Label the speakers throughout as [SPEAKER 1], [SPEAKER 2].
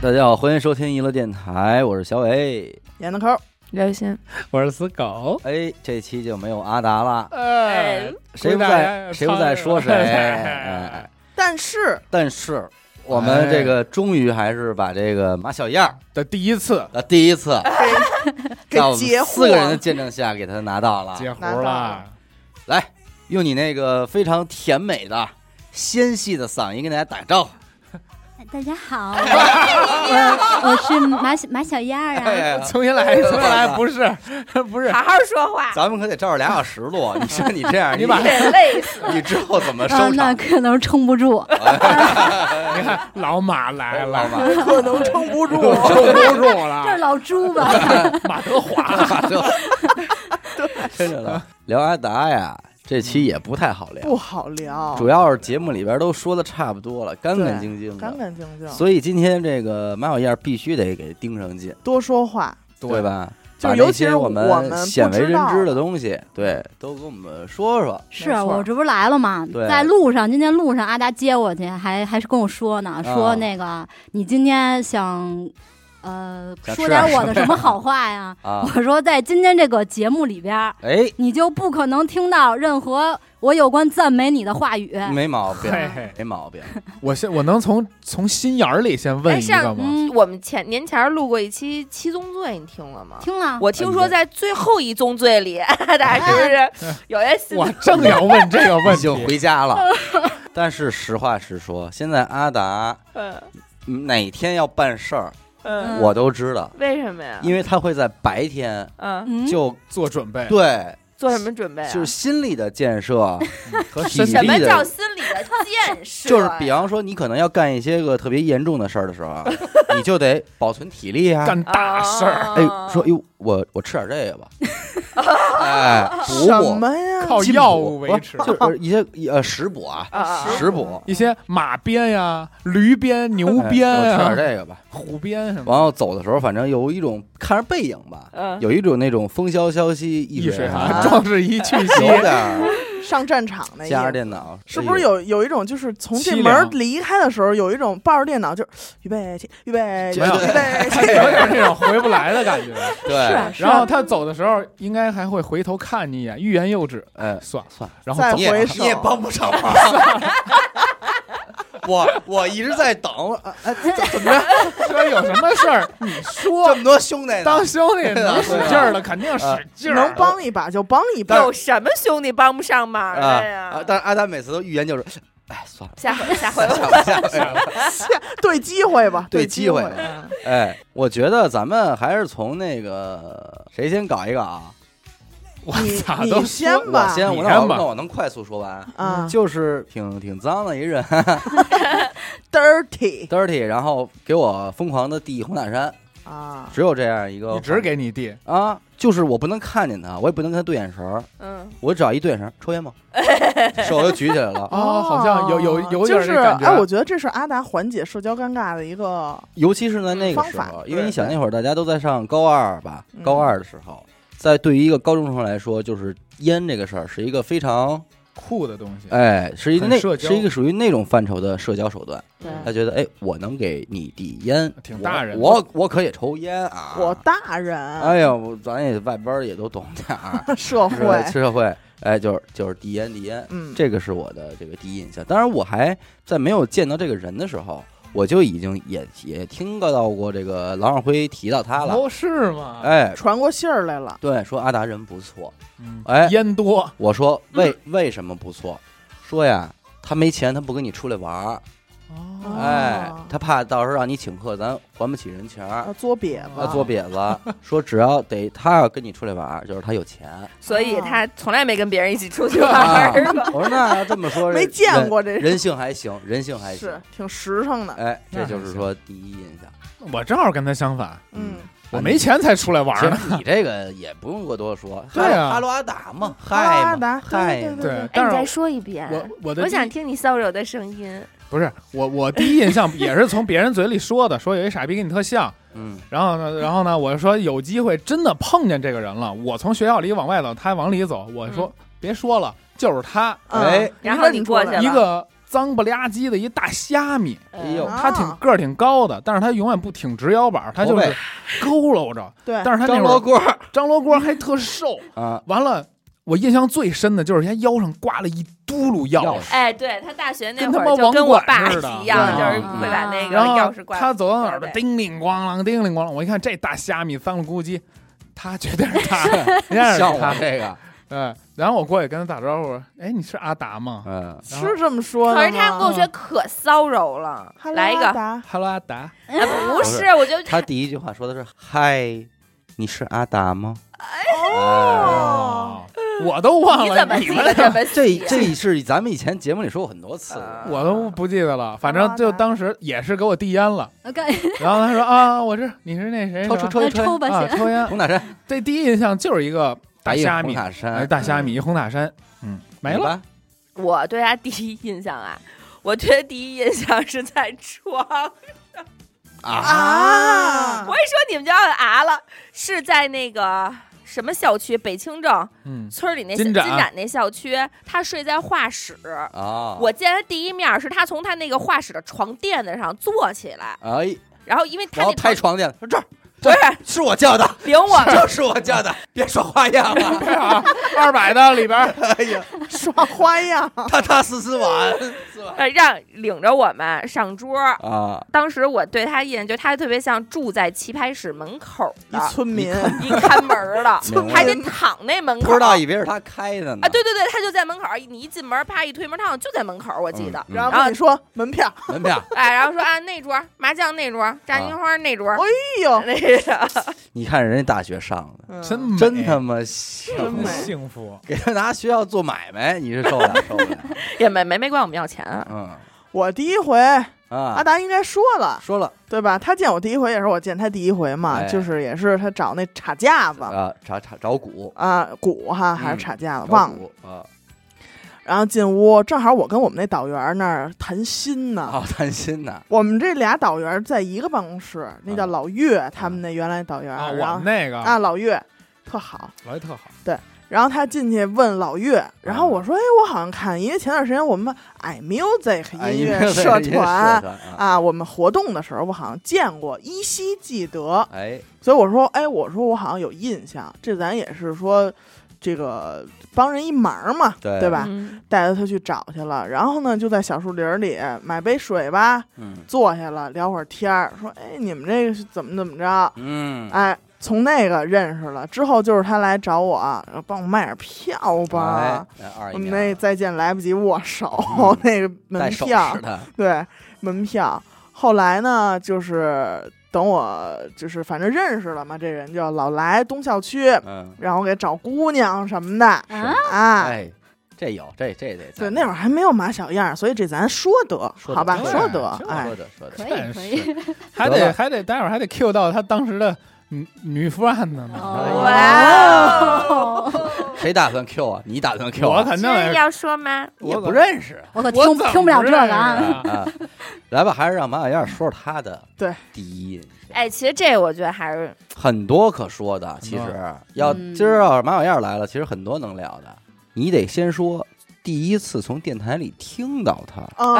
[SPEAKER 1] 大家好，欢迎收听娱乐电台，我是小伟。
[SPEAKER 2] 闫德抠，
[SPEAKER 3] 刘鑫，
[SPEAKER 4] 我是死狗。
[SPEAKER 1] 哎，这期就没有阿达了，
[SPEAKER 4] 哎，
[SPEAKER 1] 谁不在谁不在说谁。哎，
[SPEAKER 2] 但是
[SPEAKER 1] 但是我们这个终于还是把这个马小燕儿
[SPEAKER 4] 的第一次
[SPEAKER 1] 的第一次，
[SPEAKER 2] 给
[SPEAKER 1] 在我们
[SPEAKER 2] 截
[SPEAKER 1] 四
[SPEAKER 2] 获
[SPEAKER 1] 个人的见证下给他拿到了。
[SPEAKER 4] 截胡
[SPEAKER 2] 拿到
[SPEAKER 4] 了
[SPEAKER 2] 了，
[SPEAKER 1] 来，用你那个非常甜美的、纤细的嗓音跟大家打个招呼。
[SPEAKER 5] 大家好，我我是马小马小燕儿啊，
[SPEAKER 1] 哎
[SPEAKER 4] 重新来，重新来，不是，不是，
[SPEAKER 3] 好好说话，
[SPEAKER 1] 咱们可得照着俩小时录，你说你这 样，
[SPEAKER 4] 你把
[SPEAKER 3] 得累死。
[SPEAKER 1] 你之后怎么收
[SPEAKER 5] 啊，那
[SPEAKER 1] 场？
[SPEAKER 5] 可能撑不住。
[SPEAKER 4] 你看老马来
[SPEAKER 1] 哎老
[SPEAKER 4] 了，
[SPEAKER 1] 马，
[SPEAKER 2] 可能撑不住。
[SPEAKER 4] 撑不住
[SPEAKER 5] 这是
[SPEAKER 4] 了，
[SPEAKER 5] 老朱吧？
[SPEAKER 4] 马德华。
[SPEAKER 1] 马上真的了。聊阿达呀，这期也不太好聊，
[SPEAKER 2] 不好聊，
[SPEAKER 1] 主要是节目里边都说的差不多了，干干净净
[SPEAKER 2] 干
[SPEAKER 1] 的。
[SPEAKER 2] 干净净，
[SPEAKER 1] 所以今天这个马小燕必须得给盯上劲，
[SPEAKER 2] 多说话。
[SPEAKER 1] 对吧？
[SPEAKER 2] 就
[SPEAKER 1] 把
[SPEAKER 2] 尤
[SPEAKER 1] 那
[SPEAKER 2] 其
[SPEAKER 1] 些
[SPEAKER 2] 是
[SPEAKER 1] 我
[SPEAKER 2] 我们不
[SPEAKER 1] 鲜为
[SPEAKER 2] 知
[SPEAKER 1] 人
[SPEAKER 2] 道
[SPEAKER 1] 知的
[SPEAKER 2] 的
[SPEAKER 1] 东西，对，都跟我们说说。
[SPEAKER 5] 是
[SPEAKER 2] 没错
[SPEAKER 5] 我这不是来了吗？
[SPEAKER 1] 对
[SPEAKER 5] 在路上，今天路上阿达接我去，还还是跟我说呢，说那个、你今天想呃
[SPEAKER 1] 想
[SPEAKER 5] 说
[SPEAKER 1] 吃点
[SPEAKER 5] 点我的什么好话呀？
[SPEAKER 1] 啊，
[SPEAKER 5] 我说在今天这个节目里边儿，
[SPEAKER 1] 哎，
[SPEAKER 5] 你就不可能听到任何我有关赞美你的话语。
[SPEAKER 1] 没毛病，
[SPEAKER 4] 嘿嘿，
[SPEAKER 1] 没毛病。
[SPEAKER 4] 我先我能从从心眼儿里先问
[SPEAKER 3] 哎，
[SPEAKER 4] 一个
[SPEAKER 3] 上
[SPEAKER 4] 吗？
[SPEAKER 3] 我们前年前儿录过一期《七宗罪》，你听了吗？
[SPEAKER 5] 听了，
[SPEAKER 3] 我听说在最后一宗罪里， 大家是不是有些新
[SPEAKER 4] 我
[SPEAKER 3] 的？
[SPEAKER 4] 正要问这个 问
[SPEAKER 1] 已经
[SPEAKER 4] 题，
[SPEAKER 1] 回家 了。但是实话实说，现在阿达
[SPEAKER 3] 嗯
[SPEAKER 1] 哪天要办事儿，
[SPEAKER 3] 嗯，
[SPEAKER 1] 我都知道，
[SPEAKER 3] 为什么呀？
[SPEAKER 2] 嗯
[SPEAKER 1] 因为他会在白天
[SPEAKER 3] 嗯，
[SPEAKER 5] 嗯，
[SPEAKER 1] 就
[SPEAKER 4] 做准备
[SPEAKER 1] 对，
[SPEAKER 3] 做什么准备啊？
[SPEAKER 1] 就是心理的建 设和体
[SPEAKER 4] 身体
[SPEAKER 3] 什么
[SPEAKER 1] 力
[SPEAKER 3] 叫
[SPEAKER 1] 的，
[SPEAKER 3] 心理的建设呀？啊
[SPEAKER 1] 就是比方说你可能要干一些个特别严重的事儿的时候，啊你就得保存体力啊。
[SPEAKER 4] 干大事儿，
[SPEAKER 3] 啊
[SPEAKER 1] 哎，说哟，我我吃点这个吧，哎，补
[SPEAKER 2] 什
[SPEAKER 1] 补，
[SPEAKER 2] 么呀？
[SPEAKER 4] 靠
[SPEAKER 1] 进
[SPEAKER 4] 药
[SPEAKER 1] 补
[SPEAKER 4] 物维
[SPEAKER 1] 不
[SPEAKER 4] 持，
[SPEAKER 1] 就是一些呃食补啊，
[SPEAKER 3] 啊啊
[SPEAKER 1] 食补。
[SPEAKER 4] 一些马鞭呀、驴鞭、牛
[SPEAKER 1] 哎
[SPEAKER 4] 鞭
[SPEAKER 1] 我吃点
[SPEAKER 4] 呀、
[SPEAKER 1] 这个吧。
[SPEAKER 4] 虎鞭什么
[SPEAKER 1] 然后走的时候，反正有一种看着背影吧，
[SPEAKER 3] 嗯
[SPEAKER 1] 有一种那种风萧萧兮易
[SPEAKER 4] 易水
[SPEAKER 1] 水
[SPEAKER 4] 寒、
[SPEAKER 1] 寒，
[SPEAKER 4] 壮士一去
[SPEAKER 1] 有
[SPEAKER 4] 兮，
[SPEAKER 1] 点儿
[SPEAKER 2] 上战场那意
[SPEAKER 1] 夹着
[SPEAKER 2] 思，
[SPEAKER 1] 电脑，哎
[SPEAKER 2] 是不是有有一种就是从这门儿离开的时候，有一种抱着电脑就是预备起，预备起，
[SPEAKER 1] 这
[SPEAKER 2] 预备
[SPEAKER 4] 有
[SPEAKER 2] 起，
[SPEAKER 4] 点那种回不来的感觉。
[SPEAKER 1] 对？
[SPEAKER 5] 是
[SPEAKER 4] 然后他走的时候，应该还会回头看你一眼，欲言又止。
[SPEAKER 1] 哎，
[SPEAKER 4] 算了
[SPEAKER 1] 算了，
[SPEAKER 4] 然后
[SPEAKER 2] 再
[SPEAKER 4] 走
[SPEAKER 1] 你也
[SPEAKER 2] 回
[SPEAKER 1] 你也
[SPEAKER 2] 首
[SPEAKER 1] 帮不上 忙。我我一直在等，啊哎，怎么着？
[SPEAKER 4] 说有什么事儿，你
[SPEAKER 1] 这
[SPEAKER 4] 说。
[SPEAKER 1] 么多兄弟呢，
[SPEAKER 4] 当兄弟能使劲儿的，肯定使劲儿。啊
[SPEAKER 2] 呃能帮一把就帮一把。
[SPEAKER 3] 有什么兄弟帮不上忙
[SPEAKER 1] 啊
[SPEAKER 3] 的哎呀
[SPEAKER 1] 啊！？但是阿丹每次都预言就是，哎，算了，
[SPEAKER 3] 下回下回吧。
[SPEAKER 1] 下回 下回
[SPEAKER 2] 对机会吧，
[SPEAKER 1] 对
[SPEAKER 2] 机
[SPEAKER 1] 机会哎，我觉得咱们还是从那个谁先搞一个啊？
[SPEAKER 4] 我
[SPEAKER 2] 你
[SPEAKER 4] 操，都
[SPEAKER 2] 你先
[SPEAKER 1] 我
[SPEAKER 2] 吧，
[SPEAKER 1] 先，我
[SPEAKER 4] 你先
[SPEAKER 1] 那我
[SPEAKER 4] 吧
[SPEAKER 1] 那我能快速说完。
[SPEAKER 2] 啊
[SPEAKER 1] 就是挺挺脏的一人
[SPEAKER 2] ，dirty
[SPEAKER 1] ，dirty，然后给我疯狂的递红塔山，
[SPEAKER 2] 啊，
[SPEAKER 1] 只有这样一个，
[SPEAKER 4] 一直给你递，
[SPEAKER 1] 啊，就是我不能看见他，我也不能跟他对眼神儿，
[SPEAKER 3] 嗯，
[SPEAKER 1] 我只要一对眼神儿，抽 烟吗？手就举起来了，
[SPEAKER 4] 哦好像有有有点
[SPEAKER 2] 就
[SPEAKER 4] 儿
[SPEAKER 2] 是
[SPEAKER 4] 那感觉啊
[SPEAKER 2] 哎，我觉得这是阿达缓解社交尴尬的一个
[SPEAKER 1] 尤其是在那个
[SPEAKER 2] 方
[SPEAKER 1] 时
[SPEAKER 2] 法
[SPEAKER 1] 候，
[SPEAKER 2] 对
[SPEAKER 1] 因为你想那会儿大家都在上高二吧，
[SPEAKER 2] 嗯
[SPEAKER 1] 高二的时候，在对于一个高中生来说，就是烟这个事儿是一个非常
[SPEAKER 4] 酷的东西。
[SPEAKER 1] 哎，是一个
[SPEAKER 4] 很
[SPEAKER 1] 那
[SPEAKER 4] 社交
[SPEAKER 1] 是一个属于那种范畴的社交手段。
[SPEAKER 2] 对
[SPEAKER 3] 嗯
[SPEAKER 1] 他觉得哎，我能给你递烟，
[SPEAKER 4] 挺
[SPEAKER 1] 我
[SPEAKER 4] 大人的
[SPEAKER 1] 我我可以抽烟啊，
[SPEAKER 2] 我大人、
[SPEAKER 1] 哎呀，我咱也外边儿也都懂点儿，
[SPEAKER 2] 社
[SPEAKER 1] 是
[SPEAKER 2] 会，
[SPEAKER 1] 社会，哎，就是就是递烟递烟，
[SPEAKER 2] 嗯，
[SPEAKER 1] 这个是我的这个第一印象。当然，我还在没有见到这个人的时候，我就已经也也听到过这个郎少辉提到他了，
[SPEAKER 4] 哦，是吗？
[SPEAKER 1] 哎，
[SPEAKER 2] 传过信儿来了，
[SPEAKER 1] 对，说阿达人不错，
[SPEAKER 4] 嗯
[SPEAKER 1] 哎
[SPEAKER 4] 烟多，
[SPEAKER 1] 我说为为什么不错？说呀。他没钱，他不跟你出来玩儿，
[SPEAKER 4] 哦，
[SPEAKER 1] 哎
[SPEAKER 2] 哦，
[SPEAKER 1] 他怕到时候让你请客，咱还不起人情儿
[SPEAKER 2] 要，啊作瘪
[SPEAKER 1] 他
[SPEAKER 2] 子，
[SPEAKER 1] 做瘪 子。说只要得他要跟你出来玩儿，就是他有钱，
[SPEAKER 3] 所以他从来没跟别人一起出去
[SPEAKER 1] 啊
[SPEAKER 3] 玩儿过。
[SPEAKER 1] 我说那要这么说，
[SPEAKER 2] 没
[SPEAKER 1] 人
[SPEAKER 2] 见过这
[SPEAKER 1] 人人性还行，人性还行
[SPEAKER 2] 是。挺实诚的，
[SPEAKER 1] 哎，
[SPEAKER 4] 那
[SPEAKER 1] 这就
[SPEAKER 4] 还
[SPEAKER 1] 是
[SPEAKER 4] 行
[SPEAKER 1] 说第一印象。
[SPEAKER 4] 我正好跟他相反，
[SPEAKER 2] 嗯，
[SPEAKER 4] 我没钱才出来玩
[SPEAKER 1] 其
[SPEAKER 4] 呢。
[SPEAKER 1] 实你这个也不用过多说，
[SPEAKER 4] 对
[SPEAKER 1] 哈
[SPEAKER 4] 啊
[SPEAKER 1] 哈罗阿达 嘛，
[SPEAKER 2] 哈罗阿
[SPEAKER 1] 嗨嘛，
[SPEAKER 2] 达，
[SPEAKER 1] 嗨
[SPEAKER 2] 对对
[SPEAKER 1] 嘛，
[SPEAKER 2] 对
[SPEAKER 4] 对
[SPEAKER 2] 对，，
[SPEAKER 3] 哎，你
[SPEAKER 4] 但
[SPEAKER 3] 再
[SPEAKER 4] 是
[SPEAKER 3] 说一遍。
[SPEAKER 4] 我我的
[SPEAKER 3] 我
[SPEAKER 4] 第一
[SPEAKER 3] 想听你骚扰的声音。
[SPEAKER 4] 不是我我第一印象也是从别人嘴里说的，说有一傻逼跟你特像。
[SPEAKER 1] 嗯，
[SPEAKER 4] 然后呢，然后呢，我说有机会真的碰见这个人了，我从学校里往外走，他往里走，我说、别说了，就是他，
[SPEAKER 2] 嗯
[SPEAKER 1] 哎
[SPEAKER 2] 你
[SPEAKER 3] 然后你
[SPEAKER 2] 问出
[SPEAKER 3] 过去
[SPEAKER 2] 来
[SPEAKER 3] 了
[SPEAKER 4] 一个脏不拉几的一大虾米，
[SPEAKER 1] 哎
[SPEAKER 3] 嗯
[SPEAKER 1] 呦
[SPEAKER 2] 啊
[SPEAKER 4] 他挺个儿挺高的，但是他永远不挺直腰板，他就是佝偻着。
[SPEAKER 2] 对，
[SPEAKER 4] 但是他那
[SPEAKER 1] 张
[SPEAKER 4] 会
[SPEAKER 1] 罗
[SPEAKER 4] 儿
[SPEAKER 1] 锅
[SPEAKER 4] 张罗锅还特瘦，
[SPEAKER 1] 啊，
[SPEAKER 4] 完了我印象最深的就是他腰上挂了一嘟噜钥
[SPEAKER 1] 钥
[SPEAKER 4] 匙。
[SPEAKER 3] 哎，对他大学那
[SPEAKER 4] 跟
[SPEAKER 3] 会儿
[SPEAKER 4] 他妈
[SPEAKER 3] 就
[SPEAKER 4] 网
[SPEAKER 3] 跟我
[SPEAKER 4] 管
[SPEAKER 3] 爸
[SPEAKER 4] 似的嗯
[SPEAKER 3] 一样，
[SPEAKER 1] 对
[SPEAKER 3] 就是会把那个
[SPEAKER 4] 然
[SPEAKER 3] 钥
[SPEAKER 4] 后
[SPEAKER 3] 匙挂。
[SPEAKER 4] 他走到哪儿都
[SPEAKER 3] 对
[SPEAKER 4] 叮铃咣啷，叮铃咣啷。我一看这大虾米翻了咕叽，他绝对是 他，人家是
[SPEAKER 1] 像我
[SPEAKER 4] 他。
[SPEAKER 1] 这个，
[SPEAKER 4] 对，然后我过去跟他打招呼，哎，你是阿达吗
[SPEAKER 1] 嗯，
[SPEAKER 2] 是这么说的
[SPEAKER 3] 可
[SPEAKER 2] 吗。
[SPEAKER 3] 是他跟我说可骚扰了，
[SPEAKER 2] Hello，
[SPEAKER 3] 来一
[SPEAKER 2] 阿
[SPEAKER 3] 个，
[SPEAKER 2] 达
[SPEAKER 4] ？Hello，阿达。
[SPEAKER 3] 哎不是，我就
[SPEAKER 1] 他第一句话说的是“嗨，你是阿达吗？”
[SPEAKER 2] 哦，，
[SPEAKER 4] 我都忘
[SPEAKER 3] 你
[SPEAKER 4] 了，
[SPEAKER 3] 怎么
[SPEAKER 4] 你
[SPEAKER 3] 记
[SPEAKER 4] 们
[SPEAKER 3] 得这么
[SPEAKER 1] 哎这
[SPEAKER 3] 细啊
[SPEAKER 1] 这是咱们以前节目里说过很多次的，
[SPEAKER 3] 啊
[SPEAKER 4] 我都不记得了，反正就当时也是给我递烟了，
[SPEAKER 5] 我感 觉
[SPEAKER 4] 然后他说啊，我是你是那谁
[SPEAKER 1] 抽
[SPEAKER 4] 是
[SPEAKER 1] 抽抽
[SPEAKER 4] 吧
[SPEAKER 1] 一
[SPEAKER 5] 抽吧
[SPEAKER 4] 啊
[SPEAKER 5] 先，
[SPEAKER 4] 抽 烟，
[SPEAKER 1] 红塔山
[SPEAKER 4] 这第一印象就是一个大
[SPEAKER 1] 一
[SPEAKER 4] 虾
[SPEAKER 1] 红
[SPEAKER 4] 米，
[SPEAKER 1] 塔
[SPEAKER 4] 哎，
[SPEAKER 1] 山
[SPEAKER 4] 大虾米一红塔山，嗯，没了，
[SPEAKER 1] 了，
[SPEAKER 3] 我对他第一印象啊，我对他第一印象是在床。
[SPEAKER 1] 啊，
[SPEAKER 2] 啊
[SPEAKER 3] 我一说你们家的啊了，是在那个什么校区，北清正
[SPEAKER 4] 嗯，
[SPEAKER 3] 村里那
[SPEAKER 4] 金
[SPEAKER 3] 展
[SPEAKER 4] 盏
[SPEAKER 3] 那校区，他睡在画室。
[SPEAKER 1] 啊，
[SPEAKER 3] 我见他第一面是他从他那个画室的床垫子上坐起来，
[SPEAKER 1] 哎，
[SPEAKER 3] 然后因为他
[SPEAKER 1] 然后
[SPEAKER 3] 那
[SPEAKER 1] 拍床
[SPEAKER 3] 床
[SPEAKER 1] 垫，说这儿
[SPEAKER 3] 不是
[SPEAKER 1] 是我叫的，
[SPEAKER 3] 领我
[SPEAKER 1] 就是我叫的，别耍花样了，
[SPEAKER 4] 二百的里边 儿，
[SPEAKER 1] 哎呀，
[SPEAKER 2] 耍花样，
[SPEAKER 1] 踏踏实实 玩是吧？
[SPEAKER 3] 呃让领着我们上桌。
[SPEAKER 1] 啊，
[SPEAKER 3] 当时我对他印象就他特别像住在棋牌室门口
[SPEAKER 2] 一
[SPEAKER 3] 的
[SPEAKER 2] 村民，
[SPEAKER 3] 一看门儿的，
[SPEAKER 1] 明白
[SPEAKER 3] 还得躺那门口。
[SPEAKER 1] 不知道以为是他开的呢
[SPEAKER 3] 啊，对对对，他就在门口儿，你一进门儿，啪一推门儿，他好像就在门口儿，我记得。
[SPEAKER 1] 嗯
[SPEAKER 2] 然后跟你说门票，
[SPEAKER 1] 门票，
[SPEAKER 3] 哎，然后说啊，那桌儿麻将那桌儿，炸
[SPEAKER 1] 啊
[SPEAKER 3] 金花那桌儿，
[SPEAKER 2] 哎呦，
[SPEAKER 3] 那个
[SPEAKER 1] 你看人家大学上的，
[SPEAKER 2] 嗯
[SPEAKER 4] 真美
[SPEAKER 1] 真他妈像
[SPEAKER 4] 真
[SPEAKER 2] 美
[SPEAKER 4] 幸福，
[SPEAKER 1] 给他拿学校做买卖，你是受不了受不了，
[SPEAKER 3] 也没没没管我们要钱啊。
[SPEAKER 1] 嗯
[SPEAKER 2] 我第一回阿
[SPEAKER 1] 啊，
[SPEAKER 2] 达应该说了，
[SPEAKER 1] 说了
[SPEAKER 2] 对吧？他见我第一回也是我见他第一回嘛，
[SPEAKER 1] 哎
[SPEAKER 2] 就是也是他找那吵架子
[SPEAKER 1] 啊，找找找鼓，
[SPEAKER 2] 啊，鼓哈还
[SPEAKER 1] 嗯
[SPEAKER 2] 是吵架
[SPEAKER 1] 找
[SPEAKER 2] 子忘了。
[SPEAKER 1] 鼓啊，
[SPEAKER 2] 然后进屋，正好我跟我们那导员那儿谈心呢。
[SPEAKER 1] 好担心呐，
[SPEAKER 2] 我们这俩导员在一个办公室，那叫老岳，他们那原来导员，
[SPEAKER 4] 啊，
[SPEAKER 2] 然
[SPEAKER 4] 我
[SPEAKER 2] 后
[SPEAKER 4] 们那个
[SPEAKER 2] 啊老岳特好。
[SPEAKER 4] 老爷特好，
[SPEAKER 2] 然后他进去问老岳，然后我说：“哎，我好像看，因为前段时间我们 i music
[SPEAKER 1] 哎你
[SPEAKER 2] 音乐
[SPEAKER 1] 们
[SPEAKER 2] 社
[SPEAKER 1] 这音乐
[SPEAKER 2] 团
[SPEAKER 1] 啊，
[SPEAKER 2] 啊，我们活动的时候我好像见过，依稀记得。
[SPEAKER 1] 哎，
[SPEAKER 2] 所以我说，哎，我说我好像有印象，这咱也是说这个帮人一忙嘛，
[SPEAKER 1] 对
[SPEAKER 2] 对吧？
[SPEAKER 3] 嗯
[SPEAKER 2] 带着他去找去了，然后呢，就在小树林里买杯水吧，
[SPEAKER 1] 嗯
[SPEAKER 2] 坐下了聊会儿天儿，说，哎，你们这个是怎么怎么着？
[SPEAKER 1] 嗯，
[SPEAKER 2] 哎，从那个认识了之后，就是他来找我，然后帮我卖点票吧。
[SPEAKER 1] 哎，哎二一
[SPEAKER 2] 我们
[SPEAKER 1] 秒
[SPEAKER 2] 那再见来不及握手，
[SPEAKER 1] 嗯
[SPEAKER 2] 那个门
[SPEAKER 1] 带手
[SPEAKER 2] 票
[SPEAKER 1] 势，的，
[SPEAKER 2] 对门票。后来呢，就是等我就是反正认识了嘛，这人就老来东校区，
[SPEAKER 1] 嗯，
[SPEAKER 2] 让我给找姑娘什么的
[SPEAKER 5] 啊，
[SPEAKER 2] 啊。
[SPEAKER 1] 哎，这有这这得
[SPEAKER 2] 对，那会儿还没有马小样儿，所以这咱说得
[SPEAKER 1] 说得
[SPEAKER 2] 好吧，
[SPEAKER 1] 对
[SPEAKER 2] 说得
[SPEAKER 4] 说得
[SPEAKER 2] 哎
[SPEAKER 1] 说，的说的
[SPEAKER 5] 可
[SPEAKER 4] 真
[SPEAKER 5] 以可以，
[SPEAKER 4] 还
[SPEAKER 1] 得
[SPEAKER 4] 得
[SPEAKER 1] 了
[SPEAKER 4] 还得待会儿还得 Q 到他当时的女女 friend 呢，
[SPEAKER 5] 哦
[SPEAKER 3] 哇哦，
[SPEAKER 1] 谁打算 Q 啊？你打算 Q
[SPEAKER 4] 我
[SPEAKER 1] 啊？
[SPEAKER 2] 嗯
[SPEAKER 4] 肯定
[SPEAKER 3] 这
[SPEAKER 4] 得
[SPEAKER 3] 要说吗？
[SPEAKER 1] 也
[SPEAKER 4] 我
[SPEAKER 1] 不认识
[SPEAKER 5] 我可
[SPEAKER 4] 我
[SPEAKER 5] 听
[SPEAKER 4] 怎么
[SPEAKER 5] 听不了这个啊
[SPEAKER 4] 认识。
[SPEAKER 1] 啊，来吧，还是让马小燕说说她的
[SPEAKER 2] 对
[SPEAKER 1] 第一印象，
[SPEAKER 3] 哎，其实这我觉得还是
[SPEAKER 1] 很多可说的，其
[SPEAKER 4] 多
[SPEAKER 1] 实要
[SPEAKER 5] 嗯
[SPEAKER 1] 今儿要是马小燕来了，其实很多能聊的，你得先说第一次从电台里听到她，
[SPEAKER 2] 哦，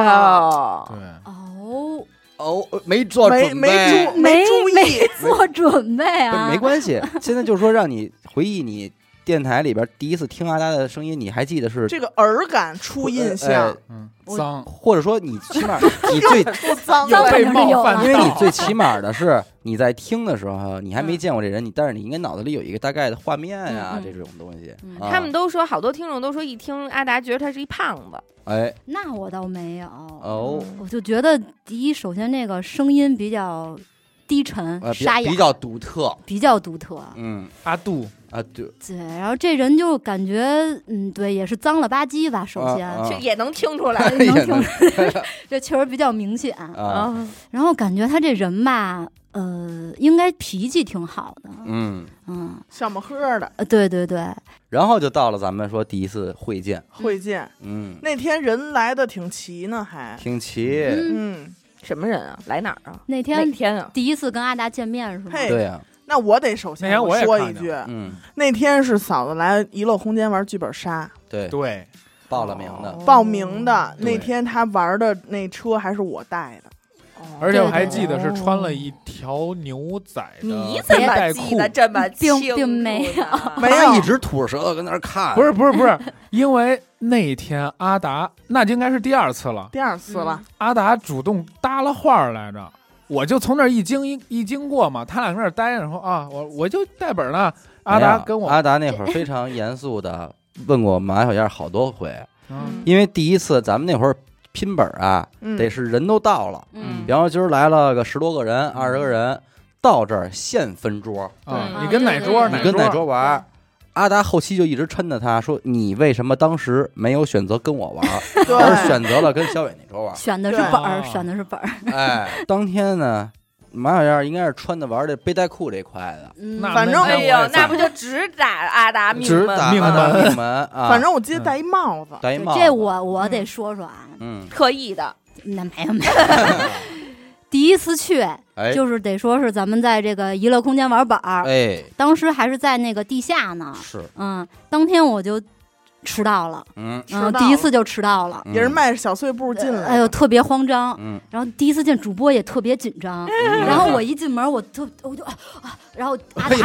[SPEAKER 3] 哦，
[SPEAKER 4] 对，
[SPEAKER 5] 哦，
[SPEAKER 1] 哦，没做
[SPEAKER 2] 没
[SPEAKER 1] 准
[SPEAKER 2] 没
[SPEAKER 1] 备
[SPEAKER 2] 注。没注意，
[SPEAKER 5] 没做准备啊，
[SPEAKER 1] 没关系，现在就说让你回忆你电台里边第一次听阿达的声音，你还记得是
[SPEAKER 2] 这个耳感初印象
[SPEAKER 1] 呃，
[SPEAKER 4] 嗯，
[SPEAKER 5] 我
[SPEAKER 4] 脏，
[SPEAKER 1] 或者说你起码你最，
[SPEAKER 2] 不脏
[SPEAKER 5] 脏
[SPEAKER 4] 被
[SPEAKER 5] 肯定是有
[SPEAKER 4] 冒
[SPEAKER 5] 啊了
[SPEAKER 4] 犯到，
[SPEAKER 1] 因为你 最起码的是你在听的时候，你还没见过这人，你但是你应该脑子里有一个大概的画面呀，
[SPEAKER 5] 嗯嗯
[SPEAKER 1] 这种东西
[SPEAKER 5] 嗯。
[SPEAKER 1] 啊
[SPEAKER 3] 他们都说好多听众都说一听阿达觉得他是一胖子，
[SPEAKER 1] 哎
[SPEAKER 5] 那我倒没有。
[SPEAKER 1] 哦，
[SPEAKER 5] 我就觉得第一，首先这个声音比较低沉、
[SPEAKER 1] 呃比
[SPEAKER 5] 沙
[SPEAKER 1] 较
[SPEAKER 5] 哑，
[SPEAKER 1] 比较独特，
[SPEAKER 5] 比较独特。
[SPEAKER 1] 嗯
[SPEAKER 4] 阿杜，
[SPEAKER 1] 啊对，
[SPEAKER 5] 对，然后这人就感觉，嗯，对，也是脏了吧唧吧。首先，
[SPEAKER 1] 啊啊
[SPEAKER 3] 这也能听出来。
[SPEAKER 5] 哎能听出来这确实比较明显。
[SPEAKER 1] 啊，
[SPEAKER 5] 然后感觉他这人吧，呃，应该脾气挺好的。
[SPEAKER 1] 嗯，
[SPEAKER 5] 嗯，
[SPEAKER 2] 笑么呵的
[SPEAKER 5] 呃对对对，
[SPEAKER 1] 然后就到了咱们说第一次会见，
[SPEAKER 2] 会见。
[SPEAKER 1] 嗯，
[SPEAKER 2] 那天人来的挺齐呢，还
[SPEAKER 1] 挺齐，
[SPEAKER 5] 嗯，
[SPEAKER 2] 嗯，
[SPEAKER 3] 什么人啊？来哪儿啊？
[SPEAKER 5] 那
[SPEAKER 3] 哪
[SPEAKER 5] 天
[SPEAKER 3] 天啊？
[SPEAKER 5] 第一次跟阿达见面是吗？
[SPEAKER 2] 嘿
[SPEAKER 1] 对呀，
[SPEAKER 2] 那我得首先
[SPEAKER 4] 那天我也
[SPEAKER 2] 说
[SPEAKER 4] 看
[SPEAKER 2] 一
[SPEAKER 4] 见
[SPEAKER 2] 句，
[SPEAKER 1] 嗯，
[SPEAKER 2] 那天是嫂子来娱乐空间玩剧本杀，
[SPEAKER 1] 对，
[SPEAKER 4] 对，
[SPEAKER 1] 报了名的，
[SPEAKER 5] 哦
[SPEAKER 1] 哦
[SPEAKER 2] 报名的
[SPEAKER 4] 对
[SPEAKER 2] 那天他玩的那车还是我带的，
[SPEAKER 4] 而且我还记得
[SPEAKER 5] 对哦
[SPEAKER 4] 是
[SPEAKER 5] 对对
[SPEAKER 4] 穿了一条牛仔的
[SPEAKER 3] 你怎么
[SPEAKER 4] 带
[SPEAKER 3] 记
[SPEAKER 4] 裤，
[SPEAKER 3] 得这么清
[SPEAKER 5] 并
[SPEAKER 3] 楚呢？
[SPEAKER 5] 并没有
[SPEAKER 2] 没
[SPEAKER 1] 他
[SPEAKER 2] 有
[SPEAKER 1] 一直吐着舌头跟那儿看，
[SPEAKER 4] 不是不是不是，因为那天阿达那就应该是第二次了，
[SPEAKER 2] 第二次了，
[SPEAKER 4] 阿达主动搭了话儿来着，我就从那儿一经一一经过嘛，他俩跟那儿待着，然后啊，我我就带本儿呢，阿达跟我，
[SPEAKER 1] 哎阿达那会儿非常严肃的问过马小燕好多回，
[SPEAKER 4] 嗯
[SPEAKER 1] 因为第一次咱们那会儿拼本儿啊，
[SPEAKER 2] 嗯，
[SPEAKER 1] 得是人都到了，
[SPEAKER 5] 嗯
[SPEAKER 1] 比，方说今儿来了个十多个人、二十个人，到这儿现分桌，
[SPEAKER 4] 啊，
[SPEAKER 5] 对
[SPEAKER 4] 你跟哪桌？
[SPEAKER 5] 啊
[SPEAKER 1] 嗯你跟哪
[SPEAKER 4] 哪
[SPEAKER 1] 桌？玩儿？阿达后期就一直抻着他说：“你为什么当时没有选择跟我玩儿，而
[SPEAKER 2] 对，
[SPEAKER 1] 选择了跟小伟那桌玩
[SPEAKER 5] 选的是
[SPEAKER 2] 对
[SPEAKER 5] 本儿，
[SPEAKER 4] 啊
[SPEAKER 5] 选的是本 儿，？”
[SPEAKER 1] 哎，当天呢，马小燕应该是穿的玩儿这背带裤这块的，
[SPEAKER 5] 嗯
[SPEAKER 4] 那
[SPEAKER 2] 反正
[SPEAKER 4] 那
[SPEAKER 3] 哎
[SPEAKER 4] 我也
[SPEAKER 3] 呦，那
[SPEAKER 4] 在
[SPEAKER 3] 不就只打阿达命
[SPEAKER 1] 直
[SPEAKER 3] 门
[SPEAKER 1] 打
[SPEAKER 4] 命
[SPEAKER 1] 阿达
[SPEAKER 4] 门
[SPEAKER 1] 命门 啊！
[SPEAKER 2] 反正我记得戴一帽子，
[SPEAKER 1] 戴一
[SPEAKER 5] 对
[SPEAKER 1] 帽子，
[SPEAKER 5] 这我我得说说啊，
[SPEAKER 1] 嗯，
[SPEAKER 3] 特意的，
[SPEAKER 5] 那没有没有，第一次去
[SPEAKER 1] 哎
[SPEAKER 5] 就是得说是咱们在这个娱乐空间玩本儿，
[SPEAKER 1] 哎
[SPEAKER 5] 当时还是在那个地下呢，
[SPEAKER 1] 是
[SPEAKER 5] 嗯，当天我就迟到了，
[SPEAKER 1] 嗯，
[SPEAKER 2] 迟
[SPEAKER 5] 嗯，
[SPEAKER 2] 到
[SPEAKER 5] 第一
[SPEAKER 2] 了
[SPEAKER 5] 次就迟到了，
[SPEAKER 1] 嗯
[SPEAKER 2] 也是迈着小碎步进来，
[SPEAKER 5] 哎呦，，特别慌张，
[SPEAKER 1] 嗯，
[SPEAKER 5] 然后第一次见主播也特别紧张， 然后我一进门我特我就啊啊，然后阿
[SPEAKER 1] 哎呦，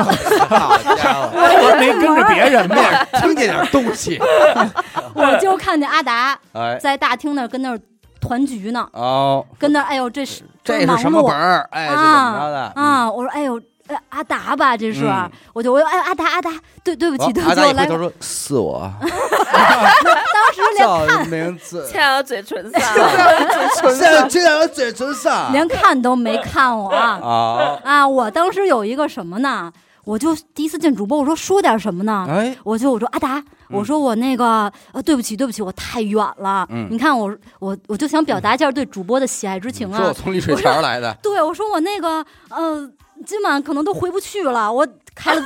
[SPEAKER 5] 达
[SPEAKER 1] 好家 伙，
[SPEAKER 4] 我没跟着 别人嘛，
[SPEAKER 1] 听见点东西，
[SPEAKER 5] 我就看见阿达
[SPEAKER 1] 哎，
[SPEAKER 5] 在大厅那儿跟那儿团局呢，
[SPEAKER 1] 哦，
[SPEAKER 5] 跟那儿哎呦这是
[SPEAKER 1] 这
[SPEAKER 5] 忙
[SPEAKER 1] 是什么
[SPEAKER 5] 碌
[SPEAKER 1] 本儿？哎，这怎么着的？
[SPEAKER 5] 啊，我说哎呦。哎阿达吧，这是，
[SPEAKER 1] 嗯
[SPEAKER 5] 我就我哎阿达阿达，对对不
[SPEAKER 1] 嗯，
[SPEAKER 5] 起对不
[SPEAKER 1] 阿
[SPEAKER 5] 起，
[SPEAKER 1] 达
[SPEAKER 5] 我
[SPEAKER 1] 一
[SPEAKER 5] 来
[SPEAKER 1] 回头说是我，
[SPEAKER 5] 当时连
[SPEAKER 1] 叫名字，
[SPEAKER 3] 欠了嘴唇上。
[SPEAKER 1] 这这两个嘴唇
[SPEAKER 4] 啊
[SPEAKER 1] 上
[SPEAKER 5] 连看都没看 我啊！
[SPEAKER 1] 啊，
[SPEAKER 5] 我当时有一个什么呢？我就第一次见主播，我说说点什么
[SPEAKER 4] 嗯
[SPEAKER 5] 呢？
[SPEAKER 1] 哎，
[SPEAKER 5] 我就我说阿达，我说我那个呃，对不起对不起，我太远了。
[SPEAKER 1] 嗯
[SPEAKER 5] 你看我我我就想表达一下对主播的喜爱之
[SPEAKER 4] 嗯
[SPEAKER 5] 情
[SPEAKER 1] 说
[SPEAKER 5] 啊
[SPEAKER 1] 我。从丽水桥来 的，
[SPEAKER 5] 对，我说我那个呃，今晚可能都回不去了，我开了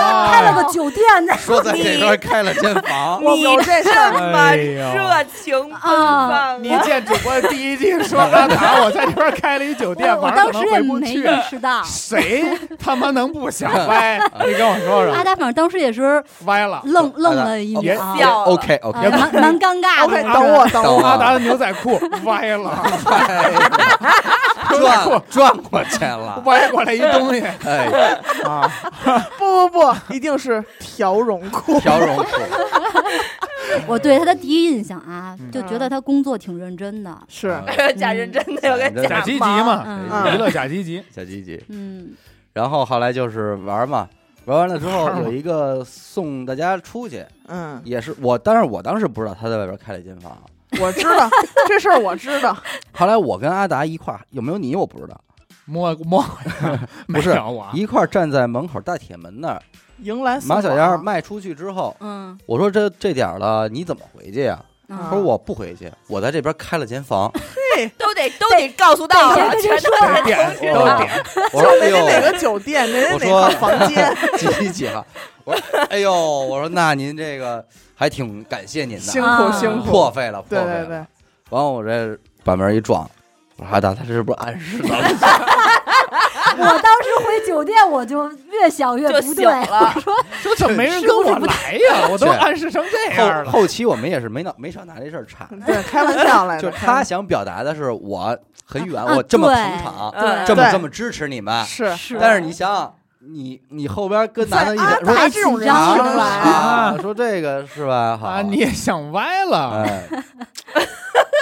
[SPEAKER 4] 啊
[SPEAKER 5] 开了个酒店的
[SPEAKER 1] 说在这边开了间房，
[SPEAKER 2] 我有这事儿
[SPEAKER 3] 这么
[SPEAKER 4] 哎呦
[SPEAKER 3] 热情奔
[SPEAKER 5] 啊
[SPEAKER 3] 放
[SPEAKER 4] 你
[SPEAKER 3] 啊！
[SPEAKER 4] 见主播第一句说阿达，我在这边开了一酒店，
[SPEAKER 5] 我我
[SPEAKER 4] 晚上
[SPEAKER 5] 当
[SPEAKER 4] 可
[SPEAKER 5] 时
[SPEAKER 4] 能
[SPEAKER 5] 也
[SPEAKER 4] 回不
[SPEAKER 5] 没
[SPEAKER 4] 去。
[SPEAKER 5] 认识到
[SPEAKER 4] 谁他妈能不想歪？你跟我说
[SPEAKER 5] 阿
[SPEAKER 4] 说，
[SPEAKER 5] 达，反正当时也是
[SPEAKER 4] 歪了。
[SPEAKER 5] 愣愣了一秒，
[SPEAKER 3] 也
[SPEAKER 1] 哎
[SPEAKER 5] 啊
[SPEAKER 3] 笑了
[SPEAKER 1] OK OK，
[SPEAKER 4] 也
[SPEAKER 5] 蛮蛮尴尬的。
[SPEAKER 2] OK，
[SPEAKER 5] 是
[SPEAKER 2] 等我，等
[SPEAKER 1] 等
[SPEAKER 2] 我，
[SPEAKER 4] 阿达的牛仔裤歪了，
[SPEAKER 5] 啊
[SPEAKER 1] 转转过去了，
[SPEAKER 4] 歪过来一东西
[SPEAKER 1] 哎，
[SPEAKER 4] 啊！
[SPEAKER 2] 不不不，一定是条绒裤，
[SPEAKER 1] 条绒裤，
[SPEAKER 5] 我对他的第一印象啊，
[SPEAKER 4] 嗯
[SPEAKER 5] 就觉得他工作挺认真的。
[SPEAKER 2] 是，
[SPEAKER 1] 啊
[SPEAKER 3] 假认真的，有个
[SPEAKER 4] 假积极
[SPEAKER 3] 忙
[SPEAKER 4] 嘛，
[SPEAKER 5] 嗯
[SPEAKER 2] 嗯
[SPEAKER 4] 娱乐假积极，
[SPEAKER 1] 哎小鸡鸡，
[SPEAKER 5] 嗯，
[SPEAKER 1] 然后后来就是玩嘛。玩完了之后
[SPEAKER 4] 玩，嘛
[SPEAKER 1] 有一个送大家出去，
[SPEAKER 2] 嗯，
[SPEAKER 1] 也是我，但是我当时不知道他在外边开了一间房。
[SPEAKER 2] 我知道这事儿，我知道，
[SPEAKER 1] 后来我跟阿达一块儿，有没有你我不知道，
[SPEAKER 4] 摸摸，
[SPEAKER 1] 不是
[SPEAKER 4] 没有
[SPEAKER 2] 啊
[SPEAKER 4] 啊我，
[SPEAKER 1] 一块儿站在门口大铁门那儿，
[SPEAKER 2] 迎来
[SPEAKER 1] 马小
[SPEAKER 2] 送
[SPEAKER 1] 燕儿
[SPEAKER 2] 往啊
[SPEAKER 1] 迈出去之后，
[SPEAKER 5] 嗯，
[SPEAKER 1] 我说这这点儿了，你怎么回去呀、
[SPEAKER 5] 嗯
[SPEAKER 2] 啊
[SPEAKER 1] 他说我不回去，我在这边开了间 房。
[SPEAKER 3] 都得都得告诉到了，
[SPEAKER 5] 对
[SPEAKER 3] 全都
[SPEAKER 4] 都点都
[SPEAKER 2] 哦
[SPEAKER 4] 点，
[SPEAKER 1] 我说哎
[SPEAKER 2] 人家哪
[SPEAKER 1] 呦，
[SPEAKER 2] 个酒店，人
[SPEAKER 1] 我
[SPEAKER 2] 家哪
[SPEAKER 1] 说
[SPEAKER 2] 个房 间，
[SPEAKER 1] 几几几啊？我说哎呦，我说那您这个还挺感谢您
[SPEAKER 2] 辛
[SPEAKER 1] 的，
[SPEAKER 2] 苦
[SPEAKER 5] 啊
[SPEAKER 2] 辛苦，
[SPEAKER 1] 破费了，破
[SPEAKER 2] 对
[SPEAKER 1] 费
[SPEAKER 2] 对
[SPEAKER 1] 了。
[SPEAKER 2] 对，
[SPEAKER 1] 完我这把门一撞，我说阿达，他这是不是暗示 了？
[SPEAKER 5] 我当时回酒店，我就越想越
[SPEAKER 3] 就
[SPEAKER 5] 不
[SPEAKER 3] 醒
[SPEAKER 5] 对。
[SPEAKER 3] 了。
[SPEAKER 4] 说怎么没人跟我来呀？我都暗示成这样
[SPEAKER 1] 后
[SPEAKER 4] 了，
[SPEAKER 1] 后期我们也是没闹没少拿这事儿查，
[SPEAKER 2] 对，开玩笑来
[SPEAKER 1] 就
[SPEAKER 2] 的，
[SPEAKER 1] 是
[SPEAKER 2] 开
[SPEAKER 1] 他
[SPEAKER 2] 玩
[SPEAKER 1] 想表达的是我很远，
[SPEAKER 5] 啊
[SPEAKER 1] 我这么捧
[SPEAKER 5] 对
[SPEAKER 1] 场，
[SPEAKER 3] 嗯
[SPEAKER 1] 这么
[SPEAKER 2] 对
[SPEAKER 1] 这么支持你们
[SPEAKER 2] 笑，是
[SPEAKER 5] 是
[SPEAKER 1] 但是你想想，你你后边跟男的一
[SPEAKER 2] 在阿
[SPEAKER 1] 点说哎
[SPEAKER 2] 达这种人
[SPEAKER 5] 啊
[SPEAKER 2] 是
[SPEAKER 5] 是
[SPEAKER 2] 吧
[SPEAKER 5] 吧
[SPEAKER 1] 啊，说这个是吧？好
[SPEAKER 4] 啊，你也想歪了。
[SPEAKER 1] 哎，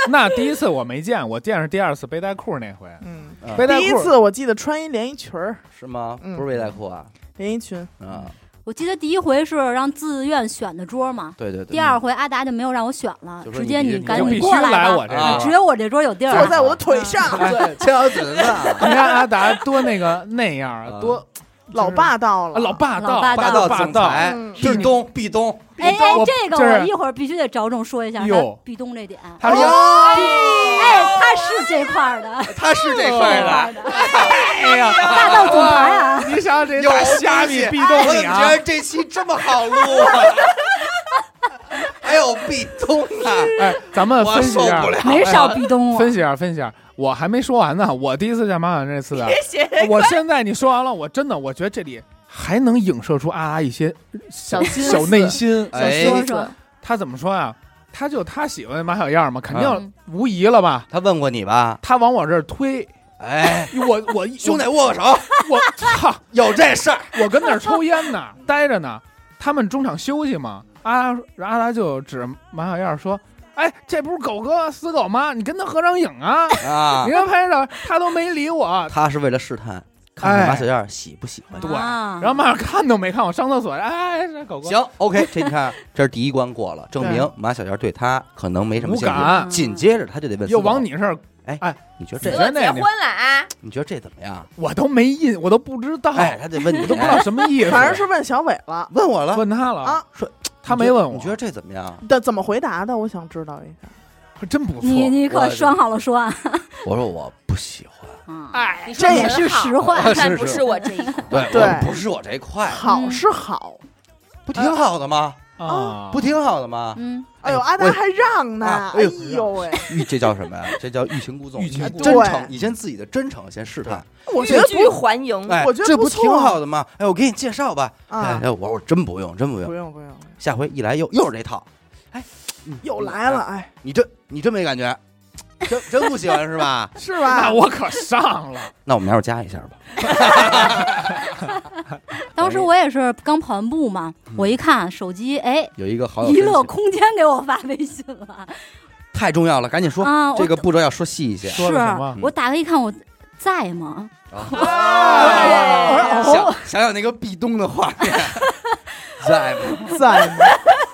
[SPEAKER 4] 那第一次我没见，我见是第二次背带裤那回，
[SPEAKER 2] 嗯，
[SPEAKER 1] 嗯
[SPEAKER 4] 背带
[SPEAKER 2] 第一
[SPEAKER 4] 裤
[SPEAKER 2] 次我记得穿一连衣裙儿，
[SPEAKER 1] 是吗？
[SPEAKER 2] 嗯
[SPEAKER 1] 不是背带裤啊？
[SPEAKER 2] 连衣裙，
[SPEAKER 1] 啊，
[SPEAKER 5] 我记得第一回是让自愿选的桌嘛，
[SPEAKER 1] 对对对。
[SPEAKER 5] 第二回阿达就没有让我选了，
[SPEAKER 1] 就说
[SPEAKER 5] 直
[SPEAKER 1] 你
[SPEAKER 5] 接
[SPEAKER 1] 必须
[SPEAKER 5] 赶
[SPEAKER 4] 就
[SPEAKER 5] 紧
[SPEAKER 4] 必须
[SPEAKER 5] 过
[SPEAKER 4] 来
[SPEAKER 5] 吧。
[SPEAKER 4] 我这
[SPEAKER 1] 啊
[SPEAKER 4] 儿。
[SPEAKER 5] 只有我这桌有地儿，啊
[SPEAKER 2] 坐在我的腿上，
[SPEAKER 1] 嗯对，千小子呢？
[SPEAKER 4] 你看阿达多那个那样
[SPEAKER 1] 啊
[SPEAKER 4] 儿，多
[SPEAKER 2] 老霸道了，
[SPEAKER 4] 啊老霸
[SPEAKER 5] 老
[SPEAKER 4] 道，
[SPEAKER 5] 霸
[SPEAKER 1] 霸道
[SPEAKER 4] 道，霸
[SPEAKER 1] 总裁
[SPEAKER 2] 嗯，
[SPEAKER 1] 壁咚壁咚，
[SPEAKER 5] 哎哎
[SPEAKER 4] 我，
[SPEAKER 5] 这个
[SPEAKER 4] 这儿
[SPEAKER 5] 我一会儿必须得着重说一下他
[SPEAKER 4] 哟
[SPEAKER 5] 壁咚这点。
[SPEAKER 4] 他说
[SPEAKER 5] 哎，他是这块儿的，
[SPEAKER 1] 他是这块儿 的。
[SPEAKER 4] 哎呀，
[SPEAKER 5] 霸道总裁啊！
[SPEAKER 4] 你想想这
[SPEAKER 1] 有
[SPEAKER 4] 大虾米
[SPEAKER 1] 东西
[SPEAKER 4] 壁
[SPEAKER 1] 我
[SPEAKER 4] 咚
[SPEAKER 1] 怎
[SPEAKER 4] 你
[SPEAKER 1] 么觉得
[SPEAKER 4] 啊！
[SPEAKER 1] 这期这么好录啊？ 还有壁咚啊！
[SPEAKER 4] 哎，咱们
[SPEAKER 1] 我
[SPEAKER 4] 分析
[SPEAKER 1] 受
[SPEAKER 4] 一下
[SPEAKER 1] 不，了。啊
[SPEAKER 5] 没少壁咚我
[SPEAKER 4] 分，析一下，分析一下。我还没说完呢，我第一次见马场这次的，
[SPEAKER 3] 写
[SPEAKER 4] 我现在你说完了，我真的我觉得这里还能影射出阿达一些小
[SPEAKER 2] 小心思
[SPEAKER 4] 小内心。
[SPEAKER 5] 想
[SPEAKER 1] 哎
[SPEAKER 5] 说说
[SPEAKER 4] 他怎么说呀？他就他喜欢马小燕嘛，肯定
[SPEAKER 5] 嗯
[SPEAKER 4] 无疑了吧？
[SPEAKER 1] 他问过你吧？
[SPEAKER 4] 他往我这儿推，
[SPEAKER 1] 哎，
[SPEAKER 4] 我我
[SPEAKER 1] 兄
[SPEAKER 4] 弟，
[SPEAKER 1] 弟握个手，
[SPEAKER 4] 我操！
[SPEAKER 1] 有这事儿。
[SPEAKER 4] 我跟那儿抽烟呢，待着呢。他们中场休息嘛，阿达阿达就指着马小燕说：“哎，这不是狗哥死狗吗？你跟他合张影啊！
[SPEAKER 1] 啊
[SPEAKER 4] 你，跟他拍照，他都没理我。
[SPEAKER 1] 他是为了试探，看看马小燕喜不喜欢你。
[SPEAKER 4] 对
[SPEAKER 5] 啊、
[SPEAKER 4] 然后马小燕看都没看我，上厕所，哎，这狗哥
[SPEAKER 1] 行，OK，这你看，这是第一关过了，证明马小燕对他可能没什么
[SPEAKER 4] 无
[SPEAKER 1] 兴趣。
[SPEAKER 4] 感，
[SPEAKER 1] 紧接着他就得问
[SPEAKER 4] 又
[SPEAKER 1] 思考
[SPEAKER 4] 往你这儿，
[SPEAKER 1] 你觉得
[SPEAKER 3] 死
[SPEAKER 1] 这
[SPEAKER 4] 对
[SPEAKER 3] 了结婚了啊！
[SPEAKER 1] 你觉得这怎么样？
[SPEAKER 4] 我都没印，我都不知道，
[SPEAKER 1] 哎，他得问你，
[SPEAKER 4] 我都不知道什么意思。
[SPEAKER 2] 反正是问小伟了
[SPEAKER 1] 问我了，
[SPEAKER 4] 问他了，
[SPEAKER 2] 啊，
[SPEAKER 4] 他没问我，
[SPEAKER 1] 你觉得这怎么样？
[SPEAKER 2] 但怎么回答的？我想知道一下。
[SPEAKER 4] 还真不错。
[SPEAKER 5] 你你
[SPEAKER 1] 我
[SPEAKER 5] 可拴好了说啊，
[SPEAKER 1] 我说我不喜欢，
[SPEAKER 5] 嗯
[SPEAKER 4] 哎，
[SPEAKER 3] 你说
[SPEAKER 5] 这也
[SPEAKER 3] 很
[SPEAKER 5] 是
[SPEAKER 3] 好
[SPEAKER 5] 实话。
[SPEAKER 1] 是
[SPEAKER 3] 但
[SPEAKER 1] 是
[SPEAKER 3] 不是我这 一块。
[SPEAKER 1] 对
[SPEAKER 2] 对
[SPEAKER 1] 我不是我这块，
[SPEAKER 2] 好
[SPEAKER 5] 嗯
[SPEAKER 2] 是好，
[SPEAKER 1] 不挺好的吗？
[SPEAKER 4] 啊，
[SPEAKER 1] 不挺好的吗？
[SPEAKER 5] 嗯，
[SPEAKER 2] 哎呦，
[SPEAKER 1] 哎
[SPEAKER 2] 阿达
[SPEAKER 1] 我
[SPEAKER 2] 还让呢
[SPEAKER 1] 啊，
[SPEAKER 2] 哎
[SPEAKER 1] 哎呦
[SPEAKER 2] 呦喂，
[SPEAKER 1] 欲这叫什么呀？这叫欲擒故纵，
[SPEAKER 4] 欲擒故
[SPEAKER 1] 真
[SPEAKER 2] 纵
[SPEAKER 1] 诚，
[SPEAKER 2] 对
[SPEAKER 1] 你先自己的真诚先试探。
[SPEAKER 2] 我觉得
[SPEAKER 3] 欲拒
[SPEAKER 2] 不
[SPEAKER 3] 还
[SPEAKER 5] 嗯
[SPEAKER 3] 迎，
[SPEAKER 1] 哎，
[SPEAKER 2] 我觉得
[SPEAKER 1] 这
[SPEAKER 2] 不
[SPEAKER 1] 不
[SPEAKER 2] 错
[SPEAKER 1] 挺好的吗？哎，我给你介绍吧。哎
[SPEAKER 2] 啊，，
[SPEAKER 1] 哎我我真不用，真不
[SPEAKER 2] 不
[SPEAKER 1] 用，
[SPEAKER 2] 用不用，
[SPEAKER 1] 下回一来又又是这套。哎，嗯
[SPEAKER 2] 又来了，，哎，？
[SPEAKER 1] 你这你真没感觉，真真不喜欢是吧
[SPEAKER 2] 是
[SPEAKER 4] 那
[SPEAKER 2] 吧？
[SPEAKER 4] 我可上 了。
[SPEAKER 1] 那我们要是加一下吧。
[SPEAKER 5] 当时我也是刚跑完步嘛，
[SPEAKER 1] 嗯
[SPEAKER 5] 我一看手机，哎，
[SPEAKER 1] 有一个好友
[SPEAKER 5] 娱
[SPEAKER 1] 申
[SPEAKER 5] 乐
[SPEAKER 1] 请
[SPEAKER 5] 空间给我发微信了
[SPEAKER 1] 太重要了，赶紧说，
[SPEAKER 5] 啊！
[SPEAKER 1] 这
[SPEAKER 5] 我
[SPEAKER 1] 个步骤要说细一些。
[SPEAKER 5] 是
[SPEAKER 4] 说了什么
[SPEAKER 5] 我打开一看，我在吗？
[SPEAKER 1] 啊
[SPEAKER 5] 哎
[SPEAKER 1] 想想想那个壁咚的画 面，在吗？
[SPEAKER 2] 赞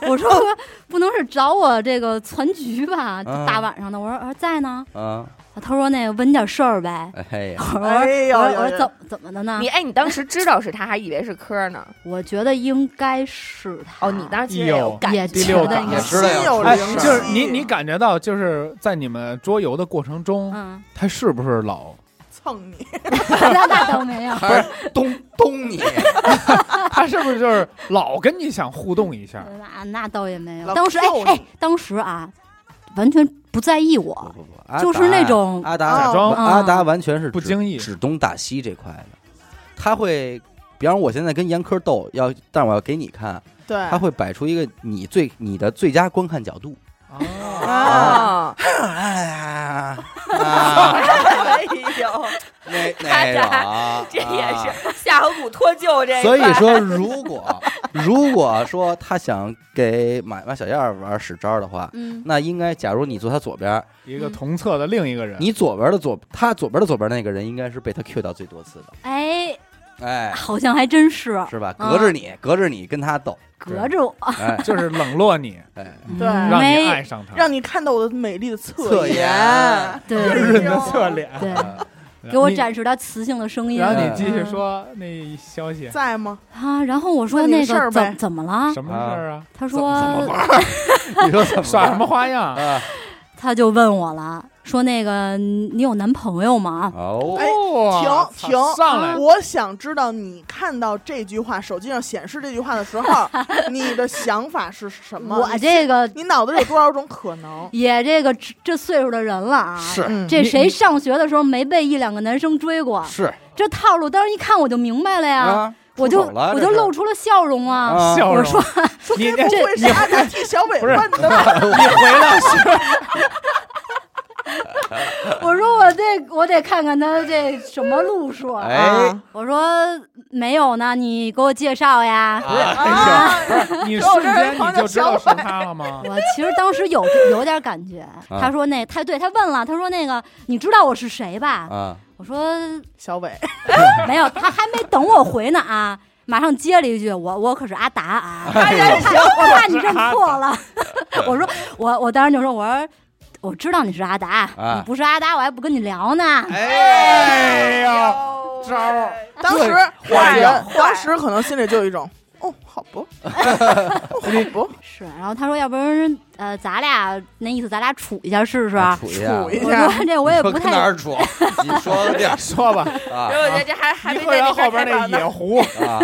[SPEAKER 5] 我说 不能是找我这个攒局吧，
[SPEAKER 1] 嗯
[SPEAKER 5] 大晚上的。我说啊在呢，
[SPEAKER 1] 啊，
[SPEAKER 5] 他说那个问点事儿呗。
[SPEAKER 1] 哎呀，
[SPEAKER 5] 我说
[SPEAKER 2] 哎呦
[SPEAKER 5] 我
[SPEAKER 2] 呦
[SPEAKER 5] 说我
[SPEAKER 2] 呦
[SPEAKER 5] 说怎么怎么的呢
[SPEAKER 3] 你？哎，你当时知道是他，还以为是科呢。
[SPEAKER 5] 我觉的应该是他。
[SPEAKER 3] 哦，你当时其实也有感
[SPEAKER 5] 也
[SPEAKER 4] 第
[SPEAKER 5] 觉
[SPEAKER 4] 六
[SPEAKER 5] 得
[SPEAKER 4] 感
[SPEAKER 5] 应
[SPEAKER 1] 也
[SPEAKER 5] 该
[SPEAKER 1] 知道
[SPEAKER 2] 心有
[SPEAKER 1] 呀，
[SPEAKER 4] 哎，
[SPEAKER 2] 灵
[SPEAKER 1] 是
[SPEAKER 2] 犀，
[SPEAKER 4] 就是你，你感觉到就是在你们桌游的过程中，
[SPEAKER 5] 嗯，
[SPEAKER 4] 他是不是老
[SPEAKER 2] 蹭你，
[SPEAKER 5] 那那倒没有。
[SPEAKER 1] 还是咚咚你，
[SPEAKER 4] 他是不是就是老跟你想互动一下？
[SPEAKER 5] 那那倒也没
[SPEAKER 2] 老
[SPEAKER 5] 有。当时哎
[SPEAKER 2] 扣你
[SPEAKER 5] 哎，当时啊，完全不在意
[SPEAKER 1] 不
[SPEAKER 5] 我，
[SPEAKER 1] 不不阿达
[SPEAKER 5] 哎就是那种
[SPEAKER 1] 阿
[SPEAKER 2] 啊
[SPEAKER 1] 达，
[SPEAKER 4] 假装
[SPEAKER 5] 啊
[SPEAKER 1] 阿达完全是
[SPEAKER 4] 不经意
[SPEAKER 1] 指东打西这块的，他会，比方我现在跟严科斗，要，但我要给你看，
[SPEAKER 2] 对，
[SPEAKER 1] 他会摆出一个你最你的最佳观看角度。
[SPEAKER 5] 嗯
[SPEAKER 3] 哦，
[SPEAKER 5] 啊
[SPEAKER 1] 啊 啊，
[SPEAKER 3] 哎呦，
[SPEAKER 1] 那
[SPEAKER 3] 阿
[SPEAKER 1] 那
[SPEAKER 3] 达
[SPEAKER 1] 个啊，
[SPEAKER 3] 这也
[SPEAKER 1] 啊
[SPEAKER 3] 是夏侯古脱臼这一
[SPEAKER 1] 所以
[SPEAKER 3] 块
[SPEAKER 1] 说，如果 如果说他想给马马小燕儿玩使招的话，
[SPEAKER 5] 嗯，
[SPEAKER 1] 那应该假如你坐他左边儿，
[SPEAKER 4] 一个同侧的另一个人，
[SPEAKER 1] 你左边的左，他左边的左边那个人应该是被他 Q 到最多次的，
[SPEAKER 5] 哎，
[SPEAKER 1] 哎，
[SPEAKER 5] 好像还真是
[SPEAKER 1] 是吧？
[SPEAKER 5] 啊
[SPEAKER 1] 隔着你，隔着你跟他斗，
[SPEAKER 5] 隔着我，
[SPEAKER 1] 哎
[SPEAKER 4] 就是冷落你，
[SPEAKER 1] 哎，
[SPEAKER 2] 对
[SPEAKER 5] 嗯
[SPEAKER 4] 让你爱
[SPEAKER 5] 没
[SPEAKER 4] 上他，
[SPEAKER 2] 让你看到我的美丽的侧
[SPEAKER 1] 侧
[SPEAKER 2] 颜
[SPEAKER 1] 颜，
[SPEAKER 5] 对
[SPEAKER 4] 润的侧脸，
[SPEAKER 5] 对，
[SPEAKER 1] 呃
[SPEAKER 5] 哎给我
[SPEAKER 4] 你。
[SPEAKER 5] 展示他磁性的声音。
[SPEAKER 4] 然后你
[SPEAKER 1] 嗯
[SPEAKER 4] 继续说那消息，
[SPEAKER 2] 在吗？
[SPEAKER 5] 啊，然后我说
[SPEAKER 2] 问你
[SPEAKER 5] 那
[SPEAKER 2] 事儿
[SPEAKER 5] 个
[SPEAKER 2] 呗
[SPEAKER 5] 怎怎么了？
[SPEAKER 4] 什么事儿啊？
[SPEAKER 5] 他
[SPEAKER 1] 怎么怎么
[SPEAKER 5] 说
[SPEAKER 1] 玩儿？你说怎么
[SPEAKER 4] 耍什
[SPEAKER 1] 玩
[SPEAKER 4] 么花样？
[SPEAKER 1] 儿？啊
[SPEAKER 5] 他就问我了，说那个你你有男朋友吗？
[SPEAKER 1] 哦，
[SPEAKER 2] 哎
[SPEAKER 4] 哇
[SPEAKER 2] 停停
[SPEAKER 4] 上来
[SPEAKER 2] 我想知道你看到这句话，手机上显示这句话的时候，你的想法是什么？
[SPEAKER 5] 我
[SPEAKER 2] 你
[SPEAKER 5] 这个
[SPEAKER 2] 你脑子里有多少种可能？
[SPEAKER 5] 也这个这这岁数的人了啊，
[SPEAKER 1] 是
[SPEAKER 2] 嗯
[SPEAKER 5] 这
[SPEAKER 4] 你
[SPEAKER 5] 谁
[SPEAKER 4] 你
[SPEAKER 5] 上学的时候没被一两个男生追过？
[SPEAKER 1] 是
[SPEAKER 5] 这套路当时一看我就明白了呀，
[SPEAKER 1] 啊，
[SPEAKER 5] 我就
[SPEAKER 1] 出手了
[SPEAKER 5] 我就露出了笑容啊。
[SPEAKER 1] 啊
[SPEAKER 4] 笑
[SPEAKER 5] 我
[SPEAKER 4] 容
[SPEAKER 5] 说，
[SPEAKER 2] 说
[SPEAKER 4] 你
[SPEAKER 2] 该不会是阿达替小伟
[SPEAKER 4] 不是
[SPEAKER 2] 问的吧？
[SPEAKER 4] 你回到是
[SPEAKER 5] 我说我得我得看看他这什么路数。
[SPEAKER 1] 哎
[SPEAKER 2] 啊
[SPEAKER 5] 我说没有呢，你给我介绍呀。
[SPEAKER 1] 不是
[SPEAKER 2] 啊，
[SPEAKER 4] 你瞬间你就知道是他了
[SPEAKER 1] 啊
[SPEAKER 4] 吗？
[SPEAKER 5] 我其实当时有有点感觉，他说那他对他问了，他说那个你知道我是谁吧？
[SPEAKER 1] 啊，
[SPEAKER 5] 我说
[SPEAKER 2] 小伟，
[SPEAKER 5] 没有，他还没等我回呢啊，马上接了一句我我可是阿达啊，我
[SPEAKER 1] 哎呦
[SPEAKER 5] 怕你认错了。 我说我我当时就说我说我知道你是阿达，
[SPEAKER 1] 啊哎
[SPEAKER 5] 你不是阿达我还不跟你聊呢。
[SPEAKER 4] 哎呀，
[SPEAKER 3] 呦
[SPEAKER 4] 招儿
[SPEAKER 2] 当时
[SPEAKER 4] 对坏
[SPEAKER 2] 人
[SPEAKER 4] 了
[SPEAKER 2] 当时可能心里就有一种，哦，好 不，哦好不，
[SPEAKER 5] 是，然后他说要不然呃咱俩那意思咱俩处一下试试。
[SPEAKER 1] 啊处一下
[SPEAKER 2] 处一下
[SPEAKER 5] 我说这我也不
[SPEAKER 1] 你说跟哪
[SPEAKER 5] 太
[SPEAKER 1] 儿处？ 你说个地儿
[SPEAKER 4] 说吧，
[SPEAKER 1] 啊
[SPEAKER 3] 所以我觉得这还还
[SPEAKER 4] 颐
[SPEAKER 3] 没在那
[SPEAKER 4] 和园后
[SPEAKER 3] 边开
[SPEAKER 4] 边那
[SPEAKER 3] 房呢
[SPEAKER 4] 野。狐，
[SPEAKER 1] 啊，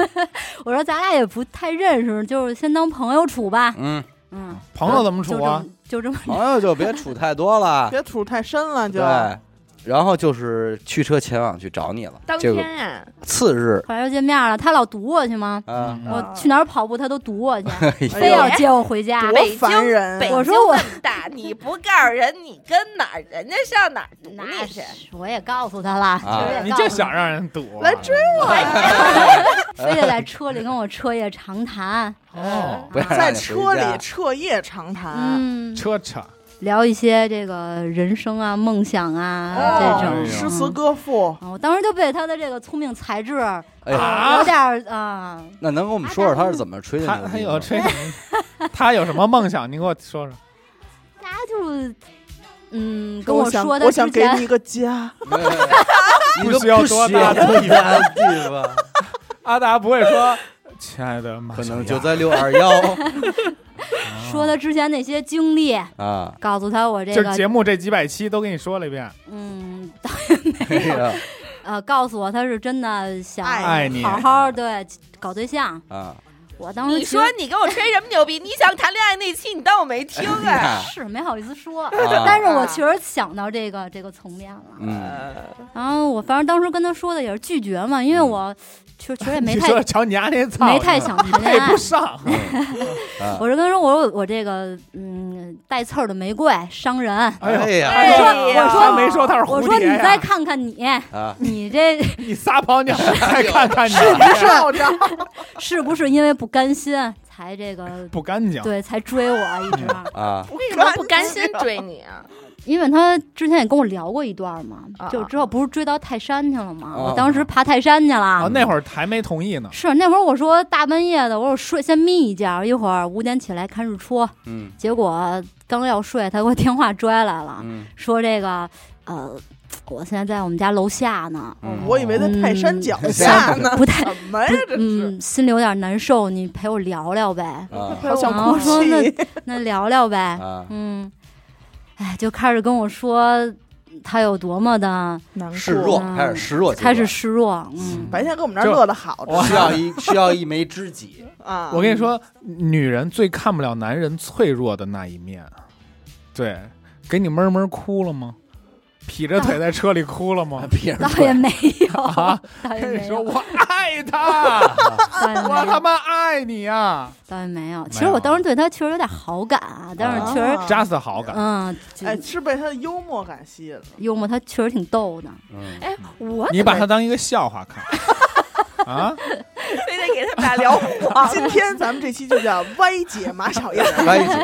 [SPEAKER 5] 我说咱俩也不太认识，就是先当朋友处吧。
[SPEAKER 1] 嗯，
[SPEAKER 5] 嗯，
[SPEAKER 4] 朋友怎么处啊？
[SPEAKER 5] 就这么？就这么
[SPEAKER 1] 朋友就别处太多了，
[SPEAKER 2] 别处太深了就。
[SPEAKER 1] 对，然后就是驱车前往去找你了。
[SPEAKER 3] 当
[SPEAKER 1] 这
[SPEAKER 3] 天
[SPEAKER 1] 个
[SPEAKER 3] 啊，
[SPEAKER 1] 次日
[SPEAKER 5] 后来又见面了，他老堵我去吗？
[SPEAKER 1] 啊，
[SPEAKER 4] 嗯
[SPEAKER 5] 我去哪儿跑步，他都堵我去，
[SPEAKER 2] 哎
[SPEAKER 5] 非
[SPEAKER 2] 呦
[SPEAKER 5] 要接我回家。
[SPEAKER 2] 多
[SPEAKER 3] 北京
[SPEAKER 2] 烦人
[SPEAKER 3] 北
[SPEAKER 2] 啊！
[SPEAKER 5] 我
[SPEAKER 3] 京
[SPEAKER 5] 说我
[SPEAKER 3] 那么大，你不告诉人，你跟哪儿？人家上哪儿堵
[SPEAKER 5] 那
[SPEAKER 3] 你去
[SPEAKER 5] 是？哎我也告诉他了，
[SPEAKER 1] 啊
[SPEAKER 5] 其实也
[SPEAKER 4] 你
[SPEAKER 5] 告诉
[SPEAKER 4] 就
[SPEAKER 5] 他
[SPEAKER 4] 想让人堵啊
[SPEAKER 2] 来追
[SPEAKER 5] 非得在车里跟我彻夜长谈，
[SPEAKER 4] 哦，
[SPEAKER 1] 不要让
[SPEAKER 2] 在
[SPEAKER 1] 你回
[SPEAKER 2] 车
[SPEAKER 1] 家
[SPEAKER 2] 里彻夜长谈，
[SPEAKER 5] 嗯，
[SPEAKER 4] 车车
[SPEAKER 5] 聊一些这个人生啊、梦想啊
[SPEAKER 2] 哦
[SPEAKER 5] 这种。
[SPEAKER 2] 诗词
[SPEAKER 5] 嗯
[SPEAKER 2] 歌赋，
[SPEAKER 5] 啊我当时就被他的这个聪明才智
[SPEAKER 1] 哎呀，
[SPEAKER 4] 啊
[SPEAKER 5] 有点儿啊，
[SPEAKER 1] 那能跟我们说说他是怎么吹的
[SPEAKER 4] 他
[SPEAKER 1] 牛
[SPEAKER 4] 他
[SPEAKER 1] 逼
[SPEAKER 4] 有
[SPEAKER 1] 吗？
[SPEAKER 4] 吹什 么？他有什么梦想？你给我说说。
[SPEAKER 5] 大家就是嗯
[SPEAKER 2] 说
[SPEAKER 5] 跟我
[SPEAKER 2] 想
[SPEAKER 5] 说
[SPEAKER 2] 我
[SPEAKER 5] 的
[SPEAKER 2] 想
[SPEAKER 5] 之
[SPEAKER 2] 给
[SPEAKER 5] 前
[SPEAKER 2] 你一个家，
[SPEAKER 1] 没有没有你都
[SPEAKER 4] 不需要多大的
[SPEAKER 1] 不需要地方，
[SPEAKER 4] 阿达不会说，亲爱的马
[SPEAKER 1] 可
[SPEAKER 4] 小亚，
[SPEAKER 1] 能就在六二幺
[SPEAKER 5] 说他之前那些经历，
[SPEAKER 1] 啊。
[SPEAKER 5] 告诉他我这
[SPEAKER 4] 就是
[SPEAKER 5] 个
[SPEAKER 4] 节目这几百期都跟你说了一遍，
[SPEAKER 5] 嗯
[SPEAKER 1] 哎呀
[SPEAKER 5] 呃，告诉我他是真的想
[SPEAKER 2] 爱
[SPEAKER 4] 你
[SPEAKER 5] 好好对搞对象。
[SPEAKER 1] 啊，
[SPEAKER 5] 我当时
[SPEAKER 3] 你
[SPEAKER 5] 其实
[SPEAKER 3] 说你给我吹什么牛逼？你想谈恋爱那期你当我没 听啊？
[SPEAKER 1] 啊
[SPEAKER 5] 是没好意思说，
[SPEAKER 1] 啊
[SPEAKER 5] 但是我确实想到这个这个层面了。
[SPEAKER 1] 嗯，
[SPEAKER 5] 然后我反正当时跟他说的也是拒绝嘛，因为我确确实也没
[SPEAKER 4] 嗯你
[SPEAKER 5] 太
[SPEAKER 4] 说瞧你丫那操，
[SPEAKER 5] 没太想
[SPEAKER 4] 你
[SPEAKER 5] 谈
[SPEAKER 4] 配
[SPEAKER 5] 恋爱
[SPEAKER 4] 不。上，啊
[SPEAKER 1] 啊
[SPEAKER 5] 我就跟他说，我说我这个嗯带刺儿的玫瑰伤人。
[SPEAKER 1] 哎 呀
[SPEAKER 3] 哎呀
[SPEAKER 5] 我说
[SPEAKER 4] 他没说他是
[SPEAKER 5] 我
[SPEAKER 4] 蝴
[SPEAKER 5] 说你
[SPEAKER 4] 蝶呀
[SPEAKER 5] 再看看你，
[SPEAKER 1] 啊，
[SPEAKER 5] 你这
[SPEAKER 4] 你撒泡 尿，
[SPEAKER 1] 哎
[SPEAKER 4] 再看看你
[SPEAKER 2] 照着
[SPEAKER 5] 是不是因为不甘心才这个
[SPEAKER 4] 不干净，
[SPEAKER 5] 对才追我一直？
[SPEAKER 1] 啊，
[SPEAKER 3] 为什么不甘心追你 啊？
[SPEAKER 5] 因为他之前也跟我聊过一段嘛
[SPEAKER 3] 啊，
[SPEAKER 5] 就之后不是追到泰山去了嘛？
[SPEAKER 1] 啊
[SPEAKER 5] 我当时爬泰山去
[SPEAKER 4] 啊
[SPEAKER 1] 哦
[SPEAKER 5] 了。
[SPEAKER 4] 那会儿还没同意呢，
[SPEAKER 5] 是啊那会儿我说大半夜的，我说我睡先眯一觉，一会儿五点起来看日出。
[SPEAKER 1] 嗯
[SPEAKER 5] 结果刚要睡，他给我电话拽来了，
[SPEAKER 1] 嗯，
[SPEAKER 5] 说这个呃，我现在在我们家楼下 呢，
[SPEAKER 1] 嗯
[SPEAKER 2] 我以为在泰山脚
[SPEAKER 1] 嗯
[SPEAKER 2] 下呢，
[SPEAKER 5] 不太
[SPEAKER 2] 什么呀？这是
[SPEAKER 5] 嗯，心里有点难受，你陪我聊 聊呗。
[SPEAKER 1] 啊
[SPEAKER 2] 好想
[SPEAKER 5] 啊
[SPEAKER 2] 哭
[SPEAKER 5] 我说
[SPEAKER 2] 泣。
[SPEAKER 5] 那聊聊呗。
[SPEAKER 1] 啊，
[SPEAKER 5] 嗯，哎，就开始跟我说他有多么的
[SPEAKER 2] 难
[SPEAKER 1] 示弱
[SPEAKER 2] 过
[SPEAKER 1] 开始示弱阶段，
[SPEAKER 5] 开始示弱，嗯，
[SPEAKER 2] 白天跟我们这儿
[SPEAKER 4] 就
[SPEAKER 2] 乐的好着
[SPEAKER 1] 需要一需要一枚知己，
[SPEAKER 2] 啊，
[SPEAKER 4] 我跟你说，女人最看不了男人脆弱的那一面，对，给你闷闷哭了吗？劈着腿在车里哭 了吗？
[SPEAKER 1] 别人
[SPEAKER 5] 倒也没有，
[SPEAKER 4] 啊
[SPEAKER 5] 倒也
[SPEAKER 4] 跟你
[SPEAKER 5] 没
[SPEAKER 4] 说
[SPEAKER 5] 有，
[SPEAKER 4] 我爱他，
[SPEAKER 5] 倒也
[SPEAKER 4] 我
[SPEAKER 5] 没
[SPEAKER 4] 他
[SPEAKER 5] 有，
[SPEAKER 4] 妈爱你啊
[SPEAKER 5] 倒也没有。
[SPEAKER 4] 没
[SPEAKER 5] 其实我
[SPEAKER 4] 有
[SPEAKER 5] 当时对他确实有点好感啊，但是确实，
[SPEAKER 2] 啊
[SPEAKER 4] ，just 好感。
[SPEAKER 5] 嗯，就
[SPEAKER 2] 哎，是被他的幽默感吸 引了。
[SPEAKER 5] 幽默，他确实挺逗的。
[SPEAKER 1] 嗯，
[SPEAKER 3] 哎，我
[SPEAKER 4] 你把它当一个笑话看啊！
[SPEAKER 3] 非得给他们俩聊 黄
[SPEAKER 2] 今天咱们这期就叫歪解马小 燕，
[SPEAKER 1] 歪姐，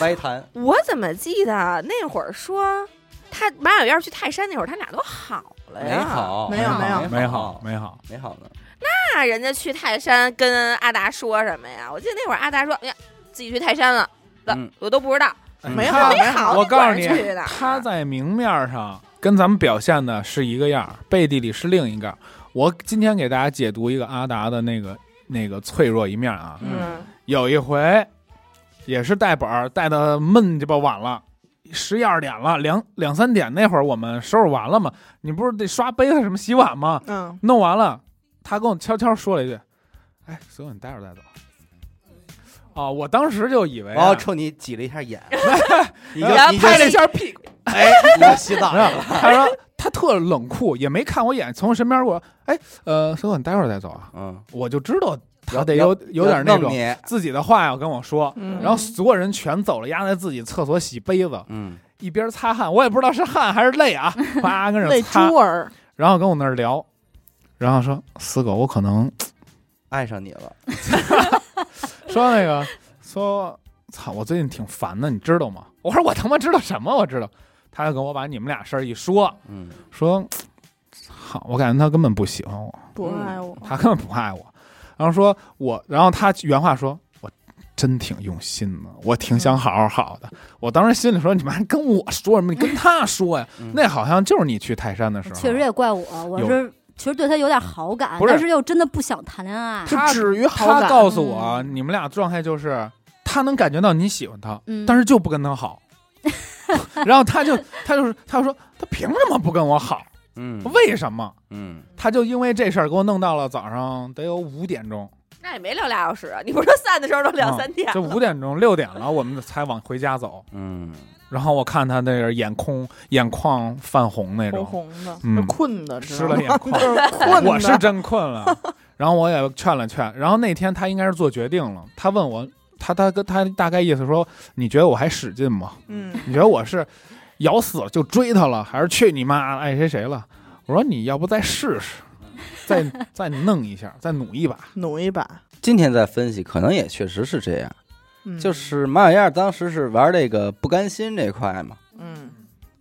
[SPEAKER 1] 歪谈，
[SPEAKER 3] 我怎么记得啊那会儿说他马小燕去泰山那会儿，他俩都好了
[SPEAKER 1] 没
[SPEAKER 3] 呀？
[SPEAKER 1] 好，
[SPEAKER 2] 没有没有
[SPEAKER 4] 没好，没好，
[SPEAKER 1] 没好呢，
[SPEAKER 3] 那人家去泰山跟阿达说什么呀？我记得那会儿阿达说：“哎呀，自己去泰山了，了
[SPEAKER 1] 嗯
[SPEAKER 3] 我都不知道。
[SPEAKER 2] 没
[SPEAKER 4] 他
[SPEAKER 2] 好没
[SPEAKER 3] 好，
[SPEAKER 2] 好，
[SPEAKER 4] 我告诉你
[SPEAKER 3] 管去哪儿
[SPEAKER 4] 他在明面上跟咱们表现的是一个样儿，背地里是另一个儿。我今天给大家解读一个阿达的那个那个脆弱一面啊。
[SPEAKER 2] 嗯，
[SPEAKER 4] 有一回，也是带本儿带的闷鸡巴晚了，十一二点了，两两三点那会儿我们收拾完了嘛，你不是得刷杯子什么洗碗吗？
[SPEAKER 2] 嗯，
[SPEAKER 4] 弄完了，他跟我悄悄说了一句：“哎，所有你待会儿再走。”啊，我当时就以为
[SPEAKER 1] 然
[SPEAKER 4] 啊、
[SPEAKER 1] 后冲你挤了一下眼，你就
[SPEAKER 3] 然后
[SPEAKER 1] 嗯你就
[SPEAKER 4] 拍了一下屁股，
[SPEAKER 1] 哎，你就洗澡
[SPEAKER 4] 没有
[SPEAKER 1] 了，
[SPEAKER 4] 他说他特冷酷，也没看我一眼，从我身边过。哎，呃，所有你待会儿再走啊，
[SPEAKER 1] 嗯，
[SPEAKER 4] 我就知道他得
[SPEAKER 1] 要
[SPEAKER 4] 有有点那
[SPEAKER 1] 弄
[SPEAKER 4] 种
[SPEAKER 1] 你，
[SPEAKER 4] 自己的话要跟我说。
[SPEAKER 2] 嗯
[SPEAKER 4] 然后所有人全走了，压在自己厕所洗杯子，
[SPEAKER 1] 嗯
[SPEAKER 4] 一边擦汗，我也不知道是汗还是泪啊，啪跟着
[SPEAKER 2] 泪
[SPEAKER 4] 擦
[SPEAKER 2] 珠，儿，
[SPEAKER 4] 然后跟我那儿聊，然后说死狗，我可能
[SPEAKER 1] 爱上你了，
[SPEAKER 4] 说那个说，操，我最近挺烦的，你知道吗？我说我他妈知道什么？我知道。他就跟我把你们俩事儿一说，
[SPEAKER 1] 嗯
[SPEAKER 4] 说，操，我感觉他根本不喜欢我，
[SPEAKER 2] 不爱我，
[SPEAKER 4] 嗯他根本不爱我。然后说我，然后他原话说，我真挺用心的，我挺想好好好的。我当时心里说，你们还跟我说什么？你跟他说呀？
[SPEAKER 1] 嗯
[SPEAKER 4] 那好像就是你去泰山的时候，
[SPEAKER 5] 确实也怪我，我
[SPEAKER 4] 有
[SPEAKER 5] 是其实对他有点好感，
[SPEAKER 4] 不是
[SPEAKER 5] 但是又真的不想谈恋爱。
[SPEAKER 4] 他
[SPEAKER 2] 止于好
[SPEAKER 4] 他
[SPEAKER 2] 感，
[SPEAKER 4] 告诉我，你们俩状态就是他能感觉到你喜欢他，
[SPEAKER 5] 嗯
[SPEAKER 4] 但是就不跟他好。然后他就他就是他就说他凭什么不跟我好？
[SPEAKER 1] 嗯
[SPEAKER 4] 为什么？
[SPEAKER 1] 嗯
[SPEAKER 4] 他就因为这事儿给我弄到了早上得有五点钟，
[SPEAKER 3] 那也没聊俩小时啊，你不是说散的时候都两三点
[SPEAKER 4] 就
[SPEAKER 3] 了？
[SPEAKER 4] 五点钟六点了，我们才往回家走。
[SPEAKER 1] 嗯，
[SPEAKER 4] 然后我看他那个眼空眼眶泛红那
[SPEAKER 2] 红
[SPEAKER 4] 种，
[SPEAKER 2] 红的，
[SPEAKER 4] 嗯
[SPEAKER 2] 就困的，知
[SPEAKER 4] 湿
[SPEAKER 2] 道吗
[SPEAKER 4] 了 眼眶，
[SPEAKER 2] 就是困的。
[SPEAKER 4] 我是真困 了。然后我也劝了劝，然后那天他应该是做决定了，他问我，他他跟他大概意思说，你觉得我还使劲吗？
[SPEAKER 2] 嗯，
[SPEAKER 4] 你觉得我是咬死了就追他了，还是去你妈爱谁谁了？我说你要不再试试，再再弄一下，再努一把。
[SPEAKER 2] 努一把，
[SPEAKER 1] 今天再分析，可能也确实是这样，
[SPEAKER 2] 嗯
[SPEAKER 1] 就是马小燕当时是玩这个不甘心这块嘛，
[SPEAKER 2] 嗯，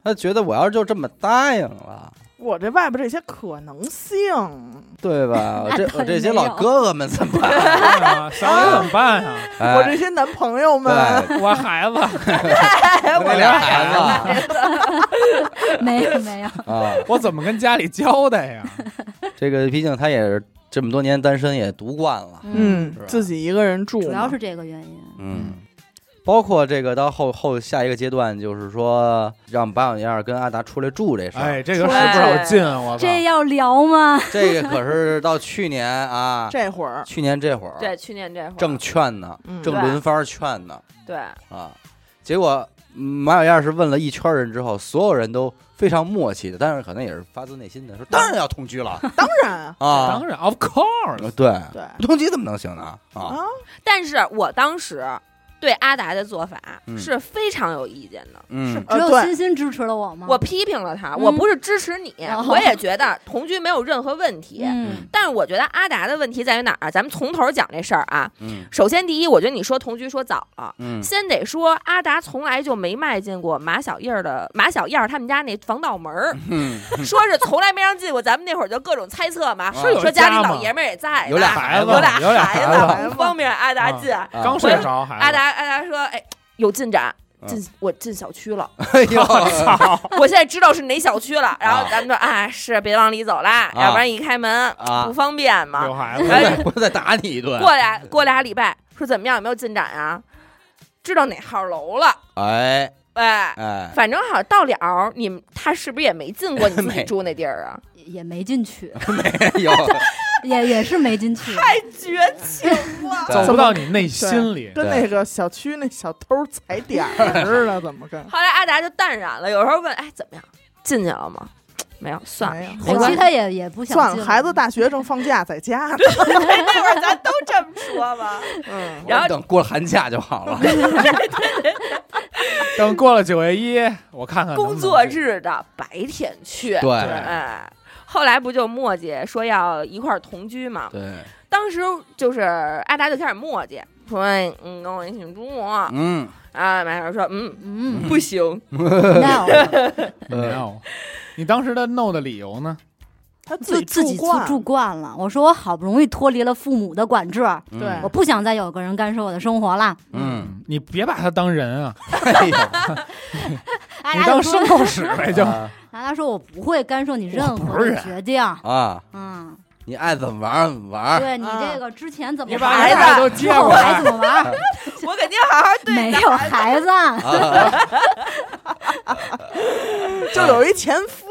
[SPEAKER 1] 她觉得我要是就这么答应了。
[SPEAKER 2] 我这外边这些可能性，
[SPEAKER 1] 对吧？我
[SPEAKER 5] 那
[SPEAKER 1] 这
[SPEAKER 5] 倒
[SPEAKER 1] 我这
[SPEAKER 5] 也
[SPEAKER 1] 些
[SPEAKER 5] 没
[SPEAKER 1] 老
[SPEAKER 5] 有
[SPEAKER 1] 哥哥们怎么办？
[SPEAKER 4] 啊，想我怎么办呀？
[SPEAKER 1] 哎、
[SPEAKER 2] 我这些男朋友们，
[SPEAKER 1] 对，
[SPEAKER 4] 我孩子，
[SPEAKER 1] 我那俩孩子
[SPEAKER 5] 没有没有，
[SPEAKER 1] 啊，
[SPEAKER 4] 我怎么跟家里交代呀？
[SPEAKER 1] 这个毕竟他也是这么多年单身，也读惯了，
[SPEAKER 2] 嗯
[SPEAKER 1] 是吧，
[SPEAKER 2] 自己一个人住嘛，
[SPEAKER 5] 主要是这个原因。
[SPEAKER 1] 嗯，包括这个到后后下一个阶段，就是说让白小燕儿跟阿达出来住这事儿，
[SPEAKER 4] 哎，这个是不少劲，啊我操！
[SPEAKER 5] 这要聊吗？
[SPEAKER 1] 这个可是到去年啊，
[SPEAKER 2] 这会儿，
[SPEAKER 1] 去年这会儿
[SPEAKER 3] 对，去年这会儿
[SPEAKER 1] 正劝呢，
[SPEAKER 2] 嗯
[SPEAKER 1] 正轮番劝呢
[SPEAKER 3] 对，
[SPEAKER 1] 啊，结果。嗯马小燕儿是问了一圈人之后，所有人都非常默契的，但是可能也是发自内心的说，当然要同居了
[SPEAKER 2] 当然啊
[SPEAKER 1] 啊
[SPEAKER 4] 当，然，of course，
[SPEAKER 1] 对，
[SPEAKER 2] 对
[SPEAKER 4] 啊
[SPEAKER 1] 不同居怎么能行呢？啊，
[SPEAKER 2] 啊，
[SPEAKER 3] 但是我当时对阿达的做法
[SPEAKER 1] 嗯
[SPEAKER 3] 是非常有意见的，
[SPEAKER 1] 嗯，
[SPEAKER 5] 只
[SPEAKER 2] 呃
[SPEAKER 5] 有
[SPEAKER 2] 对
[SPEAKER 5] 欣欣支持了我吗？
[SPEAKER 3] 我批评了他，
[SPEAKER 5] 哦嗯
[SPEAKER 3] 我不是支持你，
[SPEAKER 5] 哦
[SPEAKER 3] 我也觉得同居没有任何问题。
[SPEAKER 5] 嗯
[SPEAKER 3] 但是我觉得阿达的问题在于哪儿啊？咱们从头讲这事儿啊。
[SPEAKER 1] 嗯
[SPEAKER 3] 首先，第一，我觉得你说同居说早了，
[SPEAKER 1] 嗯
[SPEAKER 3] 先得说阿达从来就没迈进过马小燕儿的马小燕儿他们家那防盗门儿，
[SPEAKER 1] 嗯，
[SPEAKER 3] 说是从来没让进过。咱们那会儿就各种猜测嘛，
[SPEAKER 1] 哦是有
[SPEAKER 3] 说
[SPEAKER 4] 家
[SPEAKER 3] 里
[SPEAKER 4] 吗
[SPEAKER 3] 老爷们儿也在呢，啊
[SPEAKER 1] 有俩孩子
[SPEAKER 3] 有俩
[SPEAKER 4] 有俩
[SPEAKER 3] 孩
[SPEAKER 2] 孩子
[SPEAKER 3] 不方便阿达进。
[SPEAKER 1] 啊
[SPEAKER 4] 刚睡着，孩子。
[SPEAKER 3] 阿达阿达说，哎，有进展。
[SPEAKER 1] 嗯
[SPEAKER 3] 进我进小区了，
[SPEAKER 1] 哎呦，
[SPEAKER 3] 我现在知道是哪小区了。然后
[SPEAKER 1] 啊
[SPEAKER 3] 咱们说，哎，是别往里走啦，要不然一开门
[SPEAKER 1] 啊
[SPEAKER 3] 不方便嘛。
[SPEAKER 4] 有孩
[SPEAKER 1] 我
[SPEAKER 4] 子，
[SPEAKER 1] 再我再打你一顿。
[SPEAKER 3] 过俩过俩礼拜，说怎么样，有没有进展啊？知道哪号楼了？
[SPEAKER 1] 哎
[SPEAKER 3] 哎，
[SPEAKER 1] 哎，
[SPEAKER 3] 反正好像到了，你们他是不是也没进过你自己
[SPEAKER 1] 没
[SPEAKER 3] 住那 地儿啊？
[SPEAKER 5] 也也没进去，
[SPEAKER 1] 没 有，
[SPEAKER 5] 也也是没进去。
[SPEAKER 3] 绝情了！
[SPEAKER 4] 走不到你内心里。
[SPEAKER 2] 跟
[SPEAKER 1] 对
[SPEAKER 2] 那个小区那小偷踩点 儿似的，怎么跟？
[SPEAKER 3] 后来阿达就淡然了，有时候问，哎，怎么样，进去了吗？没有， 算了。
[SPEAKER 2] 没有，
[SPEAKER 5] 后期他也也不想
[SPEAKER 2] 算了，
[SPEAKER 5] 进
[SPEAKER 2] 孩子大学正放假，在家 呢。
[SPEAKER 3] 那会儿咱都这么说吧。
[SPEAKER 2] 嗯，
[SPEAKER 3] 然后
[SPEAKER 1] 我等过了寒假就好了。
[SPEAKER 4] 等过了九月一，我看看能不能
[SPEAKER 3] 工作日的白天去，
[SPEAKER 1] 对
[SPEAKER 4] 对
[SPEAKER 3] 哎，后来不就墨迹说要一块儿同居嘛？
[SPEAKER 1] 对，
[SPEAKER 3] 当时就是阿达就开始墨迹，说嗯跟我一起住啊，
[SPEAKER 1] 嗯，
[SPEAKER 3] 啊，马小说嗯
[SPEAKER 5] 嗯
[SPEAKER 3] 不行，
[SPEAKER 5] ，no，
[SPEAKER 4] 没
[SPEAKER 1] 嗯
[SPEAKER 4] 有。你当时的 no 的理由呢？
[SPEAKER 2] 他
[SPEAKER 5] 就自己
[SPEAKER 2] 住惯
[SPEAKER 5] 住
[SPEAKER 2] 了，
[SPEAKER 5] 惯了。我说我好不容易脱离了父母的管制，
[SPEAKER 1] 嗯
[SPEAKER 2] 对
[SPEAKER 5] 我不想再有个人干涉我的生活了。
[SPEAKER 1] 嗯，
[SPEAKER 4] 你别把他当人啊，
[SPEAKER 1] 哎呦，
[SPEAKER 5] 哎，
[SPEAKER 4] 你
[SPEAKER 5] 大家
[SPEAKER 4] 当
[SPEAKER 5] 就说
[SPEAKER 4] 牲口使
[SPEAKER 2] 哎
[SPEAKER 4] 呗，就
[SPEAKER 1] 啊
[SPEAKER 5] 大家说我不会干涉你任
[SPEAKER 4] 我
[SPEAKER 5] 何
[SPEAKER 4] 不是
[SPEAKER 5] 的
[SPEAKER 4] 人
[SPEAKER 5] 决定。
[SPEAKER 1] 啊，
[SPEAKER 5] 嗯，
[SPEAKER 1] 你爱怎么玩儿怎么玩儿。
[SPEAKER 5] 对你
[SPEAKER 2] 啊
[SPEAKER 5] 这个之前怎么
[SPEAKER 4] 你把
[SPEAKER 5] 玩
[SPEAKER 3] 孩
[SPEAKER 5] 的
[SPEAKER 3] 子
[SPEAKER 4] 孩子都接
[SPEAKER 5] 后
[SPEAKER 4] 过
[SPEAKER 5] 来
[SPEAKER 4] 来
[SPEAKER 5] 怎。么玩？
[SPEAKER 3] 我肯定好好对
[SPEAKER 5] 没
[SPEAKER 3] 待
[SPEAKER 5] 有孩 子，
[SPEAKER 1] 啊，
[SPEAKER 2] 就有一前 夫。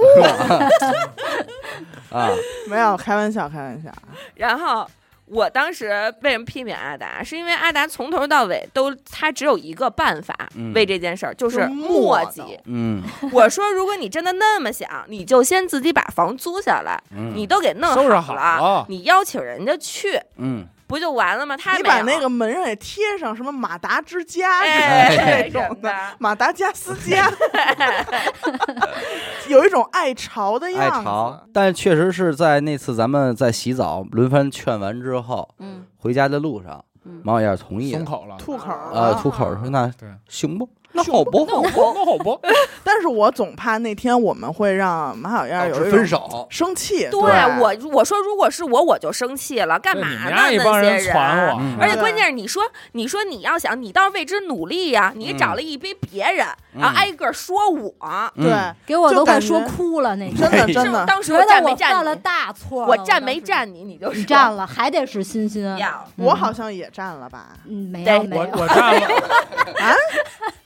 [SPEAKER 1] 啊，
[SPEAKER 2] 没有，开玩笑，开玩笑。
[SPEAKER 3] 然后我当时为什么批评阿达，是因为阿达从头到尾都他只有一个办法
[SPEAKER 1] 嗯
[SPEAKER 3] 为这件事儿，就是
[SPEAKER 2] 就磨
[SPEAKER 3] 墨
[SPEAKER 2] 叨
[SPEAKER 3] 迹。
[SPEAKER 1] 嗯
[SPEAKER 3] 我说，如果你真的那么想，你就先自己把房租下来，
[SPEAKER 1] 嗯，
[SPEAKER 3] 你都给弄
[SPEAKER 4] 收拾
[SPEAKER 3] 好
[SPEAKER 4] 好
[SPEAKER 3] 了，
[SPEAKER 4] 了
[SPEAKER 3] 你邀请人家去，
[SPEAKER 1] 嗯，
[SPEAKER 3] 不就完了吗？他
[SPEAKER 2] 你
[SPEAKER 3] 没
[SPEAKER 2] 把
[SPEAKER 3] 有
[SPEAKER 2] 那个门上也贴上什么马达之家
[SPEAKER 3] 哎
[SPEAKER 2] 这
[SPEAKER 3] 什么
[SPEAKER 2] 种的，
[SPEAKER 3] 的，
[SPEAKER 2] 马达加斯加，
[SPEAKER 3] 哎
[SPEAKER 2] 有一种爱潮的
[SPEAKER 1] 爱
[SPEAKER 2] 样
[SPEAKER 1] 潮
[SPEAKER 2] 子。，
[SPEAKER 1] 但确实是在那次咱们在洗澡轮番劝完之后，
[SPEAKER 5] 嗯
[SPEAKER 1] 回家的路上，
[SPEAKER 5] 嗯，
[SPEAKER 1] 毛小燕同意
[SPEAKER 4] 松
[SPEAKER 1] 了，
[SPEAKER 4] 口了，
[SPEAKER 2] 吐口
[SPEAKER 1] 呃，
[SPEAKER 2] 了
[SPEAKER 1] 吐口说那
[SPEAKER 4] 对，
[SPEAKER 1] 行不？那好不好？
[SPEAKER 4] 松口不？
[SPEAKER 2] 但是我总怕那天我们会让马小燕有一
[SPEAKER 1] 分
[SPEAKER 2] 种
[SPEAKER 1] 手，
[SPEAKER 2] 生气。对
[SPEAKER 3] 对我我说如果是我，我就生气了，干
[SPEAKER 4] 对
[SPEAKER 3] 嘛
[SPEAKER 4] 你
[SPEAKER 3] 呢？
[SPEAKER 4] 们家一帮
[SPEAKER 3] 那些人啊
[SPEAKER 4] 传我，
[SPEAKER 1] 嗯
[SPEAKER 3] 而且
[SPEAKER 2] 对
[SPEAKER 3] 关键是，你说，你说你要想，你倒是为之努力呀、你找了一堆别人，然后
[SPEAKER 1] 嗯
[SPEAKER 3] 挨个说我，
[SPEAKER 1] 嗯
[SPEAKER 2] 对，
[SPEAKER 5] 给我
[SPEAKER 2] 就
[SPEAKER 5] 都快
[SPEAKER 2] 感觉
[SPEAKER 5] 说哭了那
[SPEAKER 2] 真
[SPEAKER 5] 种。
[SPEAKER 2] 的
[SPEAKER 1] 哎
[SPEAKER 2] 真
[SPEAKER 3] 是不是
[SPEAKER 2] 的，
[SPEAKER 3] 当时
[SPEAKER 5] 觉
[SPEAKER 3] 我站
[SPEAKER 5] 得
[SPEAKER 3] 没
[SPEAKER 5] 我犯
[SPEAKER 3] 站
[SPEAKER 5] 了
[SPEAKER 3] 你？
[SPEAKER 5] 大错了，
[SPEAKER 3] 我
[SPEAKER 5] 我
[SPEAKER 3] 站
[SPEAKER 5] 当
[SPEAKER 3] 没
[SPEAKER 5] 时？
[SPEAKER 3] 站你，你就
[SPEAKER 5] 你
[SPEAKER 3] 说
[SPEAKER 5] 站了，还得是欣欣。
[SPEAKER 3] 呀
[SPEAKER 5] 嗯
[SPEAKER 2] 我好像也占了吧？
[SPEAKER 5] 嗯，没
[SPEAKER 3] 对
[SPEAKER 5] 有没
[SPEAKER 4] 我
[SPEAKER 5] 有，
[SPEAKER 4] 我占了，
[SPEAKER 2] 啊，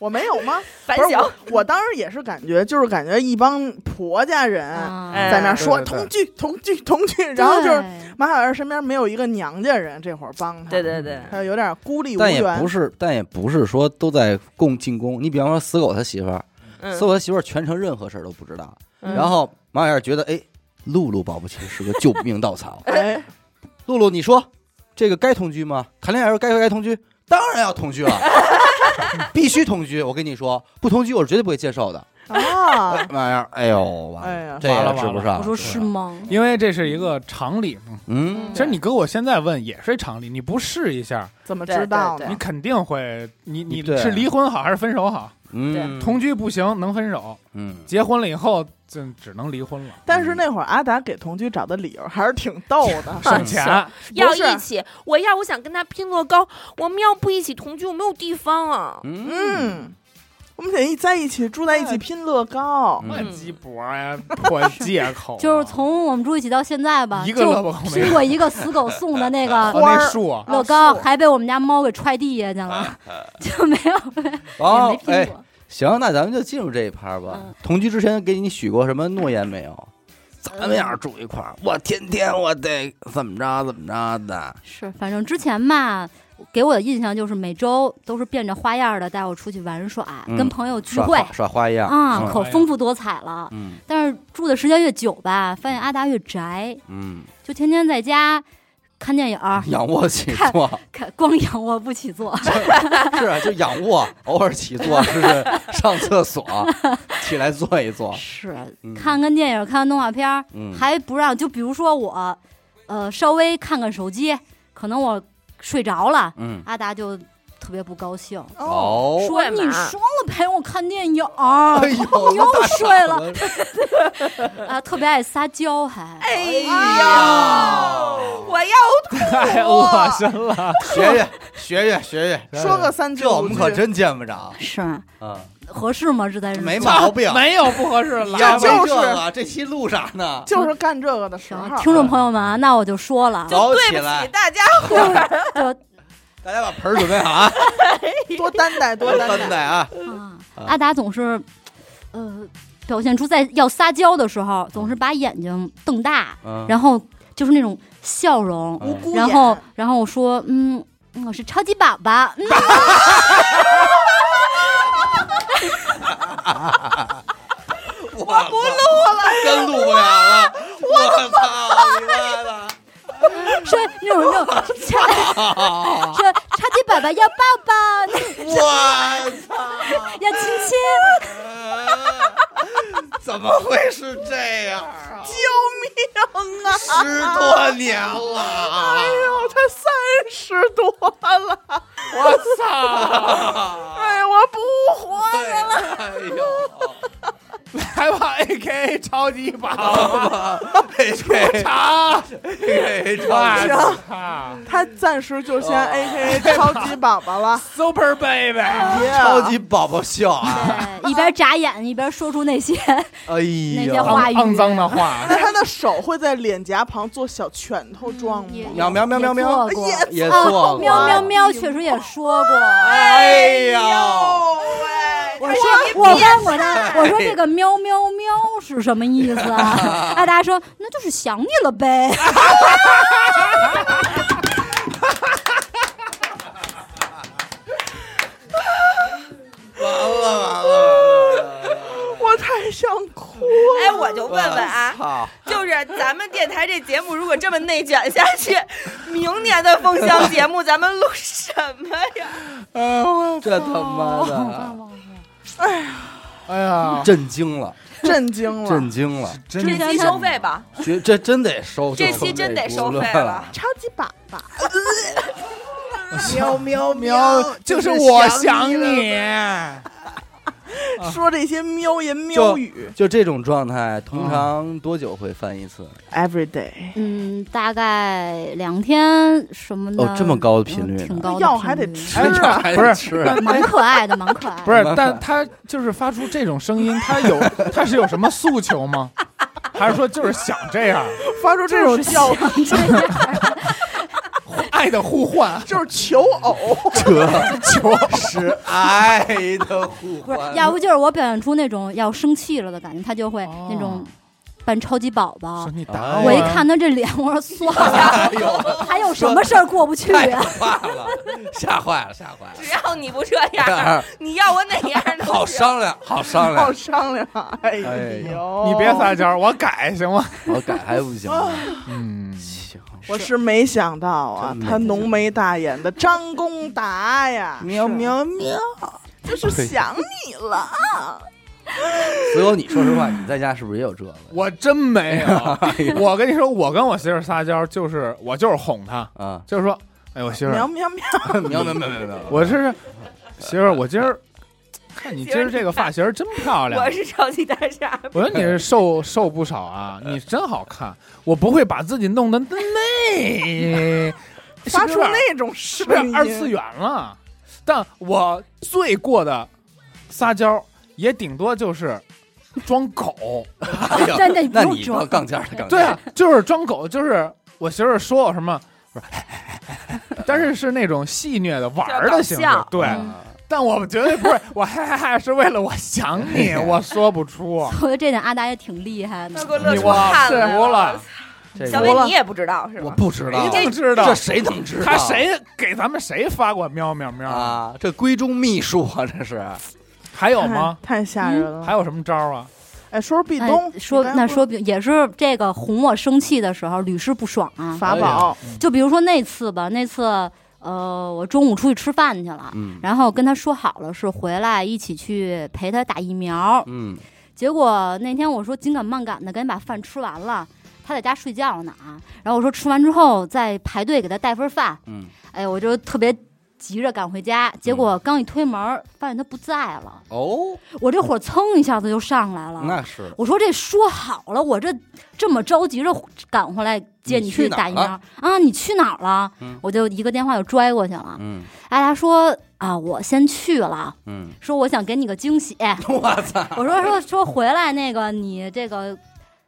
[SPEAKER 2] 我没有吗？
[SPEAKER 3] 反
[SPEAKER 2] 不是
[SPEAKER 3] 小
[SPEAKER 2] 我，我当时也是感觉，就是感觉一帮婆家人
[SPEAKER 5] 啊
[SPEAKER 3] 哎
[SPEAKER 2] 在那儿说
[SPEAKER 4] 对对
[SPEAKER 2] 同居同居同居，然后就是
[SPEAKER 5] 对
[SPEAKER 2] 马小燕身边没有一个娘家人这会儿帮他，
[SPEAKER 3] 对对对，
[SPEAKER 2] 他有点孤立无
[SPEAKER 1] 但也不
[SPEAKER 2] 援。。
[SPEAKER 1] 是，但也不是说都在共进攻。你比方说死狗他媳妇儿，
[SPEAKER 3] 嗯
[SPEAKER 1] 死狗他媳妇儿全程任何事儿都不知道，
[SPEAKER 3] 嗯
[SPEAKER 1] 然后马小燕觉得，哎，露露保不齐是个救命稻草
[SPEAKER 2] 哎，
[SPEAKER 1] 露露，你说这个该同居吗？谈恋爱时候该不该同居？当然要同居了，必须同居。我跟你说，不同居我是绝对不会接受的。
[SPEAKER 2] 啊，
[SPEAKER 1] 马小燕，哎呦，完了，
[SPEAKER 2] 哎呀
[SPEAKER 1] 这个治
[SPEAKER 4] 完了
[SPEAKER 1] 不
[SPEAKER 4] 完
[SPEAKER 1] 上。
[SPEAKER 5] 我说是吗？
[SPEAKER 4] 因为这是一个常理嘛。
[SPEAKER 1] 嗯，
[SPEAKER 4] 其实你搁我现在问也是一常理，你不试一下，
[SPEAKER 2] 怎么
[SPEAKER 3] 对
[SPEAKER 2] 知道
[SPEAKER 3] 对
[SPEAKER 2] 呢
[SPEAKER 4] 你？肯定会，你你
[SPEAKER 1] 对
[SPEAKER 4] 是离婚好还是分手好？
[SPEAKER 1] 嗯，
[SPEAKER 4] 同居不行，能分手；
[SPEAKER 1] 嗯，
[SPEAKER 4] 结婚了以后，就只能离婚了，，
[SPEAKER 2] 但是那会儿阿达给同居找的理由还是挺逗的
[SPEAKER 4] 省钱。
[SPEAKER 3] 要
[SPEAKER 2] 不是
[SPEAKER 3] 一起，我要我想跟他拼乐高，我们要不一起同居，我没有地方啊。
[SPEAKER 1] 嗯，
[SPEAKER 2] 嗯，我们得一在一起住在一起拼乐高，
[SPEAKER 1] 嗯
[SPEAKER 4] 那鸡脖呀，破借口啊，
[SPEAKER 5] 就是从我们住一起到现在吧，
[SPEAKER 4] 一个萝
[SPEAKER 5] 就
[SPEAKER 4] 卜口没
[SPEAKER 5] 拼
[SPEAKER 4] 有。
[SPEAKER 5] 过一个死狗送的那 个
[SPEAKER 4] 和那树啊，
[SPEAKER 1] 哦
[SPEAKER 5] 乐
[SPEAKER 2] 啊
[SPEAKER 5] 高，
[SPEAKER 2] 是
[SPEAKER 5] 还被我们家猫给踹地下去了， 就没有
[SPEAKER 1] 啊哦，
[SPEAKER 5] 也没
[SPEAKER 1] 哎
[SPEAKER 5] 拼，过。
[SPEAKER 1] 行，那咱们就进入这一趴吧。
[SPEAKER 5] 嗯
[SPEAKER 1] 同居之前给你许过什么诺言没有？咱们俩住一块儿，我天天我得怎么着怎么着的。
[SPEAKER 5] 是，反正之前吧，给我的印象就是每周都是变着花样的带我出去玩耍，
[SPEAKER 1] 嗯
[SPEAKER 5] 跟朋友聚
[SPEAKER 1] 耍
[SPEAKER 5] 会
[SPEAKER 1] 花耍花样
[SPEAKER 5] 啊，
[SPEAKER 1] 嗯
[SPEAKER 5] 可丰富多彩了。
[SPEAKER 1] 嗯
[SPEAKER 5] 但是住的时间越久吧，发现阿达越宅，
[SPEAKER 1] 嗯，
[SPEAKER 5] 就天天在家看电影儿，
[SPEAKER 1] 仰卧起坐
[SPEAKER 5] 看光仰卧不起坐，
[SPEAKER 1] 哦是啊就仰卧，偶尔起坐，就是上厕所，起来坐一坐。
[SPEAKER 5] 是
[SPEAKER 1] 嗯
[SPEAKER 5] 看看电影儿，看看动画片儿，
[SPEAKER 1] 嗯，
[SPEAKER 5] 还不让。就比如说我，呃，稍微看看手机，可能我睡着了，
[SPEAKER 1] 嗯
[SPEAKER 5] 阿达就特别不高兴，
[SPEAKER 1] 哦，
[SPEAKER 5] 说
[SPEAKER 3] 干
[SPEAKER 5] 你
[SPEAKER 3] 嘛
[SPEAKER 5] 说了陪我看电 影啊儿
[SPEAKER 1] 哎呦，
[SPEAKER 5] 又
[SPEAKER 1] 那大
[SPEAKER 5] 睡
[SPEAKER 1] 傻
[SPEAKER 5] 了
[SPEAKER 1] 子
[SPEAKER 5] 啊，特别爱撒娇，还
[SPEAKER 3] 哎
[SPEAKER 1] 呀
[SPEAKER 3] 呀，我要
[SPEAKER 4] 太恶心哎了。
[SPEAKER 1] 哎学学学学学学，
[SPEAKER 2] 说个三句
[SPEAKER 1] 这我
[SPEAKER 2] 五
[SPEAKER 1] 们可
[SPEAKER 2] 句，
[SPEAKER 1] 真见不着。
[SPEAKER 5] 是啊
[SPEAKER 1] 嗯，
[SPEAKER 5] 合适吗？这在这
[SPEAKER 1] 没
[SPEAKER 5] 做
[SPEAKER 1] 毛病。
[SPEAKER 4] 没有不合适的，
[SPEAKER 1] 呀
[SPEAKER 4] 来
[SPEAKER 2] 这
[SPEAKER 4] 吧
[SPEAKER 2] 就。
[SPEAKER 1] 没这个这期录啥呢？
[SPEAKER 2] 就是干这个的时候
[SPEAKER 5] 行，。听众朋友们啊，那我就说了，
[SPEAKER 1] 早
[SPEAKER 3] 对
[SPEAKER 1] 起
[SPEAKER 3] 不
[SPEAKER 1] 来
[SPEAKER 3] 起，大家，
[SPEAKER 5] 就
[SPEAKER 1] 大家把盆儿准备好啊，
[SPEAKER 2] 多担待，多担
[SPEAKER 1] 担
[SPEAKER 2] 待。
[SPEAKER 1] 待啊！
[SPEAKER 5] 啊，
[SPEAKER 1] 啊
[SPEAKER 5] 阿达总是，呃，表现出在要撒娇的时候，总是把眼睛瞪大，
[SPEAKER 1] 嗯
[SPEAKER 5] 然后就是那种笑容，
[SPEAKER 1] 嗯
[SPEAKER 2] 无辜眼
[SPEAKER 5] 然后然后我说，嗯，嗯我是超级宝宝，嗯，
[SPEAKER 1] 我不录了，真录不了了！我操，你妈的！
[SPEAKER 5] 说那种那种 超，说超级宝宝要抱抱，
[SPEAKER 1] 我操！
[SPEAKER 5] 要亲亲，
[SPEAKER 1] 怎么会是这样啊？救命啊！十多年了，哎呦，
[SPEAKER 2] 我才三十多了，
[SPEAKER 1] 我操！
[SPEAKER 2] 哎，我不活了。
[SPEAKER 1] 哎呦，
[SPEAKER 4] 来吧，AK 超级 宝，
[SPEAKER 1] 嘿
[SPEAKER 4] 啊！
[SPEAKER 1] 嘿，这
[SPEAKER 4] 我
[SPEAKER 2] 行
[SPEAKER 4] 操
[SPEAKER 2] 他暂时就先
[SPEAKER 1] 哦
[SPEAKER 2] A K A 超级宝宝了，
[SPEAKER 4] ，Super Baby，
[SPEAKER 1] 超
[SPEAKER 2] 超
[SPEAKER 1] 级宝宝笑啊！
[SPEAKER 5] 对，一边眨眼一边说出那些
[SPEAKER 1] 哎
[SPEAKER 5] 那些
[SPEAKER 1] 呦，
[SPEAKER 5] 话
[SPEAKER 4] 肮
[SPEAKER 5] 语
[SPEAKER 4] 肮脏的话，
[SPEAKER 2] 那他的手会在脸颊旁做小拳头状吗？
[SPEAKER 5] 也
[SPEAKER 1] 喵 喵喵喵喵
[SPEAKER 5] 也做过
[SPEAKER 2] 也
[SPEAKER 1] 也
[SPEAKER 5] 啊
[SPEAKER 1] 做过，
[SPEAKER 5] 喵喵喵，确实也说过。
[SPEAKER 1] 哎呦，
[SPEAKER 2] 喂，
[SPEAKER 5] 我说我问过他，我说这个喵喵喵是什么意思啊？阿达说那就是想你了呗。
[SPEAKER 1] 完了完了完了！
[SPEAKER 2] 我太想哭
[SPEAKER 3] 哎，我就问问啊，
[SPEAKER 1] 操！
[SPEAKER 3] 就是咱们电台这节目如果这么内卷下去，明年的风箱节目咱们录什么呀？
[SPEAKER 1] 这他妈的
[SPEAKER 4] 哎呀，
[SPEAKER 1] 震惊了，
[SPEAKER 2] 震惊了
[SPEAKER 1] 震。惊了！
[SPEAKER 4] 真
[SPEAKER 3] 这期收费吧，
[SPEAKER 1] 学这真得收，
[SPEAKER 3] 这期真得收费了。
[SPEAKER 2] 超级宝宝，
[SPEAKER 1] 喵 喵
[SPEAKER 4] 喵，就是我想你，
[SPEAKER 2] 说这些喵言喵语
[SPEAKER 1] 就这种状态，
[SPEAKER 4] 嗯
[SPEAKER 1] 通常多久会翻一次？
[SPEAKER 2] ，every day，
[SPEAKER 5] 嗯，大概两天什么的。
[SPEAKER 1] 哦这么高的频率呢
[SPEAKER 5] 嗯挺高的频率。
[SPEAKER 2] 药还得吃
[SPEAKER 1] 真的
[SPEAKER 2] 啊，
[SPEAKER 1] 还
[SPEAKER 4] 不是
[SPEAKER 1] 吃
[SPEAKER 5] 蛮可爱的，蛮可爱的。
[SPEAKER 4] 不是，但他就是发出这种声音，他有 他是有什么诉求吗？哎还是说就是想这样？
[SPEAKER 2] 发出这种叫，，
[SPEAKER 5] 这样
[SPEAKER 4] 爱的互换
[SPEAKER 2] 就是求偶，
[SPEAKER 1] 啊
[SPEAKER 4] 求
[SPEAKER 1] 是爱的互
[SPEAKER 5] 不是
[SPEAKER 1] 换，。
[SPEAKER 5] 要不就是我表现出那种要生气了的感觉，他就会
[SPEAKER 4] 哦
[SPEAKER 5] 那种扮超级宝宝
[SPEAKER 4] 说。你
[SPEAKER 1] 打
[SPEAKER 4] 打
[SPEAKER 5] 我一，看他这脸，我说算了，还有什么事儿过不去
[SPEAKER 1] 太
[SPEAKER 5] 啊？
[SPEAKER 1] 可怕了，吓坏了，吓坏
[SPEAKER 3] 只要你不这样，
[SPEAKER 1] 了。
[SPEAKER 3] 你要我哪样都
[SPEAKER 1] 好
[SPEAKER 3] 行。
[SPEAKER 1] 商量，好商
[SPEAKER 2] 好
[SPEAKER 1] 量，
[SPEAKER 2] 商量。哎
[SPEAKER 1] 哎
[SPEAKER 2] 呦，
[SPEAKER 4] 你别撒娇，我改行吗？
[SPEAKER 1] 我改还不行吗？
[SPEAKER 4] 嗯，
[SPEAKER 1] 行，
[SPEAKER 2] 我是没想到啊
[SPEAKER 1] 真，没
[SPEAKER 2] 他浓眉大眼的张公达呀，
[SPEAKER 1] 喵喵喵！
[SPEAKER 2] 就是想你 了。
[SPEAKER 1] 所有你说实话，你在家是不是也有这个？
[SPEAKER 4] 我真没有。我跟你说，我跟我媳妇撒娇就是我就是哄她，
[SPEAKER 1] 啊，
[SPEAKER 4] 就是说，哎，我媳妇儿，
[SPEAKER 2] 喵 喵喵！
[SPEAKER 1] 喵喵喵喵喵！
[SPEAKER 4] 我是媳妇儿，我今儿看你今儿这个发型儿真漂亮
[SPEAKER 3] 我。是超级大傻逼，
[SPEAKER 4] 我说你是瘦瘦不少啊，你真好看。我不会把自己弄得那
[SPEAKER 2] 发出
[SPEAKER 4] 那
[SPEAKER 2] 那种
[SPEAKER 4] 是
[SPEAKER 2] 声
[SPEAKER 4] 不是
[SPEAKER 2] 音，
[SPEAKER 4] 二次元了？但我最过的撒娇也顶多就是装狗。
[SPEAKER 1] 哎呀
[SPEAKER 5] 真的你不
[SPEAKER 1] 那
[SPEAKER 5] 用
[SPEAKER 1] 你
[SPEAKER 5] 装
[SPEAKER 1] 杠杠尖儿了，杠尖
[SPEAKER 4] 对
[SPEAKER 1] 儿
[SPEAKER 4] 啊，就是装狗，就是我媳妇儿说我什么，我说 但是是那种戏谑的玩儿的形
[SPEAKER 3] 就是搞
[SPEAKER 4] 式
[SPEAKER 3] 笑。
[SPEAKER 4] 对，
[SPEAKER 1] 啊
[SPEAKER 4] 但我绝对不是我嗨嗨嗨，是为了我想 你，我说不出。
[SPEAKER 5] 我觉得这点阿达也挺厉害
[SPEAKER 3] 那
[SPEAKER 5] 的
[SPEAKER 3] 给。我乐
[SPEAKER 4] 你
[SPEAKER 3] 出
[SPEAKER 4] 我
[SPEAKER 3] 汗
[SPEAKER 4] 是服了。
[SPEAKER 1] 这
[SPEAKER 3] 小
[SPEAKER 1] 个
[SPEAKER 3] 伟
[SPEAKER 2] 服了
[SPEAKER 3] 你也不知道是
[SPEAKER 1] 我
[SPEAKER 3] 吗？
[SPEAKER 1] 不知道，
[SPEAKER 4] 谁能知道
[SPEAKER 1] 这谁能知道？
[SPEAKER 4] 他谁给咱们谁发过喵喵喵？
[SPEAKER 1] 啊？这闺中秘术啊，这是
[SPEAKER 4] 还有吗？
[SPEAKER 2] 太？太吓人了
[SPEAKER 4] 还！有什么招儿啊？
[SPEAKER 2] 哎，说说壁
[SPEAKER 5] 哎
[SPEAKER 2] 咚，
[SPEAKER 5] 说
[SPEAKER 2] 你刚才
[SPEAKER 5] 那说不定也是这个哄我生气的时候屡试不爽
[SPEAKER 4] 哎
[SPEAKER 5] 啊。
[SPEAKER 2] 法宝，
[SPEAKER 5] 就比如说那次吧，那次呃，我中午出去吃饭去了，
[SPEAKER 1] 嗯
[SPEAKER 5] 然后跟他说好了是回来一起去陪他打疫苗，
[SPEAKER 1] 嗯
[SPEAKER 5] 结果那天我说紧赶慢赶的，赶紧把饭吃完了。他在家睡觉呢啊，然后我说吃完之后再排队给他带份饭，
[SPEAKER 1] 嗯
[SPEAKER 5] 哎，我就特别急着赶回家，结果刚一推门儿，发现他不在了，
[SPEAKER 1] 哦，
[SPEAKER 5] 我这火蹭一下子就上来了。
[SPEAKER 1] 那是
[SPEAKER 5] 我说这说好了，我这这么着急着赶回来接
[SPEAKER 1] 你去
[SPEAKER 5] 去
[SPEAKER 1] 哪儿
[SPEAKER 5] 打疫苗
[SPEAKER 1] 了
[SPEAKER 5] 啊，你去哪儿了？
[SPEAKER 1] 嗯
[SPEAKER 5] 我就一个电话就拽过去了。
[SPEAKER 1] 嗯
[SPEAKER 5] 哎，他说啊，我先去了，
[SPEAKER 1] 嗯，
[SPEAKER 5] 说我想给你个惊喜。哎
[SPEAKER 1] 我操，
[SPEAKER 5] 我说说说回来那个你这个。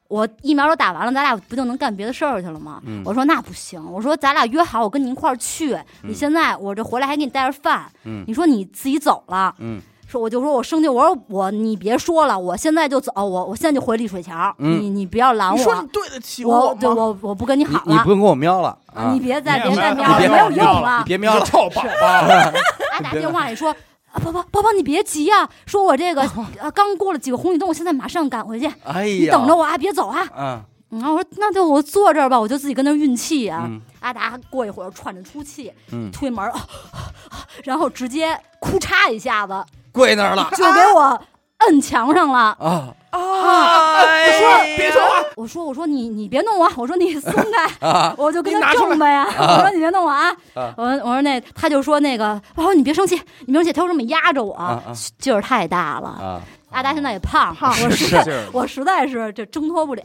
[SPEAKER 5] 我疫苗都打完了，咱俩不就能干别的事儿去了吗？
[SPEAKER 1] 嗯
[SPEAKER 5] 我说那不行，我说咱俩约好，我跟你一块儿去。
[SPEAKER 1] 嗯
[SPEAKER 5] 你现在我这回来还给你带着饭，
[SPEAKER 1] 嗯
[SPEAKER 5] 你说你自己走了，
[SPEAKER 1] 嗯
[SPEAKER 5] 说我就说我生气，我说我你别说了，我现在就走，我我现在就回丽水桥，
[SPEAKER 1] 嗯
[SPEAKER 5] 你你不要拦
[SPEAKER 2] 你说
[SPEAKER 5] 我
[SPEAKER 2] 你，对得起
[SPEAKER 5] 我 对
[SPEAKER 2] 吗？
[SPEAKER 5] 我我不跟你
[SPEAKER 1] 你
[SPEAKER 5] 好
[SPEAKER 1] 你
[SPEAKER 5] 了
[SPEAKER 1] 不，用跟我喵了啊！
[SPEAKER 5] 你别再
[SPEAKER 4] 你
[SPEAKER 5] 别再
[SPEAKER 4] 别
[SPEAKER 5] 瞄了，
[SPEAKER 1] 别
[SPEAKER 5] 没有用
[SPEAKER 4] 瞄了
[SPEAKER 5] 了
[SPEAKER 1] 你。别喵了，
[SPEAKER 4] 臭宝宝，
[SPEAKER 5] 他打电话也说。啊，宝宝，宝宝，你别急啊！说 我这个呃刚过了几个红绿灯，我现在马上赶回去，
[SPEAKER 1] 哎呀，
[SPEAKER 5] 你等着我啊，别走啊！
[SPEAKER 1] 啊，
[SPEAKER 5] 然后我说那就我坐这儿吧，我就自己跟那儿运气啊。
[SPEAKER 1] 嗯
[SPEAKER 5] 阿达过一会儿喘着粗气，
[SPEAKER 1] 嗯，
[SPEAKER 5] 推门，啊 啊然后直接哭嚓一下子
[SPEAKER 1] 跪那儿了
[SPEAKER 5] 就给我摁墙上了。
[SPEAKER 1] 啊
[SPEAKER 3] 哎呀
[SPEAKER 4] 说别说话，
[SPEAKER 5] 我说我说你你别弄我，我说你松开，
[SPEAKER 1] 啊！
[SPEAKER 5] 我就跟
[SPEAKER 4] 你
[SPEAKER 5] 他
[SPEAKER 4] 拿出来
[SPEAKER 5] 正呗呀。我说你别弄我啊，
[SPEAKER 1] 啊
[SPEAKER 5] 我说我说那他就说那个，我说你别生气，你别生气，他就这么压着我，
[SPEAKER 1] 啊啊
[SPEAKER 5] 劲儿太大了。
[SPEAKER 1] 啊，
[SPEAKER 5] 阿达现在也胖，
[SPEAKER 2] 胖
[SPEAKER 5] 我实
[SPEAKER 4] 是是
[SPEAKER 5] 在我实在是这挣脱不了。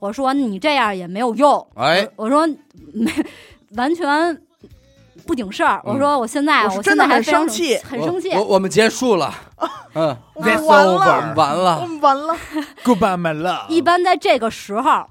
[SPEAKER 5] 我说你这样也没有用，
[SPEAKER 1] 哎，
[SPEAKER 5] 我说没完全不顶事儿。
[SPEAKER 1] 嗯
[SPEAKER 5] 我说我现在
[SPEAKER 2] 我是
[SPEAKER 5] 我
[SPEAKER 2] 真
[SPEAKER 5] 现
[SPEAKER 2] 的
[SPEAKER 5] 在还
[SPEAKER 2] 很
[SPEAKER 5] 非常
[SPEAKER 2] 生气
[SPEAKER 5] 很生气。
[SPEAKER 1] 我我我们结束了，嗯，
[SPEAKER 2] 我们
[SPEAKER 4] That's
[SPEAKER 2] 完
[SPEAKER 4] over
[SPEAKER 1] 我
[SPEAKER 2] 了，
[SPEAKER 1] 们完
[SPEAKER 2] 我
[SPEAKER 1] 了，
[SPEAKER 2] 们完了，
[SPEAKER 4] Goodbye my love。
[SPEAKER 5] 一般在这个时候，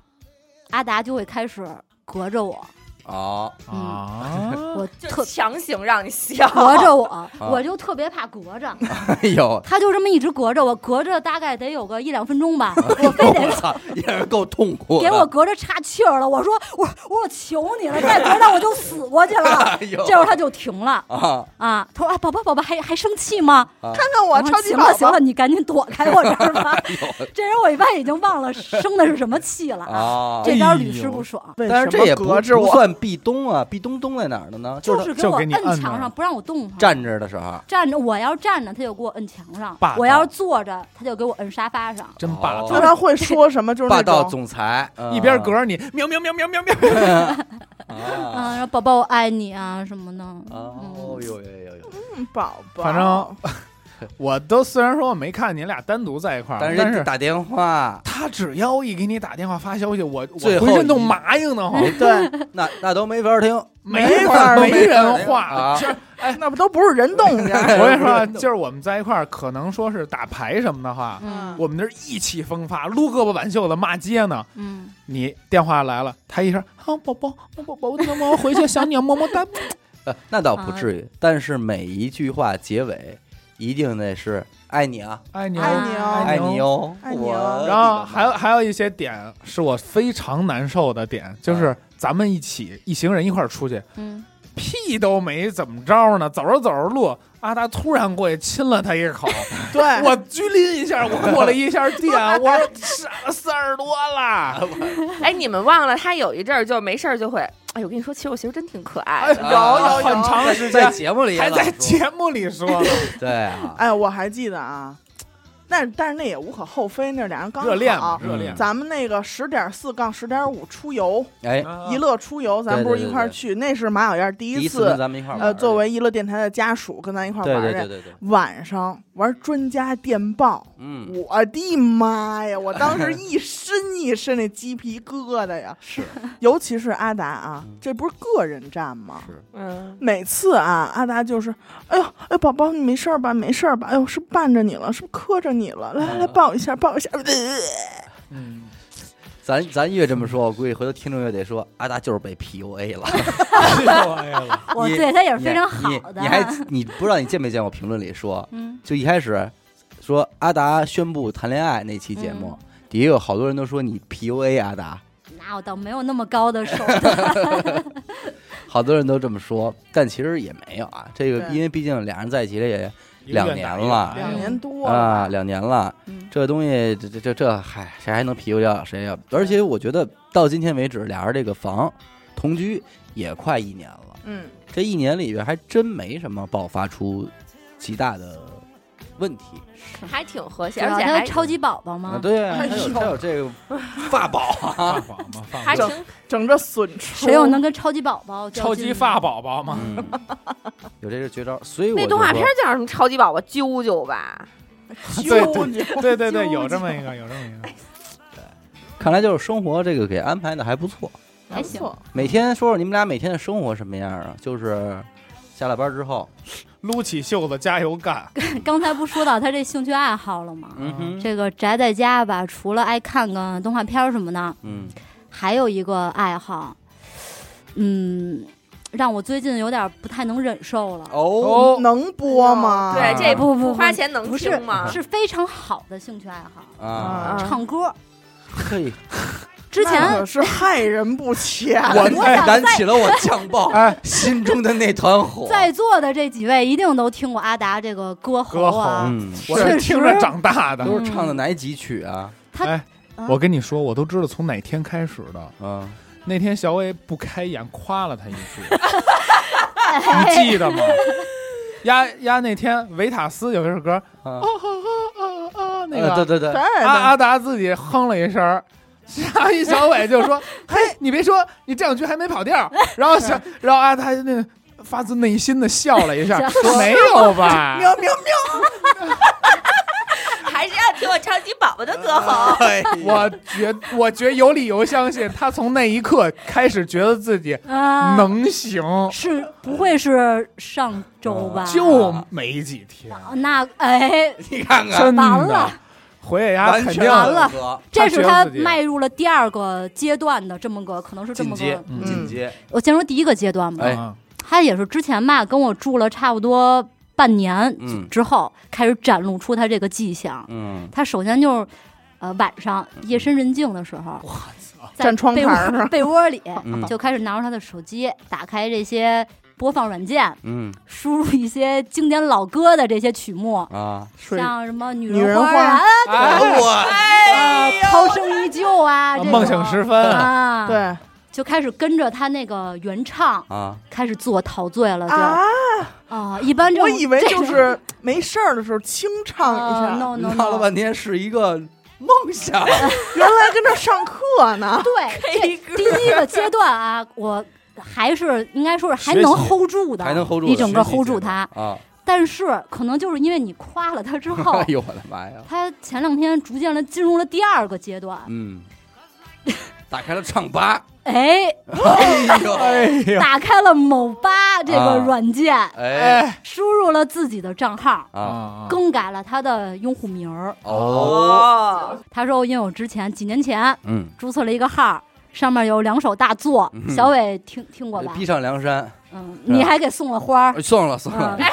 [SPEAKER 5] 阿达就会开始隔着我，
[SPEAKER 1] 好，
[SPEAKER 4] 啊，
[SPEAKER 5] 我
[SPEAKER 3] 就
[SPEAKER 5] 特
[SPEAKER 3] 强行让你笑。
[SPEAKER 5] 隔着我，我就特别怕隔着。
[SPEAKER 1] 哎呦，
[SPEAKER 5] 他就这么一直隔着我，隔着大概得有个一两分钟吧，
[SPEAKER 1] 哦
[SPEAKER 5] 我非得
[SPEAKER 1] 我操，也是够痛苦的，
[SPEAKER 5] 给我隔着岔气儿了。我说我我我求你了，再隔着我就死过去了。
[SPEAKER 1] 哎呦，
[SPEAKER 5] 这会儿他就停了
[SPEAKER 1] 啊，
[SPEAKER 5] 啊，他说：“啊，宝宝，宝宝，还还生气吗
[SPEAKER 2] 看看？”我
[SPEAKER 5] 说
[SPEAKER 2] 超级
[SPEAKER 5] 啊行
[SPEAKER 2] 宝
[SPEAKER 5] 了，
[SPEAKER 2] 宝
[SPEAKER 5] 行了，你赶紧躲开我这儿吧。
[SPEAKER 1] 哎呦
[SPEAKER 5] 这人我一般已经忘了生的是什么气了啊，
[SPEAKER 1] 啊！
[SPEAKER 5] 这招屡
[SPEAKER 4] 哎
[SPEAKER 5] 试不爽，
[SPEAKER 2] 为
[SPEAKER 1] 但是
[SPEAKER 2] 什
[SPEAKER 1] 这
[SPEAKER 2] 么
[SPEAKER 1] 也不
[SPEAKER 2] 隔着
[SPEAKER 1] 不
[SPEAKER 2] 我，
[SPEAKER 1] 算壁咚啊，壁咚咚在哪儿了呢？就是
[SPEAKER 5] 是给
[SPEAKER 4] 就
[SPEAKER 5] 我
[SPEAKER 4] 给你摁
[SPEAKER 5] 摁
[SPEAKER 4] 那儿
[SPEAKER 5] 墙上不让我动弹。
[SPEAKER 1] 站着的时候，
[SPEAKER 5] 站着，我要站着，他就给我摁墙上
[SPEAKER 4] 霸；道
[SPEAKER 5] 我要坐着，他就给我摁沙发上。
[SPEAKER 4] 真霸
[SPEAKER 1] 哦
[SPEAKER 2] 那
[SPEAKER 4] 道，
[SPEAKER 2] 他会说什么？就是
[SPEAKER 1] 霸
[SPEAKER 2] 那
[SPEAKER 1] 道
[SPEAKER 2] 种
[SPEAKER 1] 总裁，嗯
[SPEAKER 4] 一边隔着你喵喵喵喵喵喵。
[SPEAKER 5] 嗯，
[SPEAKER 1] 啊
[SPEAKER 5] 然后宝宝我爱你啊什么的。
[SPEAKER 1] 哦呦呦呦呦，
[SPEAKER 2] 嗯宝宝，
[SPEAKER 4] 反正我都虽然说我没看你俩单独在一块儿，
[SPEAKER 1] 但
[SPEAKER 4] 啊但
[SPEAKER 1] 是人家打电话，
[SPEAKER 4] 他只要一给你打电话发消息，我
[SPEAKER 1] 最
[SPEAKER 4] 我
[SPEAKER 1] 后
[SPEAKER 4] 浑身都
[SPEAKER 1] 哎
[SPEAKER 4] 麻硬的慌，
[SPEAKER 2] 对，
[SPEAKER 1] 那那都没法听，
[SPEAKER 4] 没
[SPEAKER 1] 没法
[SPEAKER 4] 法没人
[SPEAKER 1] 啊
[SPEAKER 4] 话，这哎
[SPEAKER 2] 那不都不是人动嗯静儿，
[SPEAKER 4] 我跟你说啊，就是我们在一块儿，可能说是打牌什么的话，
[SPEAKER 1] 啊
[SPEAKER 5] 嗯
[SPEAKER 4] 我们那儿意气风发，撸胳膊挽袖子骂街呢。
[SPEAKER 5] 嗯，
[SPEAKER 4] 你电话来了，他一声啊，宝宝，我宝宝，我怎么回去想你啊，么么哒。
[SPEAKER 1] 呃，那倒
[SPEAKER 2] 啊
[SPEAKER 1] 不至于，但是每一句话结尾一定得是爱你啊，
[SPEAKER 4] 爱你哦，
[SPEAKER 1] 爱
[SPEAKER 2] 爱你哦
[SPEAKER 4] 哦
[SPEAKER 1] 你哦，
[SPEAKER 2] 爱你
[SPEAKER 1] 我
[SPEAKER 2] 哦
[SPEAKER 4] 然后还有还有一些点是我非常难受的点，
[SPEAKER 2] 嗯
[SPEAKER 4] 就是咱们一起一行人一块儿出去，
[SPEAKER 5] 嗯，
[SPEAKER 4] 屁都没怎么着呢，走着走着路，阿达突然过去亲了他一口，
[SPEAKER 2] 对，
[SPEAKER 4] 我拘拎一下，我过了一下电，我说傻三十多了，
[SPEAKER 3] 哎，你们忘了他有一阵儿就没事儿就会，哎，我跟你说，其实我媳妇真挺可爱的。
[SPEAKER 1] 有
[SPEAKER 2] 啊
[SPEAKER 1] 有
[SPEAKER 4] 很长时
[SPEAKER 1] 在
[SPEAKER 4] 间，
[SPEAKER 1] 节目里也
[SPEAKER 4] 还
[SPEAKER 1] 老
[SPEAKER 4] 在
[SPEAKER 1] 说
[SPEAKER 4] 节目里说呢，
[SPEAKER 1] 对啊，
[SPEAKER 2] 哎，我还记得啊，但但是那也无可厚非，那俩人刚
[SPEAKER 4] 热恋嘛
[SPEAKER 2] 好，
[SPEAKER 4] 热恋，
[SPEAKER 2] 咱们那个十点四杠十点五出游，
[SPEAKER 1] 哎，
[SPEAKER 4] 啊
[SPEAKER 2] 一乐出游，咱
[SPEAKER 1] 对
[SPEAKER 2] 不是
[SPEAKER 1] 对
[SPEAKER 2] 一
[SPEAKER 1] 对
[SPEAKER 2] 块儿
[SPEAKER 1] 对
[SPEAKER 2] 去，那是马小燕第
[SPEAKER 1] 第
[SPEAKER 2] 一
[SPEAKER 1] 次跟咱们一块儿玩
[SPEAKER 2] 呃，
[SPEAKER 1] 儿
[SPEAKER 2] 作为一乐电台的家属，跟咱一块儿
[SPEAKER 1] 对
[SPEAKER 2] 玩
[SPEAKER 1] 对
[SPEAKER 2] 儿
[SPEAKER 1] 对
[SPEAKER 2] 去。
[SPEAKER 1] 对对，
[SPEAKER 2] 晚上玩专家电报，
[SPEAKER 1] 嗯，
[SPEAKER 2] 我的妈呀！我当时一身一身那鸡皮疙瘩呀，
[SPEAKER 1] 是
[SPEAKER 2] 尤其是阿达啊
[SPEAKER 1] 嗯，
[SPEAKER 2] 这不是个人战吗？
[SPEAKER 1] 是，
[SPEAKER 3] 嗯，
[SPEAKER 2] 每次啊，阿达就是，哎呦，哎，宝宝，你没事儿吧？没事儿吧？哎呦，是不是绊着你了？是不是磕着你了？来来来，
[SPEAKER 1] 嗯
[SPEAKER 2] 抱一下，抱一下。
[SPEAKER 4] 嗯，
[SPEAKER 1] 咱咱越这么说，我估计回头听众越得说阿达就是被 PUA 了。
[SPEAKER 4] 哎呀我
[SPEAKER 5] 啊我
[SPEAKER 1] 你
[SPEAKER 5] 对他也是
[SPEAKER 1] 你
[SPEAKER 5] 非常好的。
[SPEAKER 1] 你你还你不知道你见没见过评论里说，
[SPEAKER 5] 嗯
[SPEAKER 1] 就一开始说阿达宣布谈恋爱那期节目，
[SPEAKER 5] 嗯
[SPEAKER 1] 底下有好多人都说你 PUA 阿达，
[SPEAKER 5] 那我倒没有那么 高的手段。
[SPEAKER 1] 好多人都这么说，但其实也没有啊。这个
[SPEAKER 2] 对
[SPEAKER 1] 因为毕竟俩人在一起了也
[SPEAKER 4] 哎
[SPEAKER 1] 两年了
[SPEAKER 2] 两年多了
[SPEAKER 1] 啊
[SPEAKER 2] 吧，
[SPEAKER 1] 两年了，
[SPEAKER 5] 嗯
[SPEAKER 1] 这东西这这这这，嗨，谁还能 PUA 掉谁呀？而且我觉得到今天为止，俩人这个房同居也快一年了，
[SPEAKER 2] 嗯，
[SPEAKER 1] 这一年里边还真没什么爆发出极大的问题。
[SPEAKER 3] 还挺和谐，
[SPEAKER 5] 主要
[SPEAKER 3] 而且
[SPEAKER 5] 他
[SPEAKER 3] 还
[SPEAKER 5] 是超级宝宝
[SPEAKER 1] 啊，
[SPEAKER 5] 吗？
[SPEAKER 1] 对啊，
[SPEAKER 2] 哎
[SPEAKER 1] 他有
[SPEAKER 2] 呦
[SPEAKER 1] 他有这个发宝啊，
[SPEAKER 4] 发宝嘛，发
[SPEAKER 3] 还
[SPEAKER 4] 宝
[SPEAKER 3] 挺
[SPEAKER 2] 整这损出，
[SPEAKER 5] 谁又能跟超级宝宝较
[SPEAKER 4] 超
[SPEAKER 5] 劲
[SPEAKER 4] 级
[SPEAKER 5] 呢
[SPEAKER 4] 发？宝宝嘛，
[SPEAKER 1] 嗯，有这个绝招，所以我
[SPEAKER 3] 那
[SPEAKER 1] 就
[SPEAKER 3] 动画
[SPEAKER 1] 说
[SPEAKER 3] 片叫什么《超级宝宝啾啾》吧？
[SPEAKER 4] 对
[SPEAKER 2] 揪你？
[SPEAKER 4] 对对对，
[SPEAKER 2] 纠
[SPEAKER 4] 有
[SPEAKER 2] 结
[SPEAKER 4] 这么一个，有这么一个，
[SPEAKER 1] 看来就是生活这个给安排的还不错。
[SPEAKER 5] 还行
[SPEAKER 2] 不错
[SPEAKER 1] 每天说说你们俩每天的生活什么样啊？就是下了班之后，
[SPEAKER 4] 撸起袖子加油干，
[SPEAKER 5] 刚才不说到他这兴趣爱好了吗？
[SPEAKER 1] 嗯哼，
[SPEAKER 5] 这个宅在家吧，除了爱看看动画片儿什么的，
[SPEAKER 1] 嗯，
[SPEAKER 5] 还有一个爱好，嗯，让我最近有点不太能忍受了。
[SPEAKER 1] 哦，
[SPEAKER 2] 能播吗？
[SPEAKER 3] 对，这
[SPEAKER 5] 不不不
[SPEAKER 3] 花钱能
[SPEAKER 5] 不是
[SPEAKER 3] 听吗？
[SPEAKER 5] 是非常好的兴趣爱好，
[SPEAKER 1] 啊，
[SPEAKER 3] 啊
[SPEAKER 5] 唱歌。
[SPEAKER 1] 嘿，
[SPEAKER 5] 之
[SPEAKER 2] 嗯那
[SPEAKER 5] 前
[SPEAKER 2] 可是害人不浅。
[SPEAKER 1] 我
[SPEAKER 5] 我想
[SPEAKER 1] 燃起了我酱爆
[SPEAKER 4] 哎，
[SPEAKER 1] 心中的那团火，
[SPEAKER 5] 在座的这几位一定都听过阿达这个歌喉啊，
[SPEAKER 1] 嗯，
[SPEAKER 4] 我
[SPEAKER 5] 确
[SPEAKER 4] 是
[SPEAKER 5] 实
[SPEAKER 4] 听着长大的。
[SPEAKER 1] 都是唱的哪几曲啊？
[SPEAKER 5] 他
[SPEAKER 4] 哎，我跟你说，我都知道从哪天开始的。
[SPEAKER 1] 嗯，
[SPEAKER 4] 那天小伟不开眼，夸了他一句，你记得吗？丫丫那天维塔斯有一首歌，
[SPEAKER 1] 啊
[SPEAKER 4] 哦哦哦哦，那
[SPEAKER 1] 呃对对
[SPEAKER 4] 个
[SPEAKER 1] 对
[SPEAKER 2] 对，，
[SPEAKER 4] 阿阿达自己哼了一声儿，下一小伟就 说：“嘿，你别说，你这两句还没跑调儿。”然后 小，然后阿达那发自内心的笑了一下，说：“ 没有吧？
[SPEAKER 2] 喵喵喵！
[SPEAKER 3] 还是要听我超级宝宝的歌喉。
[SPEAKER 1] 哎呀
[SPEAKER 4] 我觉我觉有理由相信，他从那一刻开始觉得自己
[SPEAKER 5] 啊，
[SPEAKER 4] 能行，
[SPEAKER 5] 是不会是上周吧？
[SPEAKER 4] 嗯就没几天，
[SPEAKER 5] 那哎，
[SPEAKER 1] 你看看，
[SPEAKER 4] 真
[SPEAKER 5] 完
[SPEAKER 4] 的
[SPEAKER 5] 了。
[SPEAKER 4] 回野鸭
[SPEAKER 1] 完
[SPEAKER 4] 肯
[SPEAKER 1] 全
[SPEAKER 4] 定
[SPEAKER 5] 完了
[SPEAKER 1] 吻合
[SPEAKER 5] 这
[SPEAKER 4] 他
[SPEAKER 5] 是
[SPEAKER 4] 觉
[SPEAKER 5] 他
[SPEAKER 4] 得自己
[SPEAKER 5] 迈入了第二个阶段的这么个，可能是这
[SPEAKER 1] 进
[SPEAKER 5] 么
[SPEAKER 1] 阶
[SPEAKER 5] 个。
[SPEAKER 4] 嗯
[SPEAKER 1] 进阶，
[SPEAKER 5] 我先说第一个阶段吧，
[SPEAKER 1] 哎
[SPEAKER 4] 啊
[SPEAKER 5] 他也是之前吧跟我住了差不多半年
[SPEAKER 1] 嗯
[SPEAKER 5] 之后，开始展露出他这个迹象。
[SPEAKER 1] 嗯，
[SPEAKER 5] 他首先就是，呃，晚上夜深人静的时候，
[SPEAKER 2] 嗯
[SPEAKER 5] 在
[SPEAKER 2] 站窗
[SPEAKER 5] 被
[SPEAKER 2] 台儿
[SPEAKER 5] 窝 被窝里
[SPEAKER 1] 嗯
[SPEAKER 5] 就开始拿出他的手机，打开这些播放软件，
[SPEAKER 1] 嗯
[SPEAKER 5] 输入一些经典老歌的这些曲目，
[SPEAKER 1] 啊，
[SPEAKER 2] 水
[SPEAKER 5] 像什么《女
[SPEAKER 2] 女人
[SPEAKER 5] 人花
[SPEAKER 2] 花
[SPEAKER 5] 啊、
[SPEAKER 4] 哎
[SPEAKER 1] 我
[SPEAKER 5] 《涛声依旧》啊，这种
[SPEAKER 4] 梦醒时分啊，
[SPEAKER 5] 啊，，
[SPEAKER 2] 对
[SPEAKER 5] 就开始跟着他那个原唱
[SPEAKER 1] 啊，
[SPEAKER 5] 开始做陶醉了，就
[SPEAKER 2] 啊，
[SPEAKER 5] 啊，一般这
[SPEAKER 2] 我
[SPEAKER 5] 种
[SPEAKER 2] 以为
[SPEAKER 5] 这
[SPEAKER 2] 就
[SPEAKER 5] 种
[SPEAKER 2] 是没事儿的时候清唱一
[SPEAKER 5] 啊
[SPEAKER 2] 下，
[SPEAKER 5] ，no no
[SPEAKER 1] 闹了
[SPEAKER 5] no，
[SPEAKER 1] 半天是一个梦想，
[SPEAKER 2] 原来跟这儿上课呢。
[SPEAKER 5] 对，这第一个阶段啊，我还是应该说是还
[SPEAKER 4] 学习
[SPEAKER 5] 能 hold 住的，
[SPEAKER 1] 还能 hold 住的
[SPEAKER 5] 你整个
[SPEAKER 4] 学习
[SPEAKER 5] hold
[SPEAKER 4] 阶
[SPEAKER 5] 住
[SPEAKER 4] 段
[SPEAKER 5] 他，
[SPEAKER 1] 啊！
[SPEAKER 5] 但是可能就是因为你夸了他之后
[SPEAKER 1] 哎。呦我的妈呀！
[SPEAKER 5] 他前两天逐渐的进入了第二个阶段，
[SPEAKER 1] 嗯，打开了唱吧，
[SPEAKER 5] 哎，
[SPEAKER 1] 哎呦，
[SPEAKER 4] 哎呀，
[SPEAKER 5] 打开了某吧这个
[SPEAKER 1] 啊
[SPEAKER 5] 软件，
[SPEAKER 1] 哎
[SPEAKER 5] 输入了自己的账号，
[SPEAKER 1] 啊
[SPEAKER 5] 更改了他的用户名儿。
[SPEAKER 1] 哦，
[SPEAKER 3] 哦，
[SPEAKER 5] 他说，因为我之前几年前
[SPEAKER 1] 嗯，
[SPEAKER 5] 注册了一个号。上面有两首大作，
[SPEAKER 1] 嗯呃
[SPEAKER 5] 小伟听听过吧
[SPEAKER 1] 逼？哎上梁山，哎
[SPEAKER 5] 嗯，你还给送了花儿，
[SPEAKER 1] 算了算了
[SPEAKER 5] 嗯，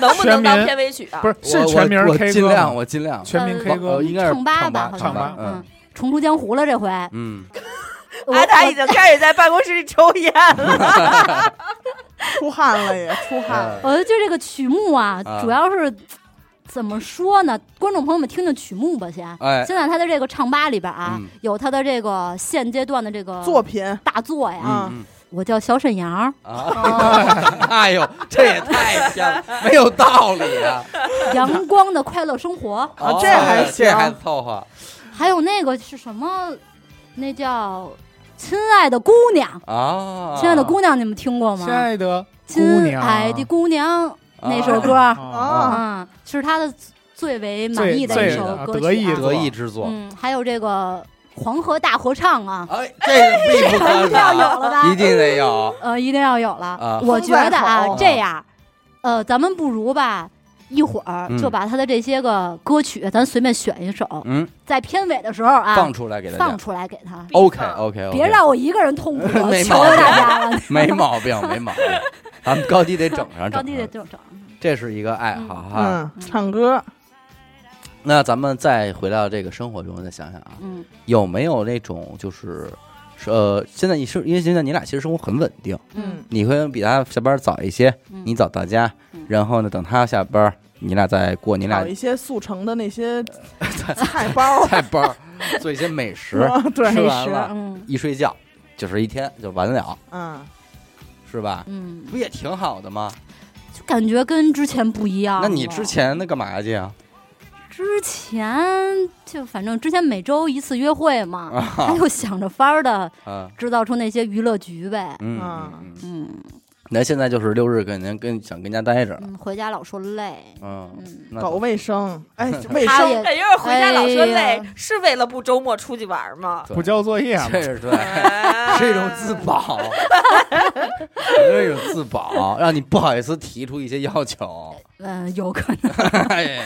[SPEAKER 3] 能不能
[SPEAKER 4] 全
[SPEAKER 3] 当
[SPEAKER 4] 民
[SPEAKER 3] 片尾曲啊？
[SPEAKER 4] 不是
[SPEAKER 1] 我
[SPEAKER 4] 是全民
[SPEAKER 1] 我
[SPEAKER 4] K 歌
[SPEAKER 1] 我尽
[SPEAKER 4] 吗，
[SPEAKER 1] 量我尽量，
[SPEAKER 4] 全民
[SPEAKER 5] 呃
[SPEAKER 4] K 歌
[SPEAKER 1] 呃，应该是
[SPEAKER 5] 唱吧
[SPEAKER 1] 唱吧
[SPEAKER 5] 吧，好像
[SPEAKER 1] 唱吧
[SPEAKER 5] 是，
[SPEAKER 1] 嗯
[SPEAKER 5] 嗯，重出江湖了 这回。
[SPEAKER 4] 啊
[SPEAKER 1] 嗯，
[SPEAKER 5] 我
[SPEAKER 3] 阿达已
[SPEAKER 5] 我
[SPEAKER 3] 经开始在办公室里抽烟了。
[SPEAKER 2] 出汗了也出汗了，
[SPEAKER 1] 哎
[SPEAKER 5] 我觉得就这个曲目啊
[SPEAKER 1] 啊，
[SPEAKER 5] 主要是怎么说呢？观众朋友们听听曲目吧，先。
[SPEAKER 1] 哎，
[SPEAKER 5] 现在他的这个唱吧里边啊
[SPEAKER 1] 嗯，
[SPEAKER 5] 有他的这个现阶段的这个
[SPEAKER 2] 作
[SPEAKER 1] 啊
[SPEAKER 2] 品
[SPEAKER 5] 大作呀。
[SPEAKER 4] 啊
[SPEAKER 1] 嗯
[SPEAKER 5] 我叫小沈阳，
[SPEAKER 1] 嗯
[SPEAKER 5] 哦
[SPEAKER 1] 啊， 哎呦，这也太像了，没有道理啊，，
[SPEAKER 5] 阳光的快乐生活
[SPEAKER 1] 哦
[SPEAKER 2] 这还行
[SPEAKER 1] 这还凑合
[SPEAKER 5] 还有那个是什么？那叫亲爱的姑娘，
[SPEAKER 1] 啊，
[SPEAKER 5] 亲爱的姑娘，你们听过
[SPEAKER 4] 亲
[SPEAKER 5] 吗？
[SPEAKER 4] 爱的姑
[SPEAKER 5] 亲
[SPEAKER 4] 娘，
[SPEAKER 5] 爱的姑娘
[SPEAKER 1] 啊
[SPEAKER 5] 那首歌，
[SPEAKER 4] 啊
[SPEAKER 2] 啊
[SPEAKER 5] 嗯，是他的最为满
[SPEAKER 4] 最
[SPEAKER 5] 意的
[SPEAKER 1] 最
[SPEAKER 5] 一首
[SPEAKER 4] 啊
[SPEAKER 5] 歌
[SPEAKER 4] 得
[SPEAKER 5] 曲
[SPEAKER 4] 意
[SPEAKER 5] 啊。
[SPEAKER 1] 得意之作，
[SPEAKER 5] 嗯，还有这个黄河大合唱啊，
[SPEAKER 1] 哎，这个必不可
[SPEAKER 5] 一定 要有啊
[SPEAKER 1] 少，
[SPEAKER 5] 了吧？
[SPEAKER 1] 一定得有，
[SPEAKER 5] 呃，一定要有了。
[SPEAKER 1] 啊
[SPEAKER 5] 我觉得啊
[SPEAKER 2] 风，
[SPEAKER 1] 口
[SPEAKER 5] 这样，呃，咱们不如吧，一会儿
[SPEAKER 1] 嗯
[SPEAKER 5] 就把他的这些个歌曲，咱随便选一首，
[SPEAKER 1] 嗯，
[SPEAKER 5] 在片尾的时候啊，
[SPEAKER 1] 放出来给大家
[SPEAKER 5] 放出来给他，
[SPEAKER 1] ，OK OK OK，
[SPEAKER 5] 别让我一个人痛苦，
[SPEAKER 1] 没
[SPEAKER 5] 求
[SPEAKER 1] 毛病
[SPEAKER 5] 大家了。
[SPEAKER 1] 没毛病，没毛 病，咱们高低得整上，整
[SPEAKER 5] 高低得
[SPEAKER 1] 上，
[SPEAKER 5] 整整，
[SPEAKER 1] 这是一个爱好哈。
[SPEAKER 2] 嗯，唱歌
[SPEAKER 1] 那咱们再回到这个生活中，再想想啊，
[SPEAKER 5] 嗯，
[SPEAKER 1] 有没有那种就是，是呃，现在你是因为现在你俩其实生活很稳定，
[SPEAKER 5] 嗯
[SPEAKER 1] 你会比他下班早一些，
[SPEAKER 5] 嗯
[SPEAKER 1] 你早到家
[SPEAKER 5] 嗯，
[SPEAKER 1] 然后呢，等他下班，你俩再过，你俩，
[SPEAKER 2] 搞一些速成的那些菜 包
[SPEAKER 1] 再包，做一些美食，
[SPEAKER 2] 对，
[SPEAKER 1] 吃
[SPEAKER 5] 美
[SPEAKER 1] 完
[SPEAKER 5] 食，
[SPEAKER 1] 了
[SPEAKER 5] 嗯
[SPEAKER 1] 一睡觉就是一天就完了，
[SPEAKER 2] 嗯，
[SPEAKER 1] 是吧？
[SPEAKER 5] 嗯，
[SPEAKER 1] 不也挺好的吗？
[SPEAKER 5] 就感觉跟之前不一样了。
[SPEAKER 1] 那你之前那干嘛去啊？
[SPEAKER 5] 之前就反正之前每周一次约会嘛，他
[SPEAKER 1] 啊，
[SPEAKER 5] 就想着法儿的
[SPEAKER 1] 嗯
[SPEAKER 5] 制造出那些娱乐局呗。
[SPEAKER 1] 嗯
[SPEAKER 2] 啊
[SPEAKER 1] 嗯嗯，啊
[SPEAKER 5] 嗯
[SPEAKER 1] 那现在就是六日跟您跟想跟家待着，
[SPEAKER 5] 嗯，回家老说累，
[SPEAKER 1] 嗯，
[SPEAKER 5] 嗯，
[SPEAKER 1] 那
[SPEAKER 2] 搞卫 生，哎，卫
[SPEAKER 5] 他
[SPEAKER 2] 生
[SPEAKER 5] 也
[SPEAKER 3] 哎，因为回家老说
[SPEAKER 5] 哎
[SPEAKER 3] 累
[SPEAKER 5] 呀，
[SPEAKER 3] 是为了不周末出去玩吗？
[SPEAKER 1] 对
[SPEAKER 4] 不交作业
[SPEAKER 1] 这
[SPEAKER 4] 嘛，
[SPEAKER 1] 是对，是一种自保，这是一种自保，让你不好意思提出一些要求。
[SPEAKER 5] 嗯、有可能。
[SPEAKER 1] 哎，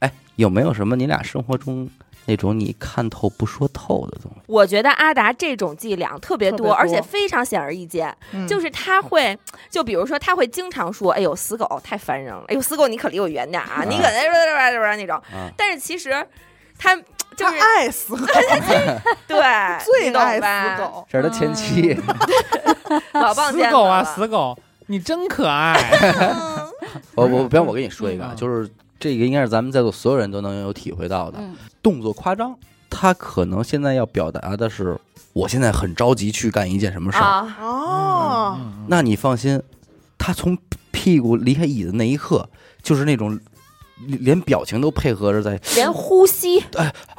[SPEAKER 1] 哎有没有什么你俩生活中那种你看透不说透的东西？
[SPEAKER 3] 我觉得阿达这种伎俩特别
[SPEAKER 2] 特
[SPEAKER 3] 多，
[SPEAKER 2] 别多
[SPEAKER 3] 而且非常显而易见。
[SPEAKER 2] 嗯
[SPEAKER 3] 就是他会，就比如说他会经常说：“哎呦，死狗太烦人了！哎呦，死狗你可离我远点啊！你可那那种。
[SPEAKER 1] 啊”
[SPEAKER 3] 但是其实他就
[SPEAKER 2] 他
[SPEAKER 3] 是
[SPEAKER 2] 爱死狗，
[SPEAKER 3] 对，
[SPEAKER 2] 最
[SPEAKER 3] 你懂
[SPEAKER 2] 爱
[SPEAKER 3] 吧
[SPEAKER 2] 死，狗，
[SPEAKER 1] 这是他前妻，
[SPEAKER 3] 老棒
[SPEAKER 4] 死
[SPEAKER 3] 见
[SPEAKER 4] 狗
[SPEAKER 3] 到
[SPEAKER 4] 啊
[SPEAKER 3] 了
[SPEAKER 4] 死狗，你真可 爱，
[SPEAKER 1] 我我不要我跟你说一个啊，
[SPEAKER 4] 嗯
[SPEAKER 1] 就是这个应该是咱们在座所有人都能有体会到的，
[SPEAKER 5] 嗯
[SPEAKER 1] 动作夸张。他可能现在要表达的是，我现在很着急去干一件什么事儿，
[SPEAKER 3] 啊！
[SPEAKER 2] 哦，
[SPEAKER 4] 嗯，
[SPEAKER 1] 那你放心，他从屁股离开椅子那一刻，就是那种连表情都配合着在，
[SPEAKER 3] 连呼吸，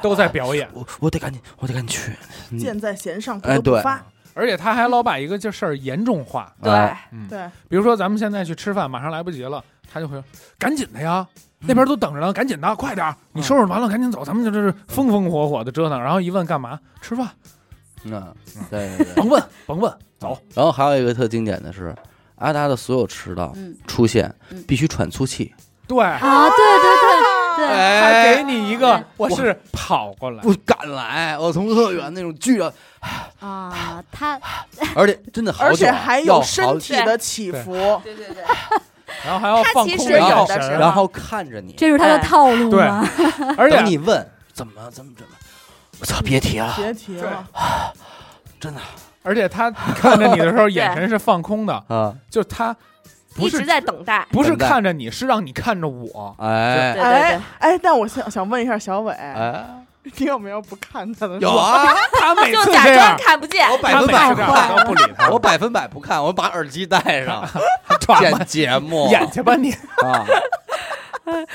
[SPEAKER 4] 都在表演，
[SPEAKER 1] 我我得赶紧，我得赶紧去。嗯
[SPEAKER 2] 箭在弦上不
[SPEAKER 1] 哎
[SPEAKER 2] 得不
[SPEAKER 1] 对
[SPEAKER 2] 发，
[SPEAKER 4] 而且他还老把一个这事儿严重化，
[SPEAKER 3] 对，
[SPEAKER 1] 哎
[SPEAKER 2] 对，
[SPEAKER 4] 比如说咱们现在去吃饭，马上来不及了，他就会赶紧的呀，那边都等着呢，赶紧的，快点儿，你收拾完了赶紧走，咱们就这是风风火火的折腾，然后一问干嘛，吃饭，
[SPEAKER 1] 嗯，对对对，
[SPEAKER 4] 甭问甭问， 走，
[SPEAKER 1] 然后还有一个特经典的是，阿达的所有迟到
[SPEAKER 5] 嗯
[SPEAKER 1] 出现
[SPEAKER 5] 嗯
[SPEAKER 1] 必须喘粗气，
[SPEAKER 4] 对，
[SPEAKER 5] 啊，对对对对，
[SPEAKER 4] 他给你一个我
[SPEAKER 1] 我
[SPEAKER 4] 是跑过来，
[SPEAKER 1] 不敢来，我从乐园那种巨了，
[SPEAKER 5] 啊，他
[SPEAKER 1] 而且真的好久，啊
[SPEAKER 2] 而且还
[SPEAKER 1] 要
[SPEAKER 2] 有
[SPEAKER 1] 好
[SPEAKER 2] 身体
[SPEAKER 1] 久
[SPEAKER 2] 的起
[SPEAKER 4] 对
[SPEAKER 2] 伏，
[SPEAKER 3] 对对对，
[SPEAKER 4] 然后还要放
[SPEAKER 3] 他其
[SPEAKER 4] 空
[SPEAKER 3] 实
[SPEAKER 4] 眼
[SPEAKER 1] 有的
[SPEAKER 4] 神
[SPEAKER 3] 时
[SPEAKER 4] 儿，
[SPEAKER 3] 候
[SPEAKER 1] 然后看着你，
[SPEAKER 5] 这是他的套路
[SPEAKER 4] 对
[SPEAKER 5] 吗？
[SPEAKER 4] 而且
[SPEAKER 1] 等你问怎么怎么怎么，我操，别提了，
[SPEAKER 2] 别提了，
[SPEAKER 1] 真的
[SPEAKER 4] 而且他看着你的时候眼神是放空的，
[SPEAKER 1] 啊，
[SPEAKER 4] 就他不
[SPEAKER 3] 一
[SPEAKER 4] 是
[SPEAKER 3] 直在等待。
[SPEAKER 4] 不是
[SPEAKER 1] 等待
[SPEAKER 4] 看着你，是让你看 着我。
[SPEAKER 1] 哎
[SPEAKER 3] 对对
[SPEAKER 2] 哎哎，但我想想问一下小伟，
[SPEAKER 1] 哎，
[SPEAKER 2] 你有没有不看他的？
[SPEAKER 1] 有，啊，
[SPEAKER 4] 他每
[SPEAKER 3] 就
[SPEAKER 4] 次
[SPEAKER 3] 假
[SPEAKER 4] 这
[SPEAKER 3] 装
[SPEAKER 4] 样，
[SPEAKER 3] 看不见，
[SPEAKER 1] 我百
[SPEAKER 4] 他
[SPEAKER 1] 分
[SPEAKER 4] 每
[SPEAKER 1] 百
[SPEAKER 4] 次
[SPEAKER 1] 不
[SPEAKER 4] 这
[SPEAKER 1] 看，
[SPEAKER 4] 样我都不理他，
[SPEAKER 1] 我百分百不看，我把耳机戴上
[SPEAKER 4] 转
[SPEAKER 1] 剪节目
[SPEAKER 4] 眼去吧你。
[SPEAKER 1] 啊，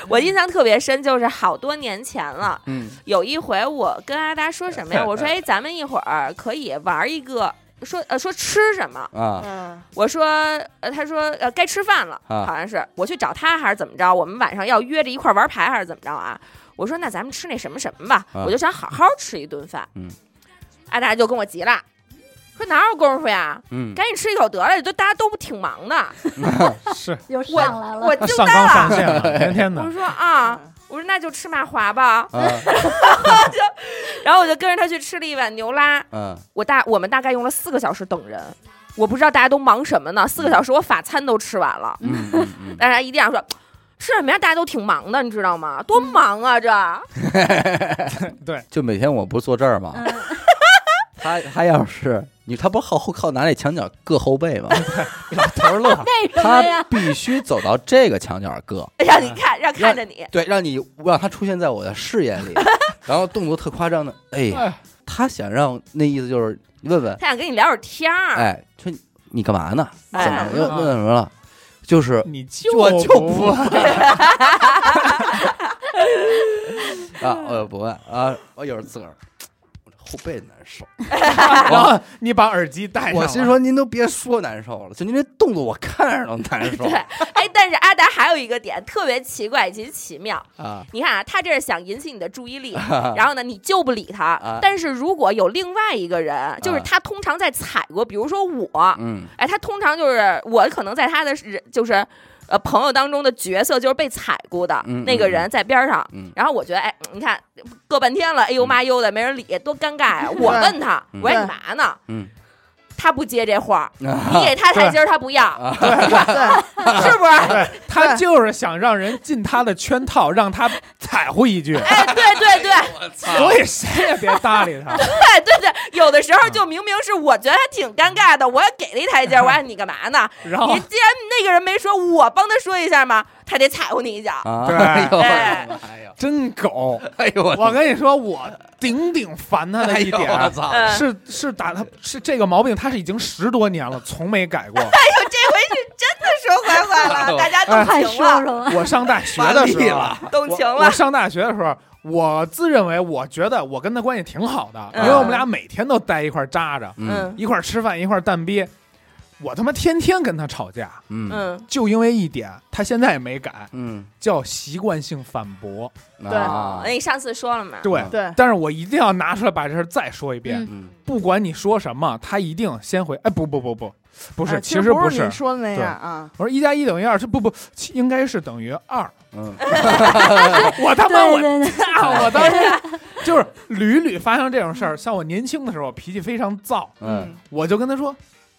[SPEAKER 3] 我印象特别深，就是好多年前了，
[SPEAKER 1] 嗯，
[SPEAKER 3] 有一回我跟阿达说什么呀？我说，哎，咱们一会儿可以玩一个，说呃说吃什么？
[SPEAKER 1] 啊
[SPEAKER 2] 嗯，
[SPEAKER 3] 我说，呃，他说，呃，该吃饭了，
[SPEAKER 1] 啊
[SPEAKER 3] 好像是我去找他还是怎么着？我们晚上要约着一块儿玩牌还是怎么着啊？我说那咱们吃那什么什么吧，
[SPEAKER 1] 啊
[SPEAKER 3] 我就想好好吃一顿饭。
[SPEAKER 1] 嗯，
[SPEAKER 3] 阿达就跟我急了，说哪有功夫呀？
[SPEAKER 1] 嗯，
[SPEAKER 3] 赶紧吃一口得了，都大家都挺忙 的。
[SPEAKER 4] 是
[SPEAKER 5] 又上来了
[SPEAKER 3] 我，
[SPEAKER 4] 他
[SPEAKER 3] 惊
[SPEAKER 4] 上
[SPEAKER 3] 呆
[SPEAKER 4] 纲上
[SPEAKER 3] 了，
[SPEAKER 4] 线了， 天天
[SPEAKER 3] 我
[SPEAKER 4] 的。嗯
[SPEAKER 3] 说啊，我说那就吃麻滑吧，
[SPEAKER 1] 啊，
[SPEAKER 3] 然后我就跟着他去吃了一碗牛拉。
[SPEAKER 1] 嗯，
[SPEAKER 3] 我大我们大概用了四个小时等人，我不知道大家都忙什么呢？四个小时我法餐都吃完了，
[SPEAKER 1] 嗯嗯
[SPEAKER 3] 大家一定要说。吃什么呀？大家都挺忙的，你知道
[SPEAKER 4] 嗯
[SPEAKER 3] 吗？多忙啊！这
[SPEAKER 4] 对，
[SPEAKER 1] 就每天我不是坐这儿
[SPEAKER 5] 嗯
[SPEAKER 1] 吗？他他要是你，他不是靠后靠拿那墙角硌后背吗？
[SPEAKER 4] 老头儿 乐，
[SPEAKER 5] 为什么
[SPEAKER 1] 他
[SPEAKER 5] 呀？
[SPEAKER 1] 必须走到这个墙角硌，
[SPEAKER 3] 让
[SPEAKER 4] 嗯
[SPEAKER 3] 你看，让看着你，
[SPEAKER 1] 对，让你让他出现在我的视野里，然后动作特夸张的，哎呀，
[SPEAKER 4] 哎
[SPEAKER 1] 他想让那意思就是你问问，
[SPEAKER 3] 他想跟你聊会儿天儿。
[SPEAKER 1] 哎，说你你干嘛呢？怎
[SPEAKER 3] 哎
[SPEAKER 1] 么又问什么了？就是
[SPEAKER 4] 你就
[SPEAKER 1] 我就不
[SPEAKER 4] 不
[SPEAKER 1] 啊，我也不问啊，我有时候自个儿我这后背难受。
[SPEAKER 4] 然后你把耳机戴上，
[SPEAKER 1] 我心，说您都别说难受了，就您这动作我看着都 难受
[SPEAKER 3] 对，哎，但是阿达还有一个点特别奇怪以及奇妙，
[SPEAKER 1] 啊。
[SPEAKER 3] 你看啊，他这是想引起你的注意 力，然后呢，你就不理他。
[SPEAKER 1] 啊
[SPEAKER 3] 但是如果有另外一个人，就是他通常在踩过，比如说我，
[SPEAKER 1] 嗯
[SPEAKER 3] 哎，他通常就是我可能在他的人就是。呃，朋友当中的角色就是被踩过的、
[SPEAKER 1] 嗯
[SPEAKER 3] 那个人在边上，
[SPEAKER 1] 嗯
[SPEAKER 3] 然后我觉得，哎，你看，过半天了，哎呦妈呦的，没人理，多尴 尬呀、我问他，
[SPEAKER 1] 嗯
[SPEAKER 3] 我说哎你嘛呢？
[SPEAKER 1] 嗯，
[SPEAKER 3] 他不接这话，
[SPEAKER 1] 啊
[SPEAKER 3] 你 给他台阶儿他不要，
[SPEAKER 2] 对，
[SPEAKER 3] 是不是？
[SPEAKER 4] 他就是想让人进他的圈套，让他踩乎一句，
[SPEAKER 3] 哎，对对对，
[SPEAKER 4] 所以谁也别搭理 他。
[SPEAKER 3] 对对对，有的时候就明明是我觉得他挺尴尬的，我也给了一台阶儿，我说你干嘛呢？
[SPEAKER 4] 然后
[SPEAKER 3] 你既然那个人没说，我帮他说一下嘛，他得踩乎你一脚。
[SPEAKER 1] 啊！
[SPEAKER 4] 对
[SPEAKER 1] 哎呦我的
[SPEAKER 3] 哎
[SPEAKER 1] 妈呀！
[SPEAKER 4] 真狗，
[SPEAKER 1] 哎呦我
[SPEAKER 4] 我跟你说，我顶顶烦他的
[SPEAKER 1] 哎
[SPEAKER 4] 一
[SPEAKER 1] 呦
[SPEAKER 4] 点啊
[SPEAKER 1] 我
[SPEAKER 4] 儿。
[SPEAKER 1] 操！
[SPEAKER 3] 嗯，哎
[SPEAKER 4] 是是打他是这个毛病，他是已经十多年了，从没改过。
[SPEAKER 3] 呦，这回是真的说坏话了，大家懂
[SPEAKER 5] 快
[SPEAKER 3] 情
[SPEAKER 5] 说
[SPEAKER 3] 哎了，
[SPEAKER 5] 说吧，
[SPEAKER 4] 我上大学的时
[SPEAKER 1] 麻利
[SPEAKER 4] 候啊
[SPEAKER 1] 了，
[SPEAKER 3] 懂
[SPEAKER 4] 我
[SPEAKER 3] 情
[SPEAKER 4] 我
[SPEAKER 3] 了。
[SPEAKER 4] 上大学的时候，我自认为我觉得我跟他关系挺好的，因
[SPEAKER 3] 嗯
[SPEAKER 4] 为我们俩每天都待一块儿扎着，
[SPEAKER 1] 嗯
[SPEAKER 4] 一块儿吃饭，一块儿蛋逼。我他妈天天跟他吵架，
[SPEAKER 1] 嗯
[SPEAKER 3] 嗯，
[SPEAKER 4] 就因为一点，他现在也没改，
[SPEAKER 1] 嗯
[SPEAKER 4] 叫习惯性反驳。
[SPEAKER 1] 对
[SPEAKER 2] 对
[SPEAKER 1] 啊
[SPEAKER 3] 哦那你上次说了嘛？
[SPEAKER 4] 对，
[SPEAKER 1] 嗯
[SPEAKER 2] 对
[SPEAKER 4] 但是我一定要拿出来把这事儿再说一遍。
[SPEAKER 5] 嗯
[SPEAKER 1] 嗯
[SPEAKER 4] 不管你说什么，他一定先回。哎，不不不不，不
[SPEAKER 2] 不
[SPEAKER 4] 是，
[SPEAKER 2] 啊哎其
[SPEAKER 4] 实
[SPEAKER 2] 不
[SPEAKER 4] 不
[SPEAKER 2] 你说的那
[SPEAKER 4] 对
[SPEAKER 2] 样啊，
[SPEAKER 4] 我说一加一等于二，这不不，其应该是等于二。
[SPEAKER 1] 嗯
[SPEAKER 4] 我他妈
[SPEAKER 5] 对
[SPEAKER 4] 我
[SPEAKER 5] 对对，
[SPEAKER 4] 啊！我当时就是屡屡发生这种事儿。像我年轻的时候，脾气非常燥，
[SPEAKER 1] 嗯，
[SPEAKER 4] 我就跟他说，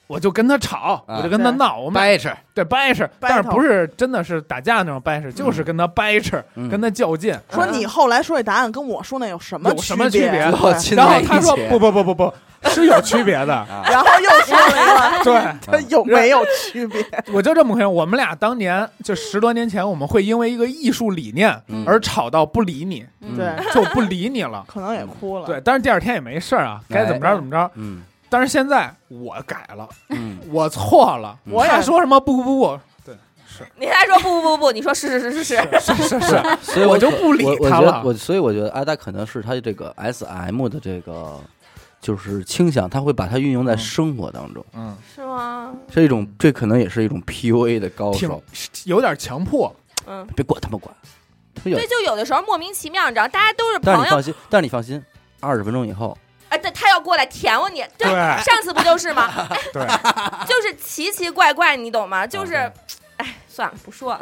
[SPEAKER 4] 我就跟他吵，
[SPEAKER 1] 啊
[SPEAKER 4] 我就跟他
[SPEAKER 2] 对
[SPEAKER 4] 闹，我们
[SPEAKER 1] 掰扯，
[SPEAKER 4] 对掰扯，但是不是真的是打架那种掰扯，就是跟他掰扯，
[SPEAKER 1] 嗯
[SPEAKER 4] 跟他较劲。
[SPEAKER 2] 说你后来说这答案跟我说那有什么
[SPEAKER 4] 有什么
[SPEAKER 2] 区
[SPEAKER 4] 区别
[SPEAKER 1] 嗯然后
[SPEAKER 2] 对
[SPEAKER 1] 亲
[SPEAKER 4] 然
[SPEAKER 1] 在
[SPEAKER 4] 后
[SPEAKER 1] 一
[SPEAKER 4] 他说
[SPEAKER 1] 起。
[SPEAKER 4] 不不不不不，是有区别的
[SPEAKER 2] 然后又说了一个，
[SPEAKER 4] 对，
[SPEAKER 2] 他有没有区别？
[SPEAKER 4] 我就这么回事。我们俩当年就十多年前，我们会因为一个艺术理念
[SPEAKER 1] 嗯
[SPEAKER 4] 而吵到不理你，
[SPEAKER 1] 嗯
[SPEAKER 2] 对，。
[SPEAKER 4] 就不理你了
[SPEAKER 2] 可能也哭了。
[SPEAKER 4] 对，但是第二天也没事儿啊，该怎么着怎么着。
[SPEAKER 1] 嗯
[SPEAKER 4] 但是现在我改了，
[SPEAKER 1] 嗯
[SPEAKER 4] 我错了，
[SPEAKER 1] 嗯
[SPEAKER 2] 我也
[SPEAKER 4] 他说什么不不 不，对，是
[SPEAKER 3] 你还说不不不不，你说是是是是是，
[SPEAKER 4] 是是是，
[SPEAKER 1] 所以
[SPEAKER 4] 我
[SPEAKER 1] 我
[SPEAKER 4] 就
[SPEAKER 1] 可
[SPEAKER 4] 不理
[SPEAKER 1] 我我
[SPEAKER 4] 他
[SPEAKER 1] 觉得
[SPEAKER 4] 了
[SPEAKER 1] 我所以我觉得阿达可能是他这个 S M 的这个就是倾向，他会把它运用在
[SPEAKER 4] 嗯
[SPEAKER 1] 生活当中，
[SPEAKER 4] 嗯，
[SPEAKER 3] 是吗？
[SPEAKER 1] 是一种这可能也是一种 P U A 的高
[SPEAKER 4] 挺
[SPEAKER 1] 手。
[SPEAKER 4] 有点强迫，
[SPEAKER 3] 嗯，
[SPEAKER 1] 别管他们管，他们有
[SPEAKER 3] 对，，就有的时候莫名其妙，你知道，大家都是
[SPEAKER 1] 但是
[SPEAKER 3] 朋
[SPEAKER 1] 你
[SPEAKER 3] 友，
[SPEAKER 1] 放心，但是你放心，二十分钟以后，
[SPEAKER 3] 哎，对，他要过来舔我你，对，
[SPEAKER 4] 对
[SPEAKER 3] 上次不就是吗？
[SPEAKER 4] 对，
[SPEAKER 3] 就是奇奇怪怪，你懂吗？就是，
[SPEAKER 1] 啊
[SPEAKER 3] 哎，算了，不说了。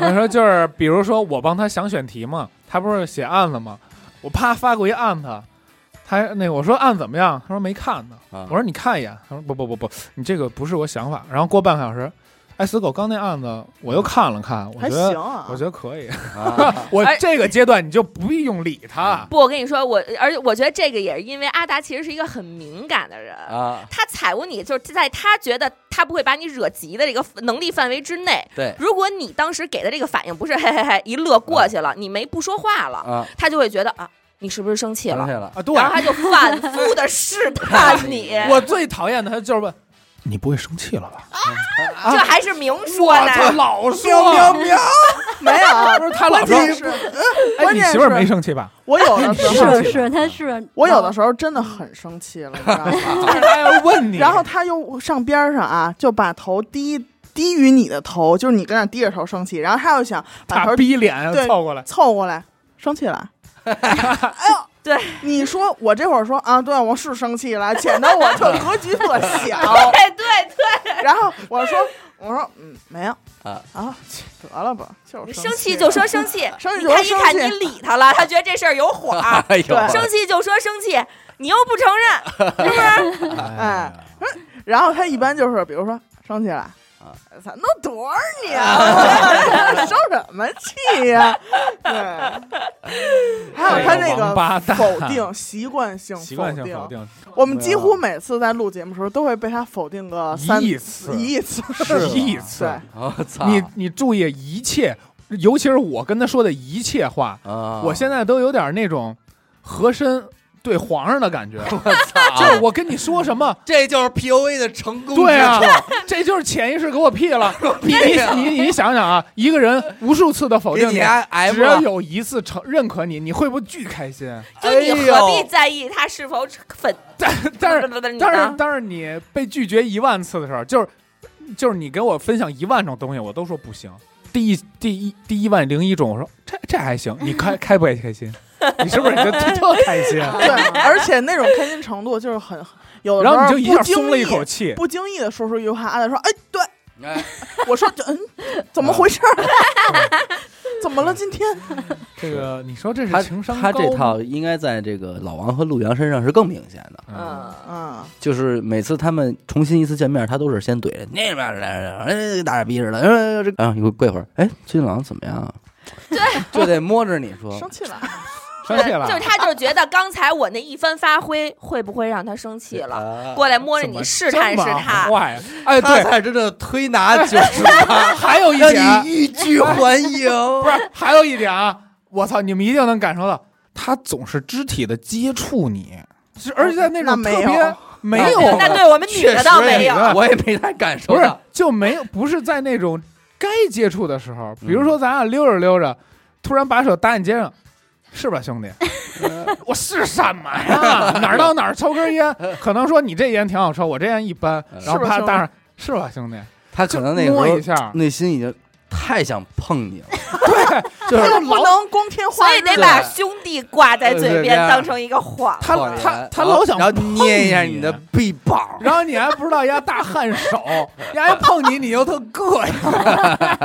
[SPEAKER 4] 我说就是，比如说我帮他想选题嘛，他不是写案子吗？我啪发过一案子，他那个我说案怎么样？他说没看呢。
[SPEAKER 1] 啊
[SPEAKER 4] 我说你看一眼。他说不不不不，你这个不是我想法。然后过半个小时，哎，死狗刚那案子我又看了看，我
[SPEAKER 2] 还
[SPEAKER 4] 觉
[SPEAKER 2] 行
[SPEAKER 4] 得
[SPEAKER 2] 啊，
[SPEAKER 4] 我觉得可以。
[SPEAKER 1] 啊
[SPEAKER 4] 我
[SPEAKER 3] 哎
[SPEAKER 4] 这个阶段你就不必用理他。
[SPEAKER 3] 不，我跟你说，我而且我觉得这个也是因为阿达其实是一个很敏感的人，
[SPEAKER 1] 啊，
[SPEAKER 3] 他踩过你，就是在他觉得他不会把你惹急的这个能力范围之内。
[SPEAKER 1] 对
[SPEAKER 3] 如果你当时给的这个反应不是嘿嘿嘿一乐过去了，你没不说话了，
[SPEAKER 1] 啊，
[SPEAKER 3] 他就会觉得啊，你是不是生气
[SPEAKER 1] 想
[SPEAKER 3] 了
[SPEAKER 1] 起？来了，
[SPEAKER 4] 啊，对，
[SPEAKER 3] 然后他就反复的试探你，
[SPEAKER 4] 我最讨厌的他就是问 你不会生气了吧？
[SPEAKER 3] 这还是明说
[SPEAKER 4] 我操，
[SPEAKER 3] 呢。
[SPEAKER 4] 老
[SPEAKER 2] 啊喵喵
[SPEAKER 4] 说，
[SPEAKER 2] 喵，没有啊。
[SPEAKER 4] 不是他老说，
[SPEAKER 2] 关键是，呃
[SPEAKER 4] 哎，
[SPEAKER 2] 关
[SPEAKER 4] 你
[SPEAKER 2] 键
[SPEAKER 4] 媳妇儿
[SPEAKER 2] 是
[SPEAKER 4] 没生 气嗯吧？
[SPEAKER 2] 我有的时候
[SPEAKER 5] 是是，他是
[SPEAKER 2] 我有的时候真的很生气了，你知道吗？
[SPEAKER 4] 就是他要问 你，
[SPEAKER 2] 然后他又上边儿上啊，就把头低低于你的头，就是你跟那儿低着头生气，然后他又想把
[SPEAKER 4] 他
[SPEAKER 2] 头
[SPEAKER 4] 逼脸
[SPEAKER 2] 对
[SPEAKER 4] 凑过来。
[SPEAKER 2] 凑过来，生气了。哎呦，
[SPEAKER 3] 对，
[SPEAKER 2] 你说我这会儿说啊，对，我是生气 了，显得我这格局特小。
[SPEAKER 3] 对哎对对，
[SPEAKER 2] 然后我说，我说，嗯，没有
[SPEAKER 1] 啊
[SPEAKER 2] 啊，得了吧，就是
[SPEAKER 3] 你
[SPEAKER 2] 生
[SPEAKER 3] 生气就说生气，
[SPEAKER 2] 生气
[SPEAKER 3] 你
[SPEAKER 2] 就说
[SPEAKER 3] 看一
[SPEAKER 2] 生
[SPEAKER 3] 看
[SPEAKER 2] 气
[SPEAKER 3] 你理他了，他觉得这事儿有火儿，
[SPEAKER 1] 哎呦，
[SPEAKER 2] 对
[SPEAKER 3] 生气就说生气，你又不承认，
[SPEAKER 4] 哎呀，
[SPEAKER 2] 然后他一般就是，比如说生气了。
[SPEAKER 1] 啊
[SPEAKER 2] 操，弄多少你 啊！生什么气呀、对，还有他这
[SPEAKER 4] 这个王八
[SPEAKER 2] 个
[SPEAKER 4] 蛋
[SPEAKER 2] 否定，习惯性
[SPEAKER 4] 习惯性否定，
[SPEAKER 2] 我们几乎每次在录节目的时候都会被他否定个三
[SPEAKER 4] 啊一亿次
[SPEAKER 2] 一亿次，
[SPEAKER 1] 是
[SPEAKER 4] 一亿
[SPEAKER 1] 吧
[SPEAKER 4] 次
[SPEAKER 2] 对，
[SPEAKER 1] 我操，
[SPEAKER 4] 你你注意一切，尤其是我跟他说的一切话，
[SPEAKER 1] 啊，
[SPEAKER 4] 我现在都有点那种和珅对皇上的感觉。
[SPEAKER 1] 我操，
[SPEAKER 4] 就是我跟你说什么，
[SPEAKER 1] 这就是 PUA 的成功
[SPEAKER 4] 对啊
[SPEAKER 1] 之处，
[SPEAKER 4] 这就是潜意识给我 P 了。你
[SPEAKER 1] 对呀
[SPEAKER 4] 你你想想啊，一个人无数次的否定
[SPEAKER 1] 给你挨挨
[SPEAKER 4] 只要
[SPEAKER 1] 了，
[SPEAKER 4] 有一次承认可你，你会不会巨开心？
[SPEAKER 3] 就你何必
[SPEAKER 1] 哎呦
[SPEAKER 3] 在意他是否粉？
[SPEAKER 4] 但但是
[SPEAKER 3] 是
[SPEAKER 4] 但是但是你被拒绝一万次的时候，就是就是你给我分享一万种东西，我都说不行。第一第一第一万零一种，我说这这还行，你开开不开开心？你是不是你就特开心？
[SPEAKER 2] 对，而且那种开心程度就是很有的
[SPEAKER 4] 然
[SPEAKER 2] 时候
[SPEAKER 4] 后你就一下
[SPEAKER 2] 不经
[SPEAKER 4] 松了一
[SPEAKER 2] 意
[SPEAKER 4] 口气，
[SPEAKER 2] 不经意的说出一句话，阿仔说：“哎，对
[SPEAKER 1] 哎
[SPEAKER 2] 我说，嗯，怎么回事儿？
[SPEAKER 4] 嗯
[SPEAKER 2] 怎么了？今天
[SPEAKER 4] 这个你说这
[SPEAKER 1] 他
[SPEAKER 4] 是情商
[SPEAKER 1] 他这
[SPEAKER 4] 高吗
[SPEAKER 1] 套应该在这个老王和陆阳身上是更明显的，
[SPEAKER 4] 嗯，
[SPEAKER 2] 嗯，
[SPEAKER 1] 就是每次他们重新一次见面，他都是先怼着那边儿来着，哎，大傻逼似的，哎，这啊，你给我跪会儿，哎，最近老王怎么样啊？对，就得摸着你说，
[SPEAKER 2] 生气了，
[SPEAKER 4] 生气
[SPEAKER 3] 就
[SPEAKER 4] 了
[SPEAKER 3] 是。他就是觉得刚才我那一番发挥会不会让他生气了，
[SPEAKER 1] 了
[SPEAKER 3] 过来摸着
[SPEAKER 4] 怎么
[SPEAKER 3] 你试探试
[SPEAKER 4] 这么
[SPEAKER 3] 探。
[SPEAKER 4] 坏呀！哎，
[SPEAKER 1] 他
[SPEAKER 4] 对，
[SPEAKER 1] 才真的推拿 就是 他，
[SPEAKER 4] 还有一点，
[SPEAKER 1] 让你欲拒还迎。
[SPEAKER 4] 不 是，还有一点啊，我操，你们一定能感受到，他总是肢体的接触你，是而且在那种
[SPEAKER 2] 那
[SPEAKER 4] 特
[SPEAKER 2] 没
[SPEAKER 4] 别
[SPEAKER 2] 有
[SPEAKER 4] 没
[SPEAKER 1] 那
[SPEAKER 4] 有，
[SPEAKER 3] 那对我们女的倒没有
[SPEAKER 4] 确实，
[SPEAKER 1] 我也没太感受
[SPEAKER 4] 不是
[SPEAKER 1] 到，
[SPEAKER 4] 就没有，不是在那种该接触的时候，比如说咱俩溜着溜着，突然把手搭你肩上。是吧，兄弟？ 呃我是什么呀？哪儿到哪儿抽根烟，可能说你这烟挺好抽，我这烟一般，然后
[SPEAKER 2] 是吧
[SPEAKER 4] 啪
[SPEAKER 2] 兄弟
[SPEAKER 4] 搭上，是吧，兄弟？
[SPEAKER 1] 他可
[SPEAKER 4] 就
[SPEAKER 1] 能那个
[SPEAKER 4] 摸一
[SPEAKER 1] 时
[SPEAKER 4] 下
[SPEAKER 1] 候，内心已经太想碰你了，
[SPEAKER 4] 就
[SPEAKER 2] 他
[SPEAKER 4] 是
[SPEAKER 2] 又 不能光天化
[SPEAKER 3] 所以
[SPEAKER 2] 日
[SPEAKER 3] 得
[SPEAKER 1] 对
[SPEAKER 3] 把兄弟挂在嘴边，
[SPEAKER 4] 对
[SPEAKER 3] 当成一个谎。
[SPEAKER 4] 他
[SPEAKER 1] 谎言
[SPEAKER 4] 他他
[SPEAKER 1] 然后
[SPEAKER 4] 老想
[SPEAKER 1] 哦然后
[SPEAKER 4] 碰
[SPEAKER 1] 捏一下
[SPEAKER 4] 你
[SPEAKER 1] 你的臂膀，
[SPEAKER 4] 然后你还不知道人家大汗手，人家一碰你，你就特膈应。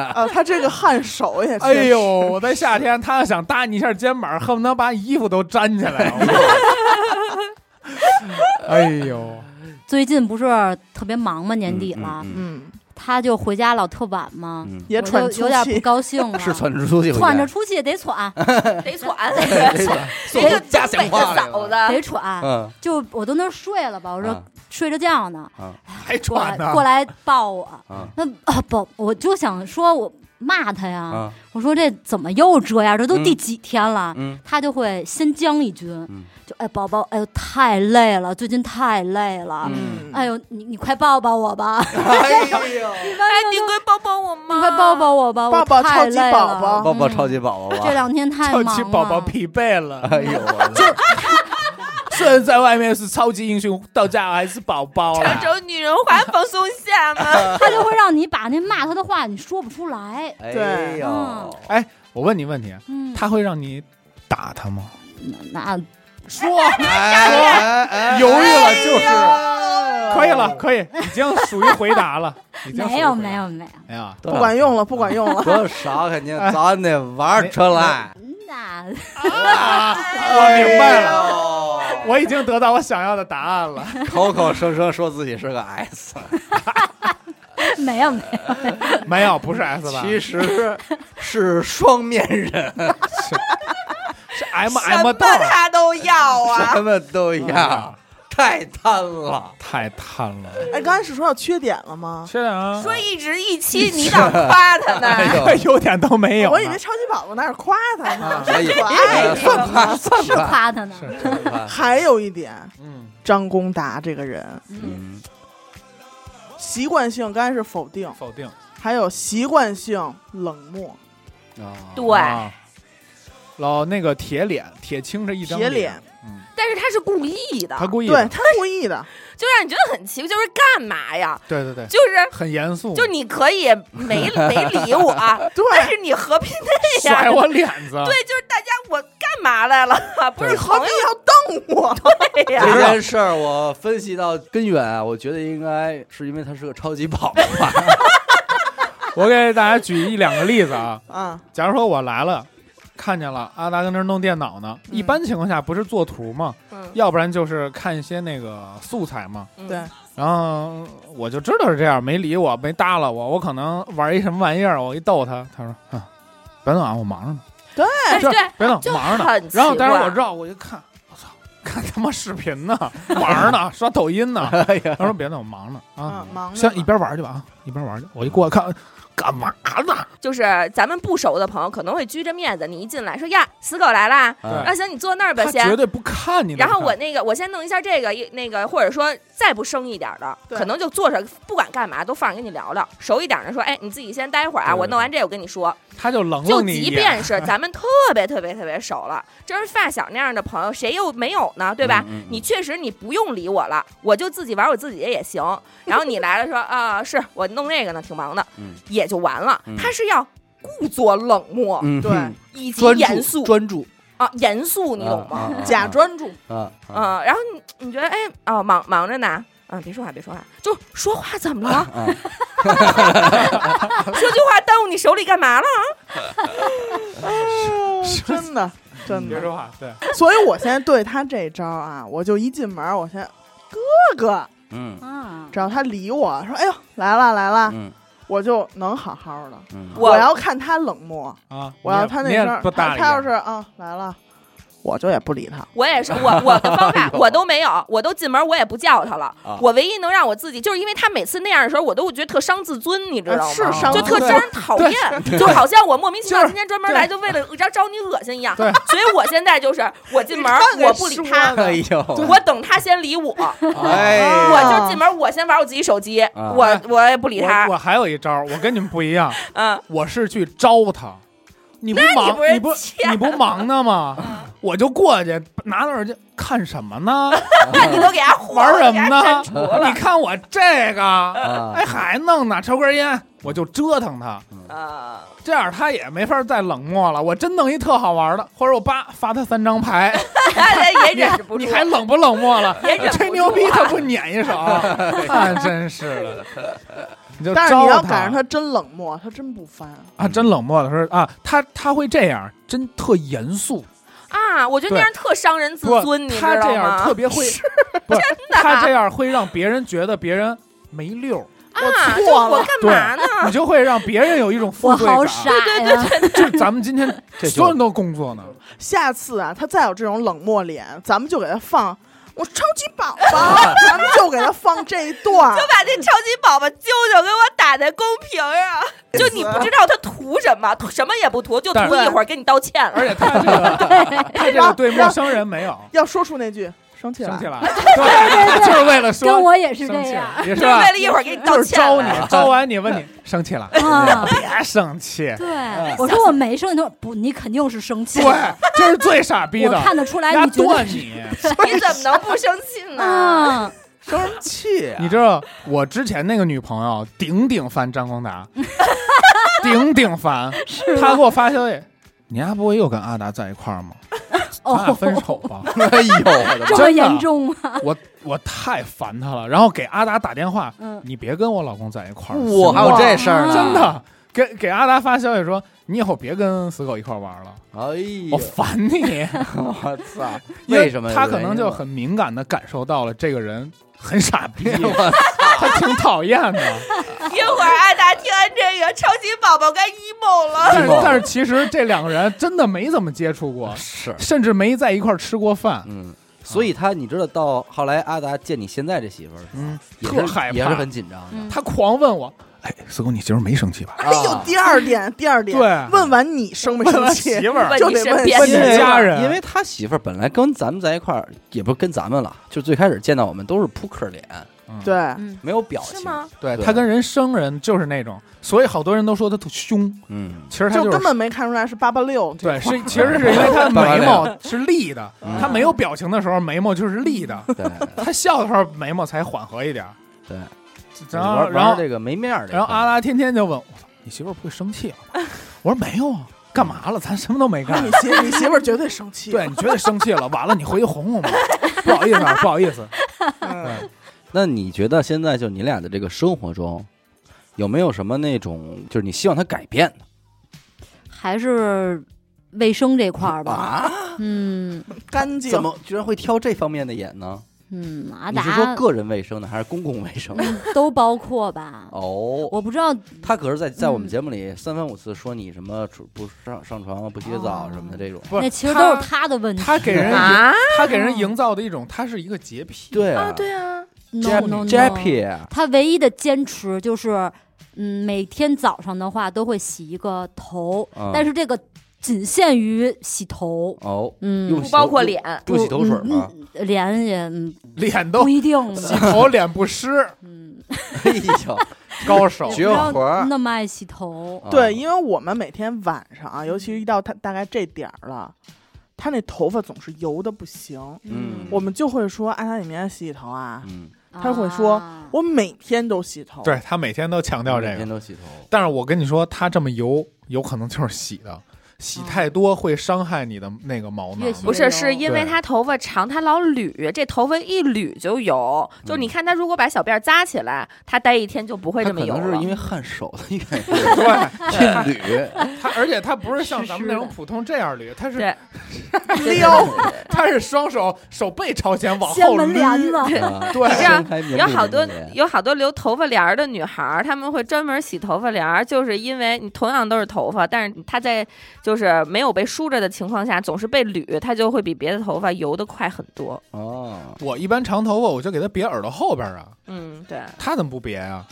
[SPEAKER 2] 啊，他这个汗手也，
[SPEAKER 4] 哎呦，，我在夏天，他要想搭你一下肩膀，恨不得把衣服都粘起来。哎呦，
[SPEAKER 5] 最近不是特别忙吗？年底了，
[SPEAKER 1] 嗯，
[SPEAKER 2] 嗯，
[SPEAKER 5] 他就回家老特晚嘛，
[SPEAKER 1] 嗯
[SPEAKER 2] 也
[SPEAKER 5] 我就
[SPEAKER 2] 喘粗
[SPEAKER 5] 有点不
[SPEAKER 2] 气，
[SPEAKER 5] 高兴 了，
[SPEAKER 4] 嗯
[SPEAKER 1] 是窜出出去，
[SPEAKER 5] 窜着出气得喘，
[SPEAKER 3] 得喘，
[SPEAKER 1] 这 个
[SPEAKER 3] 谁就
[SPEAKER 1] 家
[SPEAKER 3] 东
[SPEAKER 1] 乡
[SPEAKER 3] 北的
[SPEAKER 1] 话
[SPEAKER 3] 嫂子
[SPEAKER 5] 得，喘，
[SPEAKER 1] 嗯，
[SPEAKER 5] 就我都能睡了吧，我说
[SPEAKER 1] 啊
[SPEAKER 5] 睡着觉呢，
[SPEAKER 4] 还
[SPEAKER 5] 过
[SPEAKER 4] 喘
[SPEAKER 5] 来
[SPEAKER 4] 呢
[SPEAKER 5] 过！来抱我，
[SPEAKER 1] 啊
[SPEAKER 5] 那啊不，我就想说我骂他呀，
[SPEAKER 1] 啊
[SPEAKER 5] 我说这怎么又这样？这都第几天了？
[SPEAKER 1] 嗯
[SPEAKER 5] 他就会先将一军，
[SPEAKER 1] 嗯
[SPEAKER 5] 就哎宝宝，哎呦太累了，最近太累了，
[SPEAKER 1] 嗯，
[SPEAKER 5] 哎呦你你快抱抱我吧，
[SPEAKER 1] 哎呦，
[SPEAKER 3] 哎，你快抱抱我
[SPEAKER 5] 你
[SPEAKER 3] 吗？
[SPEAKER 5] 快抱抱。我吧，
[SPEAKER 2] 抱抱
[SPEAKER 5] 我太
[SPEAKER 2] 超级
[SPEAKER 5] 累
[SPEAKER 2] 宝
[SPEAKER 5] 了
[SPEAKER 2] 宝
[SPEAKER 1] 抱抱超级宝宝
[SPEAKER 5] 这
[SPEAKER 1] 吧，
[SPEAKER 5] 两天太
[SPEAKER 4] 超
[SPEAKER 5] 忙了。
[SPEAKER 4] 级宝宝疲惫了，
[SPEAKER 1] 哎呦，我的
[SPEAKER 4] 虽然在外面是超级英雄，到家还是宝宝啊
[SPEAKER 3] 这
[SPEAKER 4] 了。
[SPEAKER 3] 种女人话放松下嘛，
[SPEAKER 5] 他就会让你把那骂他的话你说不出来。
[SPEAKER 1] 哎呦，
[SPEAKER 4] 哎我问你问题，啊
[SPEAKER 5] 嗯，
[SPEAKER 4] 他会让你打他吗？
[SPEAKER 5] 那
[SPEAKER 4] 说，
[SPEAKER 1] 哎哎
[SPEAKER 4] 犹豫了就是。
[SPEAKER 1] 是
[SPEAKER 4] 可以了，，可以，已经属于回答了，已经属于
[SPEAKER 5] 没有
[SPEAKER 4] 回答
[SPEAKER 5] 没有没有，
[SPEAKER 4] 没有啊，
[SPEAKER 1] 不
[SPEAKER 2] 不管用了，不管用 了，
[SPEAKER 1] 多少肯定
[SPEAKER 4] 哎
[SPEAKER 1] 咱得玩出来，
[SPEAKER 5] 那
[SPEAKER 4] 我明白了。
[SPEAKER 1] 了
[SPEAKER 4] 我已经得到我想要的答案 了。
[SPEAKER 1] 哎口口声声说自己是个 S，
[SPEAKER 5] 没有没有，
[SPEAKER 4] 没有， 不是 S 吧？
[SPEAKER 1] 其实是双面人，
[SPEAKER 4] 是 M
[SPEAKER 3] 什
[SPEAKER 4] M
[SPEAKER 3] 么
[SPEAKER 4] 蛋，
[SPEAKER 3] 她都要啊
[SPEAKER 1] 什。么都要，太贪了。
[SPEAKER 4] 太贪了。
[SPEAKER 2] 哎，刚开始说到缺点了吗？
[SPEAKER 4] 缺点啊
[SPEAKER 3] 说一直一期，你咋夸他
[SPEAKER 1] 哎
[SPEAKER 3] 呢？
[SPEAKER 1] 呦，
[SPEAKER 4] 优点啊都没 有呢。
[SPEAKER 2] 我以为超级宝宝那是夸他 呢，
[SPEAKER 1] 可以，
[SPEAKER 2] 可
[SPEAKER 1] 哎
[SPEAKER 2] 爱。
[SPEAKER 1] 算吧，算
[SPEAKER 5] 是
[SPEAKER 1] 吧，
[SPEAKER 5] 夸他呢。
[SPEAKER 4] 是，
[SPEAKER 1] 算吧
[SPEAKER 2] 还有一点，
[SPEAKER 4] 啊嗯，
[SPEAKER 2] 张功达这个人
[SPEAKER 5] 嗯，
[SPEAKER 1] 嗯，
[SPEAKER 2] 习惯性刚开始否定，
[SPEAKER 4] 否定。
[SPEAKER 2] 还有习惯性冷漠，
[SPEAKER 1] 啊
[SPEAKER 3] 对，
[SPEAKER 4] 啊，老那个铁脸，铁青这一张
[SPEAKER 2] 铁脸，，
[SPEAKER 4] 嗯，
[SPEAKER 3] 但是他是故意的，
[SPEAKER 4] 他故意
[SPEAKER 2] 对
[SPEAKER 4] 的，
[SPEAKER 2] 他故意的，
[SPEAKER 3] 就让你觉得很奇怪，就是干嘛呀？
[SPEAKER 4] 对对对，
[SPEAKER 3] 就是
[SPEAKER 4] 很严肃，
[SPEAKER 3] 就你可以没没理我，
[SPEAKER 2] 对
[SPEAKER 3] 但是你何必那
[SPEAKER 4] 甩
[SPEAKER 3] 样？
[SPEAKER 4] 我脸子，
[SPEAKER 3] 对，就是大家我干干嘛来了？不是
[SPEAKER 2] 你
[SPEAKER 3] 朋
[SPEAKER 2] 何
[SPEAKER 3] 友
[SPEAKER 2] 必要瞪我？
[SPEAKER 3] 对呀、
[SPEAKER 1] 这件事儿我分析到根源啊，我觉得应该是因为他是个超级宝宝吧。
[SPEAKER 4] 我给大家举一两个例子啊，
[SPEAKER 2] 啊，
[SPEAKER 4] 假如说我来了，看见了啊阿达跟那儿弄电脑呢，一般情况下不是做图嘛，
[SPEAKER 3] 嗯
[SPEAKER 4] 要不然就是看一些那个素材嘛。
[SPEAKER 3] 嗯
[SPEAKER 2] 对，
[SPEAKER 4] 然后我就知道是这样，没理我，没搭理我。我可能玩一什么玩意儿，我一逗他，他说：“啊，别弄啊，我忙着呢。”
[SPEAKER 2] 对
[SPEAKER 4] 这
[SPEAKER 3] 对
[SPEAKER 4] 别弄，
[SPEAKER 3] 就
[SPEAKER 4] 忙着呢。
[SPEAKER 3] 很奇怪。
[SPEAKER 4] 然后但是我绕，我一看，我操，看他妈视频呢， 玩呢，刷抖 音呢。
[SPEAKER 1] 哎呀，
[SPEAKER 4] 他说：“别弄，我忙呢啊
[SPEAKER 2] 嗯，，忙着
[SPEAKER 4] 先一
[SPEAKER 2] 呢
[SPEAKER 4] 边玩去吧啊，一边玩去。”我一过来看，干嘛呢？
[SPEAKER 3] 就是咱们不熟的朋友可能会拘着面子，你一进来说呀，死狗来啦，
[SPEAKER 4] 对
[SPEAKER 3] 那行你坐那儿吧
[SPEAKER 4] 他绝
[SPEAKER 3] 先。
[SPEAKER 4] 对不看你的。
[SPEAKER 3] 然后我那个，我先弄一下这个，一那个，或者说再不生一点的，
[SPEAKER 2] 对
[SPEAKER 3] 可能就坐着，不管干嘛都放着跟你聊聊。熟一点的说，哎，你自己先待会儿啊，
[SPEAKER 4] 对对
[SPEAKER 3] 我弄完这我跟你说。
[SPEAKER 4] 他就冷
[SPEAKER 3] 就
[SPEAKER 4] 冷你一
[SPEAKER 3] 即
[SPEAKER 4] 眼，
[SPEAKER 3] 便是咱们特别特别特别熟了，就是发小那样的朋友，谁又没有呢？对吧？
[SPEAKER 1] 嗯嗯嗯
[SPEAKER 3] 你确实你不用理我了，我就自己玩我自己的也行。然后你来了说啊，是我弄那个呢，挺忙的，
[SPEAKER 1] 嗯
[SPEAKER 3] 也就完了。
[SPEAKER 1] 嗯
[SPEAKER 3] 他是要故作冷漠、
[SPEAKER 1] 嗯
[SPEAKER 2] 对
[SPEAKER 1] 哼
[SPEAKER 3] 以及
[SPEAKER 1] 专注
[SPEAKER 3] 严肃
[SPEAKER 1] 专注，
[SPEAKER 3] 啊，严肃，你懂吗？
[SPEAKER 1] 啊
[SPEAKER 2] 假专注，
[SPEAKER 1] 啊
[SPEAKER 3] 嗯、然后你你觉得哎哦忙忙着呢。啊，别说话，别说话，就说话怎么了？
[SPEAKER 1] 啊！
[SPEAKER 3] 说句话耽误你手里干嘛了？
[SPEAKER 2] 哦真的
[SPEAKER 3] 嗯
[SPEAKER 2] 真
[SPEAKER 4] 别
[SPEAKER 2] 的。
[SPEAKER 4] 说话，对，
[SPEAKER 2] 所以我现在对他这招啊，我就一进门儿，我先哥哥，
[SPEAKER 1] 嗯
[SPEAKER 5] 啊，
[SPEAKER 2] 只要他理我说，哎呦来了来了，
[SPEAKER 1] 嗯
[SPEAKER 2] 我就能好好的。
[SPEAKER 1] 嗯，
[SPEAKER 3] 我
[SPEAKER 2] 我要看他冷漠，
[SPEAKER 4] 啊，
[SPEAKER 2] 我要他那
[SPEAKER 4] 你
[SPEAKER 2] 声
[SPEAKER 4] 也
[SPEAKER 2] 儿，
[SPEAKER 4] 不搭
[SPEAKER 2] 他
[SPEAKER 4] 理
[SPEAKER 2] 他要是啊来了，我就也不理他。
[SPEAKER 3] 我也是，我我的方 法
[SPEAKER 1] 有
[SPEAKER 3] 我都没有，我都进门我也不叫他了
[SPEAKER 1] 啊。
[SPEAKER 3] 我唯一能让我自己，就是因为他每次那样的时候，我都觉得特伤自尊，你知道
[SPEAKER 2] 啊
[SPEAKER 3] 吗？
[SPEAKER 2] 是伤
[SPEAKER 3] 就
[SPEAKER 2] 自
[SPEAKER 3] 特
[SPEAKER 2] 尊
[SPEAKER 3] 招人讨厌，就好像我莫名其妙今天专门来就为了招招你恶心一样。
[SPEAKER 4] 对
[SPEAKER 3] 所以我现在就是我进门
[SPEAKER 2] 你看看
[SPEAKER 3] 我不理他
[SPEAKER 2] 说，的
[SPEAKER 1] 哎呦，
[SPEAKER 3] 我等他先理我，
[SPEAKER 1] 哎
[SPEAKER 2] 啊
[SPEAKER 1] 呀，
[SPEAKER 3] 我就进门我先玩我自己手机，
[SPEAKER 1] 啊
[SPEAKER 3] 我我也不理他
[SPEAKER 4] 我。我还有一招，我跟你们不一样，
[SPEAKER 3] 嗯，
[SPEAKER 4] 我是去招他。你不忙，
[SPEAKER 3] 那你
[SPEAKER 4] 你
[SPEAKER 3] 不
[SPEAKER 4] 不
[SPEAKER 3] 是欠嗯
[SPEAKER 4] 你不忙呢吗？我就过去拿那耳机看什么 呢？
[SPEAKER 3] 那你都给他火
[SPEAKER 4] 嗯玩什么
[SPEAKER 3] 了
[SPEAKER 4] 呢
[SPEAKER 3] 给他删除？了嗯
[SPEAKER 4] 你看我这个，
[SPEAKER 1] 啊
[SPEAKER 4] 哎，还弄呢，抽根烟，我就折腾他，
[SPEAKER 3] 啊，
[SPEAKER 4] 这样他也没法再冷漠了。我真弄一特好玩的，或者我叭发他三 张牌，
[SPEAKER 3] 哎也
[SPEAKER 4] 你
[SPEAKER 3] 忍不住
[SPEAKER 4] 你。还冷不冷漠了？
[SPEAKER 3] 也 忍不住啊
[SPEAKER 4] 吹牛逼他不撵 一手，啊，真是的。你就
[SPEAKER 2] 但是你
[SPEAKER 4] 招
[SPEAKER 2] 要
[SPEAKER 4] 他
[SPEAKER 2] 赶上他真冷漠，他真不翻。
[SPEAKER 4] 啊，真冷漠的时候啊，他他会这样，真特严肃，
[SPEAKER 3] 啊，我觉得那样特伤人自
[SPEAKER 4] 不，
[SPEAKER 3] 尊，你知
[SPEAKER 4] 他这
[SPEAKER 3] 道
[SPEAKER 4] 样
[SPEAKER 3] 吗？
[SPEAKER 4] 特别会，不是他这样会让别人觉得别人没溜儿，
[SPEAKER 3] 啊，
[SPEAKER 2] 我
[SPEAKER 3] 就
[SPEAKER 2] 错
[SPEAKER 3] 我
[SPEAKER 2] 了
[SPEAKER 3] 干
[SPEAKER 4] 对
[SPEAKER 3] 嘛呢？
[SPEAKER 4] 你就会让别人有一种负
[SPEAKER 5] 我
[SPEAKER 4] 罪
[SPEAKER 5] 好
[SPEAKER 4] 感。
[SPEAKER 5] 傻呀！
[SPEAKER 4] 就咱们今 天
[SPEAKER 1] 这
[SPEAKER 4] 所有
[SPEAKER 1] 就
[SPEAKER 4] 人都工作呢，
[SPEAKER 2] 下次啊，他再有这种冷漠脸，咱们就给他放我超级宝宝， 咱们就给他放这一段
[SPEAKER 3] 就。把这超级宝宝舅舅给我打在公屏上，就你不知道他图什么，图什么也不图，就图
[SPEAKER 4] 但是
[SPEAKER 3] 一会儿跟你道歉了
[SPEAKER 4] 而。且他这 个他这个对陌生人没有
[SPEAKER 2] 要说出那句生气了，
[SPEAKER 4] 生气 了，对，就是为了
[SPEAKER 5] 跟
[SPEAKER 4] 说
[SPEAKER 5] 我也是这
[SPEAKER 4] 生气
[SPEAKER 5] 样
[SPEAKER 4] 了，也
[SPEAKER 3] 就是是
[SPEAKER 4] 吧
[SPEAKER 3] 为。了一啊会儿给你道
[SPEAKER 4] 就是
[SPEAKER 3] 歉
[SPEAKER 4] 招
[SPEAKER 3] 了
[SPEAKER 4] 你，招完你 问你生气了，
[SPEAKER 5] 啊。
[SPEAKER 4] 别生气，
[SPEAKER 5] 对，
[SPEAKER 1] 哎
[SPEAKER 5] 我说我没生气，他说不，你肯定是生气
[SPEAKER 4] 对
[SPEAKER 5] 了。，
[SPEAKER 4] 这是最傻逼
[SPEAKER 5] 我
[SPEAKER 4] 的，
[SPEAKER 5] 看得出来，
[SPEAKER 4] 丫
[SPEAKER 5] 你觉得
[SPEAKER 4] 断你。
[SPEAKER 3] 你怎么能不生气 呢？
[SPEAKER 5] 啊，
[SPEAKER 1] 生什么气啊？
[SPEAKER 4] 你知道我之前那个女朋友顶顶烦张光达，顶顶 烦，她给我发消息，你丫不会又跟阿达在一 块儿吗？咱俩
[SPEAKER 5] 哦，
[SPEAKER 4] 分手吧！
[SPEAKER 1] 哎呦，我的
[SPEAKER 5] 这么严重吗？
[SPEAKER 4] 我我太烦她了，然后给阿达打电话，
[SPEAKER 5] 嗯，
[SPEAKER 4] 你别跟我老公在一块儿，
[SPEAKER 1] 妈！我还有这啊事儿呢，
[SPEAKER 4] 真，的。给给阿达发消息说，你以后别跟死狗一块儿玩了，
[SPEAKER 1] 哎呦，
[SPEAKER 4] 我烦 你。
[SPEAKER 1] 我操！
[SPEAKER 4] 因为
[SPEAKER 1] 为什么？
[SPEAKER 4] 他可能就很敏感的感受到了这个人很傻
[SPEAKER 1] 哎
[SPEAKER 4] 逼，他挺讨厌的。
[SPEAKER 3] 一会儿阿达听完这个，超级宝宝该 emo 了。
[SPEAKER 4] 但是
[SPEAKER 1] emo，
[SPEAKER 4] 但是其实这两个人真的没怎么接触过
[SPEAKER 1] 是，
[SPEAKER 4] 甚至没在一块儿吃过饭。
[SPEAKER 1] 嗯，所以他你知道，到后来阿达见你现在这媳妇儿，
[SPEAKER 4] 嗯，
[SPEAKER 1] 也
[SPEAKER 4] 特
[SPEAKER 1] 是
[SPEAKER 4] 害怕
[SPEAKER 1] 也是很紧张的。啊
[SPEAKER 5] 嗯
[SPEAKER 4] 他狂问我，哎，四狗，你今儿没生气吧？
[SPEAKER 2] 哎呦，第二点，第二点，
[SPEAKER 4] 啊对
[SPEAKER 2] 问完你生没
[SPEAKER 4] 问
[SPEAKER 2] 生
[SPEAKER 4] 问
[SPEAKER 2] 气
[SPEAKER 4] 媳，妇儿
[SPEAKER 3] 问，
[SPEAKER 2] 就
[SPEAKER 3] 你
[SPEAKER 2] 得
[SPEAKER 3] 身
[SPEAKER 2] 问
[SPEAKER 3] 边
[SPEAKER 2] 媳
[SPEAKER 4] 问你
[SPEAKER 2] 妇儿
[SPEAKER 4] 家人，啊
[SPEAKER 1] 因为他媳妇儿本来跟咱们在一块儿，也不是跟咱们了，就最开始见到我们都是扑克脸，
[SPEAKER 4] 嗯
[SPEAKER 2] 对，
[SPEAKER 5] 嗯，
[SPEAKER 1] 没有表情。
[SPEAKER 3] 是？吗？
[SPEAKER 4] 对
[SPEAKER 1] 对
[SPEAKER 4] 他跟人生人就是那种，所以好多人都说他特凶，
[SPEAKER 1] 嗯，
[SPEAKER 4] 其实他
[SPEAKER 2] 就根
[SPEAKER 4] 是。
[SPEAKER 2] 本没看出来是八八六，
[SPEAKER 4] 对，是其实是因 为他的眉毛是立的，
[SPEAKER 1] 嗯
[SPEAKER 4] 他没有表情的时候眉毛就是立 的，
[SPEAKER 1] 对
[SPEAKER 4] 他笑的时候眉毛才缓和一点。
[SPEAKER 1] 对，
[SPEAKER 4] 然
[SPEAKER 1] 玩
[SPEAKER 4] 后
[SPEAKER 1] 玩
[SPEAKER 4] 然后
[SPEAKER 1] 这个没面儿的。
[SPEAKER 4] 然后阿拉天天就问我：“你媳妇儿不会生气了吧？”我说：“没有啊，干嘛了？咱什么都没
[SPEAKER 2] 那
[SPEAKER 4] 干
[SPEAKER 2] 你。媳你媳妇儿绝对生气。
[SPEAKER 4] 对，你绝对生气了，完了你回去哄哄吧。不好意思啊，不好意思。
[SPEAKER 2] 嗯，
[SPEAKER 1] 那你觉得现在就你俩的这个生活中，有没有什么那种就是你希望他改变的
[SPEAKER 5] 还是卫生这块儿吧。
[SPEAKER 1] 啊？
[SPEAKER 5] 嗯
[SPEAKER 2] 干净
[SPEAKER 1] 怎么居然会挑这方面的眼呢？
[SPEAKER 5] 嗯，阿
[SPEAKER 1] 你是说
[SPEAKER 5] 达
[SPEAKER 1] 个人卫生呢，还是公共卫生呢？
[SPEAKER 5] 都包括吧。
[SPEAKER 1] 哦，
[SPEAKER 5] 我不知道，
[SPEAKER 1] 他可是在在我们
[SPEAKER 5] 嗯
[SPEAKER 1] 节目里三番五次说你什么出不上上床啊、不洗澡什么的这种。
[SPEAKER 4] 不
[SPEAKER 5] 那
[SPEAKER 4] 是，
[SPEAKER 5] 其实都是他的问题。
[SPEAKER 4] 他给人
[SPEAKER 3] 啊
[SPEAKER 4] 他给人营造的一种，他是一个洁癖。
[SPEAKER 1] 对
[SPEAKER 3] 啊，对啊，
[SPEAKER 5] no no no，
[SPEAKER 1] ，Jappy，
[SPEAKER 5] 他唯一的坚持就是，嗯，每天早上的话都会洗一个头，
[SPEAKER 1] 嗯
[SPEAKER 5] 但是这个仅限于洗头，
[SPEAKER 1] 哦，
[SPEAKER 5] 嗯，
[SPEAKER 1] 用
[SPEAKER 3] 不包括脸，
[SPEAKER 1] 不洗头水吗？
[SPEAKER 5] 嗯嗯脸也嗯
[SPEAKER 4] 脸都
[SPEAKER 5] 不一定
[SPEAKER 4] 洗头脸不湿，
[SPEAKER 5] 嗯，
[SPEAKER 1] 哎 呦，
[SPEAKER 4] 高手
[SPEAKER 5] 我不
[SPEAKER 1] 绝
[SPEAKER 5] 知道
[SPEAKER 1] 活儿
[SPEAKER 5] 那么爱洗头，
[SPEAKER 1] 啊
[SPEAKER 2] 对，因为我们每天晚上啊，尤
[SPEAKER 3] 嗯
[SPEAKER 2] 其是一到他大概这点儿了，他那头发总是油的不行，
[SPEAKER 1] 嗯
[SPEAKER 2] 我们就会说：“哎阿达，你明天洗洗头啊
[SPEAKER 1] 嗯，
[SPEAKER 2] 他会说
[SPEAKER 5] 啊！”
[SPEAKER 2] 我每天都洗头，
[SPEAKER 4] 对他每天都强调这
[SPEAKER 1] 每天
[SPEAKER 4] 个。
[SPEAKER 1] 都洗头，
[SPEAKER 4] 但是我跟你说，他这么油，有可能就是洗的，洗太多会伤害你的那个毛
[SPEAKER 5] 越
[SPEAKER 4] 囊
[SPEAKER 5] 洗。
[SPEAKER 3] 不是，是因为
[SPEAKER 4] 对
[SPEAKER 3] 他头发长，他老捋，这头发一捋就有。就是你看他如果把小辫儿扎起来，他待一天就不会
[SPEAKER 1] 他
[SPEAKER 3] 这么啊
[SPEAKER 1] 可
[SPEAKER 3] 油
[SPEAKER 1] 能是因
[SPEAKER 3] 了。
[SPEAKER 1] 为汗手的应该是 啊
[SPEAKER 4] 对
[SPEAKER 1] 劲捋，
[SPEAKER 4] 他，而且他不是像咱们那种
[SPEAKER 5] 湿湿的
[SPEAKER 4] 普通这样捋，他是
[SPEAKER 3] 对
[SPEAKER 4] 撩， 他是双手手背朝前往
[SPEAKER 5] 掀
[SPEAKER 4] 后
[SPEAKER 5] 门帘
[SPEAKER 4] 捋。
[SPEAKER 5] 子，
[SPEAKER 1] 对
[SPEAKER 4] 对，
[SPEAKER 3] 这样
[SPEAKER 1] 掀开棉
[SPEAKER 3] 有
[SPEAKER 1] 被
[SPEAKER 3] 好
[SPEAKER 1] 的
[SPEAKER 3] 多
[SPEAKER 1] 那个
[SPEAKER 3] 有好多留头发帘儿的女孩儿，她们会专门洗头发帘儿，就是因为你同样都是头发，但是她在就是没有被梳着的情况下，总是被捋，她就会比别的头发油的快很多。
[SPEAKER 1] 哦，
[SPEAKER 4] 我一般长头发，我就给他别耳朵后边啊，
[SPEAKER 3] 嗯，对，
[SPEAKER 4] 他怎么不别啊？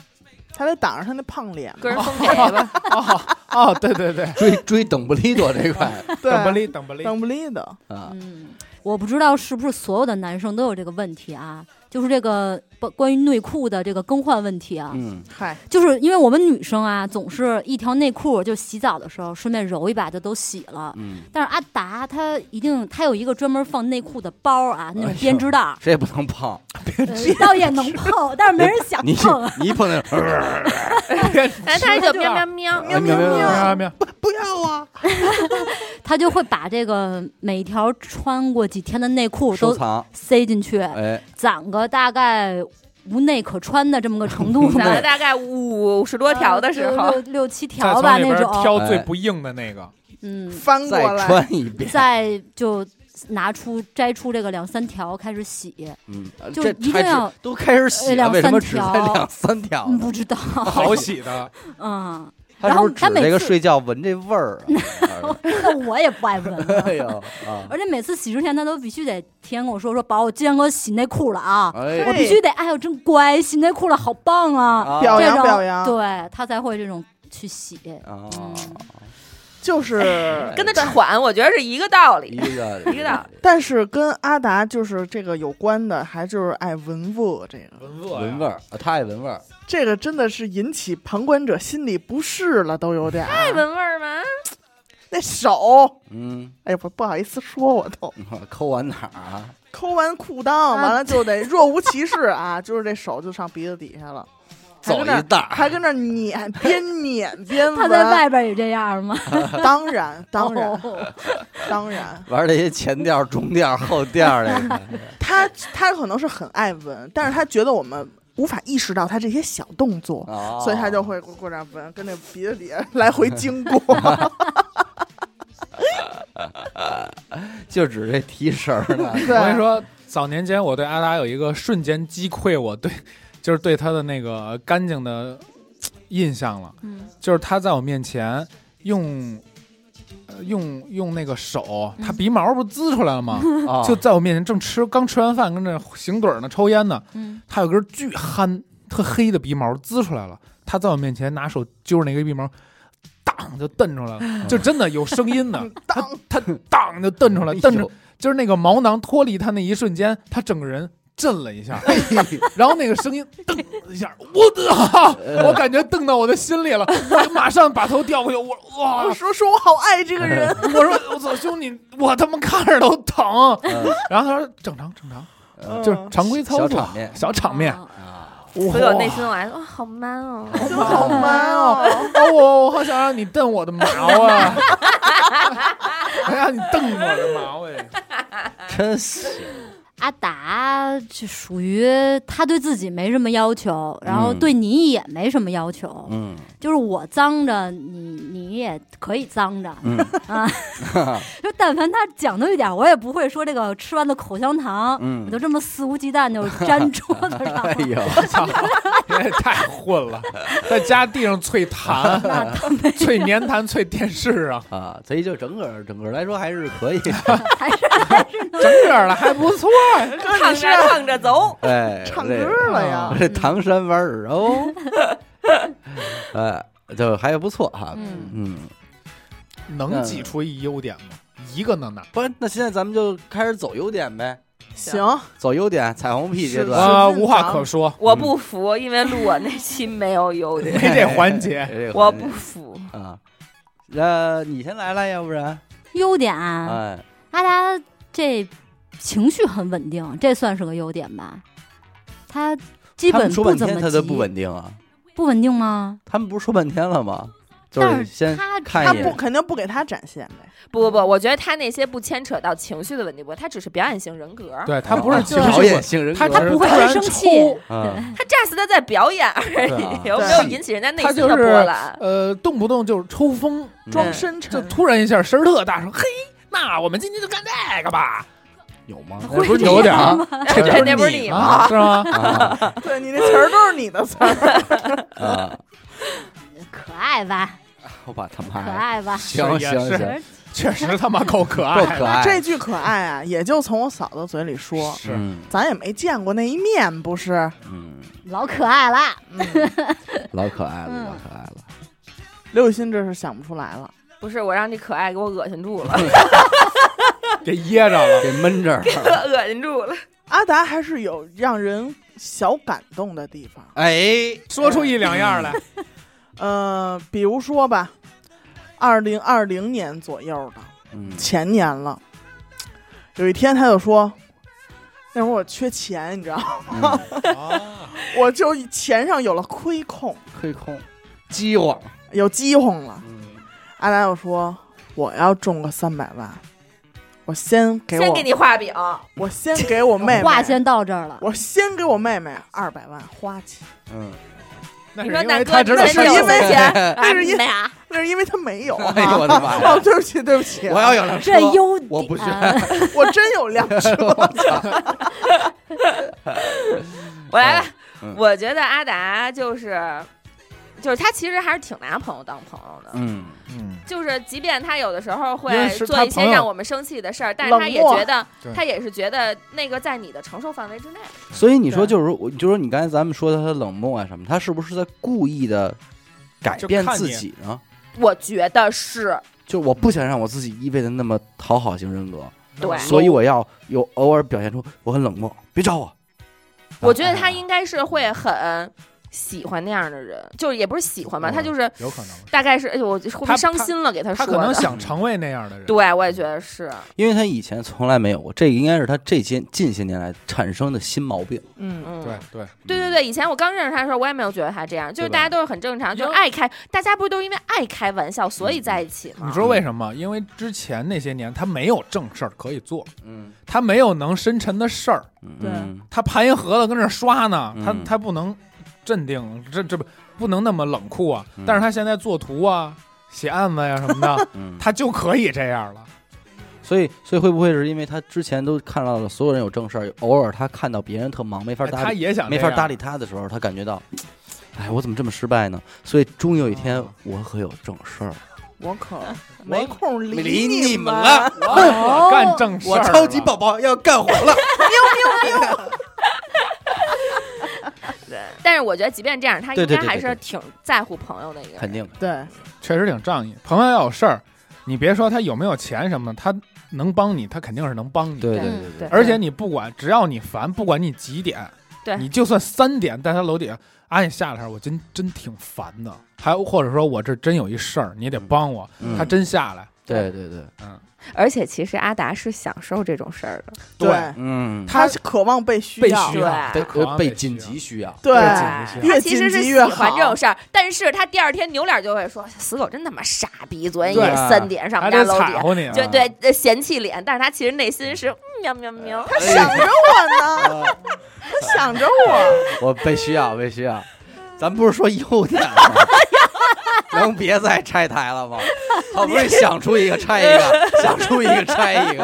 [SPEAKER 2] 他得挡着他那胖脸嘛。
[SPEAKER 3] 个人风格吧。
[SPEAKER 4] 哦哦，对对 对，
[SPEAKER 1] 追追邓布利多这 块
[SPEAKER 4] 等
[SPEAKER 2] 对，
[SPEAKER 4] 不利等不利，
[SPEAKER 2] 等不利的，
[SPEAKER 1] 啊，
[SPEAKER 5] 嗯，我不知道是不是所有的男生都有这个问题啊，就是这个不关于内裤的这个更换问题啊，
[SPEAKER 1] 嗯，
[SPEAKER 2] 嗨，
[SPEAKER 5] 就是因为我们女生啊，总是一条内裤就洗澡的时候顺便揉一把就都洗了。
[SPEAKER 1] 嗯，
[SPEAKER 5] 但是阿达他一定他有一个专门放内裤的包啊，
[SPEAKER 1] 哎
[SPEAKER 5] 那种
[SPEAKER 1] 呦
[SPEAKER 5] 编织 袋儿，
[SPEAKER 1] 谁也不能碰，
[SPEAKER 5] 呃倒也能碰，但是没人 想
[SPEAKER 1] 你
[SPEAKER 5] 碰啊。
[SPEAKER 1] 你一碰那 种，
[SPEAKER 5] 哎
[SPEAKER 3] 但她就喵喵喵，
[SPEAKER 1] 哎喵喵
[SPEAKER 4] 喵喵喵，
[SPEAKER 2] 不要啊！
[SPEAKER 5] 他就会把这个每条穿过几天的内裤
[SPEAKER 1] 收
[SPEAKER 5] 都
[SPEAKER 1] 藏，
[SPEAKER 5] 塞进去，
[SPEAKER 1] 哎，
[SPEAKER 5] 攒个大概无内可穿的这么个程度
[SPEAKER 3] 攒了
[SPEAKER 5] 呢。
[SPEAKER 3] 大概五十多条的时
[SPEAKER 5] 呃
[SPEAKER 3] 候
[SPEAKER 5] 六，六六七
[SPEAKER 4] 再
[SPEAKER 5] 条
[SPEAKER 4] 从
[SPEAKER 5] 吧
[SPEAKER 4] 里
[SPEAKER 5] 那
[SPEAKER 4] 边
[SPEAKER 5] 种，
[SPEAKER 4] 挑最不硬的那个，
[SPEAKER 5] 嗯，
[SPEAKER 2] 翻过
[SPEAKER 1] 再
[SPEAKER 2] 来，
[SPEAKER 1] 穿一遍，
[SPEAKER 5] 再就拿出摘出这个两三条开始洗，
[SPEAKER 1] 嗯，呃
[SPEAKER 5] 就
[SPEAKER 1] 这
[SPEAKER 5] 一定
[SPEAKER 1] 还只
[SPEAKER 5] 要
[SPEAKER 1] 都开始洗
[SPEAKER 5] 呃
[SPEAKER 1] 了，
[SPEAKER 5] 两
[SPEAKER 1] 为什
[SPEAKER 5] 三
[SPEAKER 1] 么只才
[SPEAKER 5] 条
[SPEAKER 1] 两三条
[SPEAKER 5] 嗯，
[SPEAKER 1] 呢？
[SPEAKER 5] 不知 道，
[SPEAKER 4] 好洗 的，
[SPEAKER 5] 嗯，
[SPEAKER 1] 他
[SPEAKER 5] 然
[SPEAKER 1] 是不
[SPEAKER 5] 后
[SPEAKER 1] 是指
[SPEAKER 5] 他每
[SPEAKER 1] 这个
[SPEAKER 5] 次
[SPEAKER 1] 睡觉闻这味儿啊？
[SPEAKER 5] 那我也不爱闻了。
[SPEAKER 1] 哎呦 啊，
[SPEAKER 5] 而且每次洗之前，他都必须得提前跟我说说，宝，我今天给我洗内裤了啊，
[SPEAKER 1] 哎
[SPEAKER 2] 对
[SPEAKER 5] 我必须得，哎呦，真乖，洗内裤了，好棒啊，
[SPEAKER 1] 啊
[SPEAKER 2] 表
[SPEAKER 5] 这
[SPEAKER 2] 扬
[SPEAKER 5] 种
[SPEAKER 2] 表扬
[SPEAKER 5] 对他才会这种去洗，
[SPEAKER 1] 啊，
[SPEAKER 5] 嗯
[SPEAKER 2] 就是
[SPEAKER 3] 跟他喘，我觉得是一个道
[SPEAKER 1] 一
[SPEAKER 3] 理。
[SPEAKER 1] 个
[SPEAKER 3] 一个道理
[SPEAKER 2] 但是跟阿达就是这个有关的，还就是爱闻物这个，
[SPEAKER 4] 闻味
[SPEAKER 1] 闻味
[SPEAKER 4] 儿，
[SPEAKER 1] 儿，啊他爱闻味儿，
[SPEAKER 2] 这个真的是引起旁观者心里不适了，都有点儿。啊
[SPEAKER 3] 爱闻味儿吗？
[SPEAKER 2] 那手，
[SPEAKER 1] 嗯，
[SPEAKER 2] 哎呀，不不好意思说，我都
[SPEAKER 1] 抠完哪儿啊？
[SPEAKER 2] 抠完裤裆，
[SPEAKER 5] 啊
[SPEAKER 2] 完了就得若无其事啊， 就是这手就上鼻子底下了，还
[SPEAKER 1] 走
[SPEAKER 2] 跟那
[SPEAKER 1] 一
[SPEAKER 2] 儿
[SPEAKER 1] 袋儿，
[SPEAKER 2] 还跟那儿撵，边撵边
[SPEAKER 5] 他在
[SPEAKER 2] 闻。
[SPEAKER 5] 外边也这样吗？
[SPEAKER 2] 当然，当然，
[SPEAKER 5] 哦
[SPEAKER 2] 当然，
[SPEAKER 1] 玩这些前调、中调、后调的，
[SPEAKER 2] 他他可能是很爱闻，但是他觉得我们无法意识到他这些小动作，
[SPEAKER 1] 哦
[SPEAKER 2] 所以他就会过过这儿闻，跟那鼻子底下来回经 过。
[SPEAKER 1] 就指这提神儿 呢。
[SPEAKER 2] 对，。
[SPEAKER 4] 我跟你说，早年间我对阿达有一个瞬间击溃我对， 就是对他的那个干净的嘖印象了，
[SPEAKER 5] 嗯
[SPEAKER 4] 就是他在我面前用。呃用用那个手，
[SPEAKER 5] 嗯
[SPEAKER 4] 他鼻毛不滋出来了吗？
[SPEAKER 1] 啊
[SPEAKER 4] 就在我面前正吃， 刚吃完饭，跟那行盹儿呢，抽烟呢。
[SPEAKER 5] 嗯，
[SPEAKER 4] 他有根巨憨、特黑的鼻毛滋出来了，他在我面前拿手揪着那个鼻毛，当就瞪出来 了，就真的有声音呢他他当就瞪出
[SPEAKER 1] 哎
[SPEAKER 4] 来， 瞪着就是那个毛囊脱离他那一瞬间，他整个人震了 一下，
[SPEAKER 2] 哎
[SPEAKER 4] 然后那个声音噔一下，我的， 我感觉瞪到我的心里了，我马上把头掉过去，我哇
[SPEAKER 2] 我，哦说说我好爱这个人，
[SPEAKER 4] 我说我操兄弟，我他妈看着都疼。啊
[SPEAKER 1] 嗯
[SPEAKER 4] 然后他说正常正常，
[SPEAKER 1] 嗯
[SPEAKER 4] 就是常规操
[SPEAKER 1] 小
[SPEAKER 4] 作，
[SPEAKER 1] 场面
[SPEAKER 4] 小场面。
[SPEAKER 5] 啊
[SPEAKER 1] 啊，
[SPEAKER 3] 所以我内心我还说哇，好 man 哦，
[SPEAKER 4] 好 man 哦！哦，我我好想让你瞪我的毛 啊！我让你瞪我的毛哎！
[SPEAKER 1] 嗯真是
[SPEAKER 5] 阿达就属于他对自己没什么要求，然后对你也没什么要求，
[SPEAKER 1] 嗯
[SPEAKER 5] 就是我脏着你，你也可以脏着。啊
[SPEAKER 1] 嗯，
[SPEAKER 5] 就但凡他讲究一点，我也不会说这个吃完的口香糖，
[SPEAKER 1] 嗯
[SPEAKER 5] 我就这么肆无忌惮就粘桌子上
[SPEAKER 1] 哎
[SPEAKER 5] 了。
[SPEAKER 1] 呦，
[SPEAKER 4] 操，你也太混了，在家地上脆痰，
[SPEAKER 5] 啊
[SPEAKER 4] 脆棉痰，脆电视啊，
[SPEAKER 1] 啊，所以就整个整个来说还是可以，
[SPEAKER 5] 还是还是
[SPEAKER 4] 整个了还不错呀。
[SPEAKER 3] 躺着躺着
[SPEAKER 4] 嗯
[SPEAKER 3] 走，
[SPEAKER 1] 哎，
[SPEAKER 2] 唱
[SPEAKER 1] 这
[SPEAKER 2] 歌啊了呀，
[SPEAKER 1] 这唐山玩儿哦， 哎，就还不错哈，
[SPEAKER 5] 嗯
[SPEAKER 1] 嗯，
[SPEAKER 4] 能挤出一优点吗？一个能拿。
[SPEAKER 1] 不是，那现在咱们就开始走优点呗，
[SPEAKER 2] 行，
[SPEAKER 1] 走优点，彩虹屁阶
[SPEAKER 2] 是
[SPEAKER 1] 段，
[SPEAKER 4] 啊，无话可说，
[SPEAKER 3] 我不服，因为录我那期没有优 点，
[SPEAKER 4] 没这环节。
[SPEAKER 1] 这个
[SPEAKER 3] 我
[SPEAKER 1] 环
[SPEAKER 3] 不
[SPEAKER 1] 节
[SPEAKER 3] 服。
[SPEAKER 1] 啊，那你先来了，要不然，
[SPEAKER 5] 优点啊，
[SPEAKER 1] 哎，
[SPEAKER 5] 阿达这情绪很稳定，这算是个优点吧？他基
[SPEAKER 1] 他
[SPEAKER 5] 本
[SPEAKER 1] 们说半
[SPEAKER 5] 怎么
[SPEAKER 1] 天他都
[SPEAKER 5] 急
[SPEAKER 1] 不稳定啊，
[SPEAKER 5] 不稳定吗？
[SPEAKER 1] 他们不是说半天了吗？就
[SPEAKER 5] 但是
[SPEAKER 1] 先
[SPEAKER 5] 他
[SPEAKER 1] 看
[SPEAKER 4] 哎
[SPEAKER 2] 他
[SPEAKER 1] 一
[SPEAKER 2] 不
[SPEAKER 1] 眼，
[SPEAKER 2] 肯定不给他展现呗。
[SPEAKER 3] 不不不，我觉得他那些不牵扯到情绪的问题，不，他只是表演型人格，
[SPEAKER 4] 对他不是情
[SPEAKER 1] 表
[SPEAKER 4] 绪
[SPEAKER 1] 演
[SPEAKER 4] 稳，
[SPEAKER 1] 性人
[SPEAKER 4] 他
[SPEAKER 1] 格，
[SPEAKER 4] 他
[SPEAKER 5] 不会
[SPEAKER 4] 突然
[SPEAKER 5] 生气，
[SPEAKER 4] 抽
[SPEAKER 1] 嗯，
[SPEAKER 3] 他炸死他在表演而
[SPEAKER 1] 对啊
[SPEAKER 3] 已，有没有引起人家内
[SPEAKER 4] 他
[SPEAKER 3] 心
[SPEAKER 4] 就
[SPEAKER 3] 的
[SPEAKER 4] 是
[SPEAKER 3] 波澜？
[SPEAKER 4] 呃，动不动就是抽风，
[SPEAKER 2] 装
[SPEAKER 1] 嗯
[SPEAKER 2] 深
[SPEAKER 4] 就
[SPEAKER 2] 沉，
[SPEAKER 4] 突然一下声儿特大声，嘿，那我们今天就干这个吧，
[SPEAKER 1] 有吗？
[SPEAKER 5] 会
[SPEAKER 4] 不是
[SPEAKER 5] 这
[SPEAKER 4] 有点
[SPEAKER 5] 样
[SPEAKER 4] 儿
[SPEAKER 5] 吗？
[SPEAKER 4] 这
[SPEAKER 3] 这
[SPEAKER 4] 不
[SPEAKER 3] 不
[SPEAKER 4] 是
[SPEAKER 3] 是
[SPEAKER 4] 你
[SPEAKER 3] 你
[SPEAKER 4] 吗？是 吗？
[SPEAKER 1] 啊
[SPEAKER 2] 对你那词儿都是你的词儿，
[SPEAKER 1] 啊！
[SPEAKER 5] 可爱吧，
[SPEAKER 1] 我把他
[SPEAKER 5] 可
[SPEAKER 1] 妈呀！
[SPEAKER 5] 爱吧，
[SPEAKER 1] 行
[SPEAKER 4] 是
[SPEAKER 1] 行
[SPEAKER 4] 也是
[SPEAKER 1] 行，
[SPEAKER 4] 确实他妈够
[SPEAKER 1] 够
[SPEAKER 4] 可爱
[SPEAKER 1] 可
[SPEAKER 4] 的，
[SPEAKER 1] 爱。
[SPEAKER 2] 这句可爱啊，也就从我嫂子嘴里说，
[SPEAKER 4] 是
[SPEAKER 1] 嗯
[SPEAKER 2] 咱也没见过那一面，不是？嗯
[SPEAKER 1] 嗯，
[SPEAKER 5] 老可爱了。
[SPEAKER 1] 老可爱了，
[SPEAKER 5] 嗯
[SPEAKER 1] 老可爱了。
[SPEAKER 2] 刘雨欣这是想不出来了，
[SPEAKER 3] 不是，我让这可爱给我恶心住 了，
[SPEAKER 4] 给噎着了。
[SPEAKER 1] 给闷这儿，
[SPEAKER 3] 恶心住了。
[SPEAKER 2] 阿达还是有让人小感动的地方。
[SPEAKER 1] 哎，
[SPEAKER 4] 说出一两样来，
[SPEAKER 2] 呃，比如说吧，二零二零年左右的
[SPEAKER 1] 嗯
[SPEAKER 2] 前年了，有一天他就说，那会儿我缺钱，你知道吗，
[SPEAKER 1] 嗯
[SPEAKER 2] 我就钱上有了亏空，
[SPEAKER 1] 亏空，饥荒，
[SPEAKER 2] 有饥荒了。
[SPEAKER 1] 嗯
[SPEAKER 2] 阿达就说，我要中个三百万，我先给我
[SPEAKER 3] 先给你画饼，
[SPEAKER 2] 我先给我妹妹，
[SPEAKER 5] 话先到这儿了，
[SPEAKER 2] 我先给我妹妹二百万花去，
[SPEAKER 1] 嗯，
[SPEAKER 4] 那
[SPEAKER 3] 你
[SPEAKER 4] 是
[SPEAKER 3] 说
[SPEAKER 4] 因
[SPEAKER 3] 大
[SPEAKER 4] 为
[SPEAKER 3] 哥
[SPEAKER 4] 他知道
[SPEAKER 3] 之前
[SPEAKER 2] 是
[SPEAKER 3] 就
[SPEAKER 2] 因
[SPEAKER 3] 有
[SPEAKER 2] 为
[SPEAKER 3] 没钱，
[SPEAKER 2] 那是因
[SPEAKER 3] 没啊
[SPEAKER 2] 那是因为她没有。
[SPEAKER 1] 哎呦我的妈
[SPEAKER 2] 哦，
[SPEAKER 1] 呀！
[SPEAKER 2] 对不起，对不起，
[SPEAKER 1] 我要有辆车
[SPEAKER 5] 这，优点
[SPEAKER 1] 我不选，
[SPEAKER 2] 我真有辆车，
[SPEAKER 3] 我来吧
[SPEAKER 1] 嗯嗯。
[SPEAKER 3] 我觉得阿达就是，就是他其实还是挺拿朋友当朋友的。
[SPEAKER 1] 嗯
[SPEAKER 4] 嗯，
[SPEAKER 3] 就是，即便他有的时候
[SPEAKER 4] 因
[SPEAKER 3] 会
[SPEAKER 4] 为是
[SPEAKER 3] 做
[SPEAKER 4] 他
[SPEAKER 3] 一些
[SPEAKER 4] 朋友
[SPEAKER 3] 让我们生气的事儿，但是
[SPEAKER 2] 冷
[SPEAKER 3] 他也
[SPEAKER 2] 漠
[SPEAKER 3] 觉得
[SPEAKER 4] 对，
[SPEAKER 3] 他也是觉得那个在你的承受范围之内。
[SPEAKER 1] 所以你说就是说，我就说你刚才咱们说他的冷漠啊什么，他是不是在故意的改变自己呢？
[SPEAKER 3] 我觉得是
[SPEAKER 1] 就我不想让我自己一味的那么讨好型人格，
[SPEAKER 3] 对，
[SPEAKER 1] 所以我要有偶尔表现出我很冷漠，别找我。啊
[SPEAKER 3] 我觉得他应该是会很喜欢那样的人，就是也不是喜欢吧，
[SPEAKER 4] 嗯
[SPEAKER 3] 他就是
[SPEAKER 4] 有可能，
[SPEAKER 3] 大概是，哎呦，我会不
[SPEAKER 4] 他
[SPEAKER 3] 会伤心了？给他
[SPEAKER 4] 他
[SPEAKER 3] 说
[SPEAKER 4] 可能
[SPEAKER 3] 的，
[SPEAKER 4] 想成为那样的人。
[SPEAKER 3] 对我也觉得是，
[SPEAKER 1] 因为他以前从来没有过，这应该是他这些近些年来产生的新毛病。
[SPEAKER 2] 嗯，
[SPEAKER 3] 嗯，
[SPEAKER 4] 对啊对，
[SPEAKER 3] 对对对，以前我刚认识他的时候，我也没有觉得他这样，就是
[SPEAKER 1] 对吧
[SPEAKER 3] 大家都是很正常，就是爱开，大家不是都是因为爱开玩笑所以在一起吗？
[SPEAKER 4] 你说为什么？因为之前那些年他没有正事儿可以做，
[SPEAKER 1] 嗯，
[SPEAKER 4] 他没有能深沉的事儿，
[SPEAKER 2] 对
[SPEAKER 1] 嗯
[SPEAKER 4] 他盘一盒子跟那儿刷呢，他
[SPEAKER 1] 嗯
[SPEAKER 4] 他不能镇定，这这不不能那么冷酷啊
[SPEAKER 1] 嗯。，
[SPEAKER 4] 但是他现在做图啊、写案子呀、什么的
[SPEAKER 1] 嗯，
[SPEAKER 4] 他就可以这样了。
[SPEAKER 1] 所以所以会不会是因为他之前都看到了所有人有正事儿，偶尔他看到别人特忙，没法
[SPEAKER 4] 哎
[SPEAKER 1] 搭
[SPEAKER 4] 他
[SPEAKER 1] 理，
[SPEAKER 4] 也想
[SPEAKER 1] 没法搭
[SPEAKER 4] 理。
[SPEAKER 1] 理他的时候，他感觉到，哎，我怎么这么失败呢？所以终于有一天
[SPEAKER 4] 啊，
[SPEAKER 1] 我可有正事儿，
[SPEAKER 2] 我可没空
[SPEAKER 1] 理
[SPEAKER 2] 你
[SPEAKER 1] 你们了，
[SPEAKER 5] 啊
[SPEAKER 1] 哦
[SPEAKER 4] 我哎干正事儿了，
[SPEAKER 1] 宝要干活了。
[SPEAKER 3] 但是我觉得，即便这样，他
[SPEAKER 1] 对
[SPEAKER 3] 应
[SPEAKER 1] 对
[SPEAKER 3] 该
[SPEAKER 1] 对
[SPEAKER 3] 还
[SPEAKER 1] 对
[SPEAKER 3] 是挺在乎朋友的一 个
[SPEAKER 1] 肯
[SPEAKER 3] 人。
[SPEAKER 1] 定，
[SPEAKER 2] 对，
[SPEAKER 4] 确实挺仗义。朋友要有事儿，你别说他有没有钱什么，的，他能帮你，他肯定是能帮你。
[SPEAKER 1] 对
[SPEAKER 3] 对
[SPEAKER 1] 对
[SPEAKER 2] 嗯
[SPEAKER 3] 对
[SPEAKER 4] 而且你不管，只要你烦，不管你几点，
[SPEAKER 3] 对
[SPEAKER 4] 你就算三点在他楼底下，啊，你下来时我真真挺烦的。还有或者说我这真有一事儿，你也得帮我。
[SPEAKER 1] 嗯
[SPEAKER 4] 他真下来，
[SPEAKER 1] 对对对，
[SPEAKER 4] 嗯，
[SPEAKER 3] 而且其实阿达是享受这种事儿的，
[SPEAKER 2] 对，
[SPEAKER 1] 嗯，
[SPEAKER 2] 他渴望被需
[SPEAKER 4] 被
[SPEAKER 2] 要
[SPEAKER 4] 需，要，
[SPEAKER 3] 对
[SPEAKER 4] 对渴望
[SPEAKER 1] 被
[SPEAKER 4] 被
[SPEAKER 1] 紧
[SPEAKER 4] 需
[SPEAKER 1] 急需要，
[SPEAKER 2] 对，
[SPEAKER 4] 对
[SPEAKER 2] 越
[SPEAKER 3] 他其
[SPEAKER 2] 紧
[SPEAKER 3] 实是
[SPEAKER 2] 急
[SPEAKER 3] 喜
[SPEAKER 2] 越
[SPEAKER 3] 欢
[SPEAKER 2] 好
[SPEAKER 3] 这。种事儿，但是他第二天扭脸就会说：“死狗真他妈傻逼，昨天
[SPEAKER 4] 对
[SPEAKER 3] 夜
[SPEAKER 1] 啊
[SPEAKER 3] 三点
[SPEAKER 4] 要，
[SPEAKER 3] 上我
[SPEAKER 4] 还
[SPEAKER 3] 们家
[SPEAKER 4] 得
[SPEAKER 3] 楼
[SPEAKER 4] 掺
[SPEAKER 3] 底，
[SPEAKER 4] 和你啊，
[SPEAKER 3] 就对呃嫌弃脸，但是他其实内心是嗯喵喵喵。
[SPEAKER 1] 啊
[SPEAKER 2] 他想着
[SPEAKER 1] 哎
[SPEAKER 2] 我呢，他想着我，
[SPEAKER 1] 我被需要，被需要。咱不是说优点吗？能别再拆台了吗？好不容易想出一个拆一个，想出一个拆一个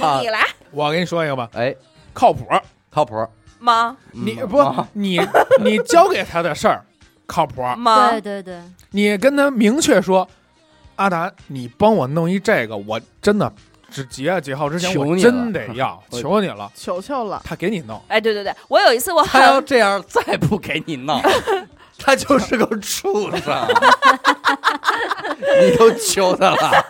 [SPEAKER 1] 啊
[SPEAKER 3] 你！来
[SPEAKER 4] 我跟你说一个吧，
[SPEAKER 1] 哎，
[SPEAKER 4] 靠谱。
[SPEAKER 1] 靠谱。
[SPEAKER 3] 吗
[SPEAKER 4] 你
[SPEAKER 1] 嗯
[SPEAKER 4] 不
[SPEAKER 1] 啊，
[SPEAKER 4] 你你交给他的事儿靠谱，
[SPEAKER 3] 吗
[SPEAKER 5] 对？对对，
[SPEAKER 4] 你跟他明确说，阿达，你帮我弄一这个，我真的只节啊节号之前
[SPEAKER 1] 求
[SPEAKER 4] 我
[SPEAKER 1] 你了
[SPEAKER 4] 真得要，
[SPEAKER 1] 我
[SPEAKER 4] 求你 了，
[SPEAKER 2] 求求了，
[SPEAKER 4] 他给你弄。
[SPEAKER 3] 哎，对对对，我有一次我
[SPEAKER 1] 他要
[SPEAKER 3] 很
[SPEAKER 1] 这样再不给你弄，他就是个畜生。你都求他了，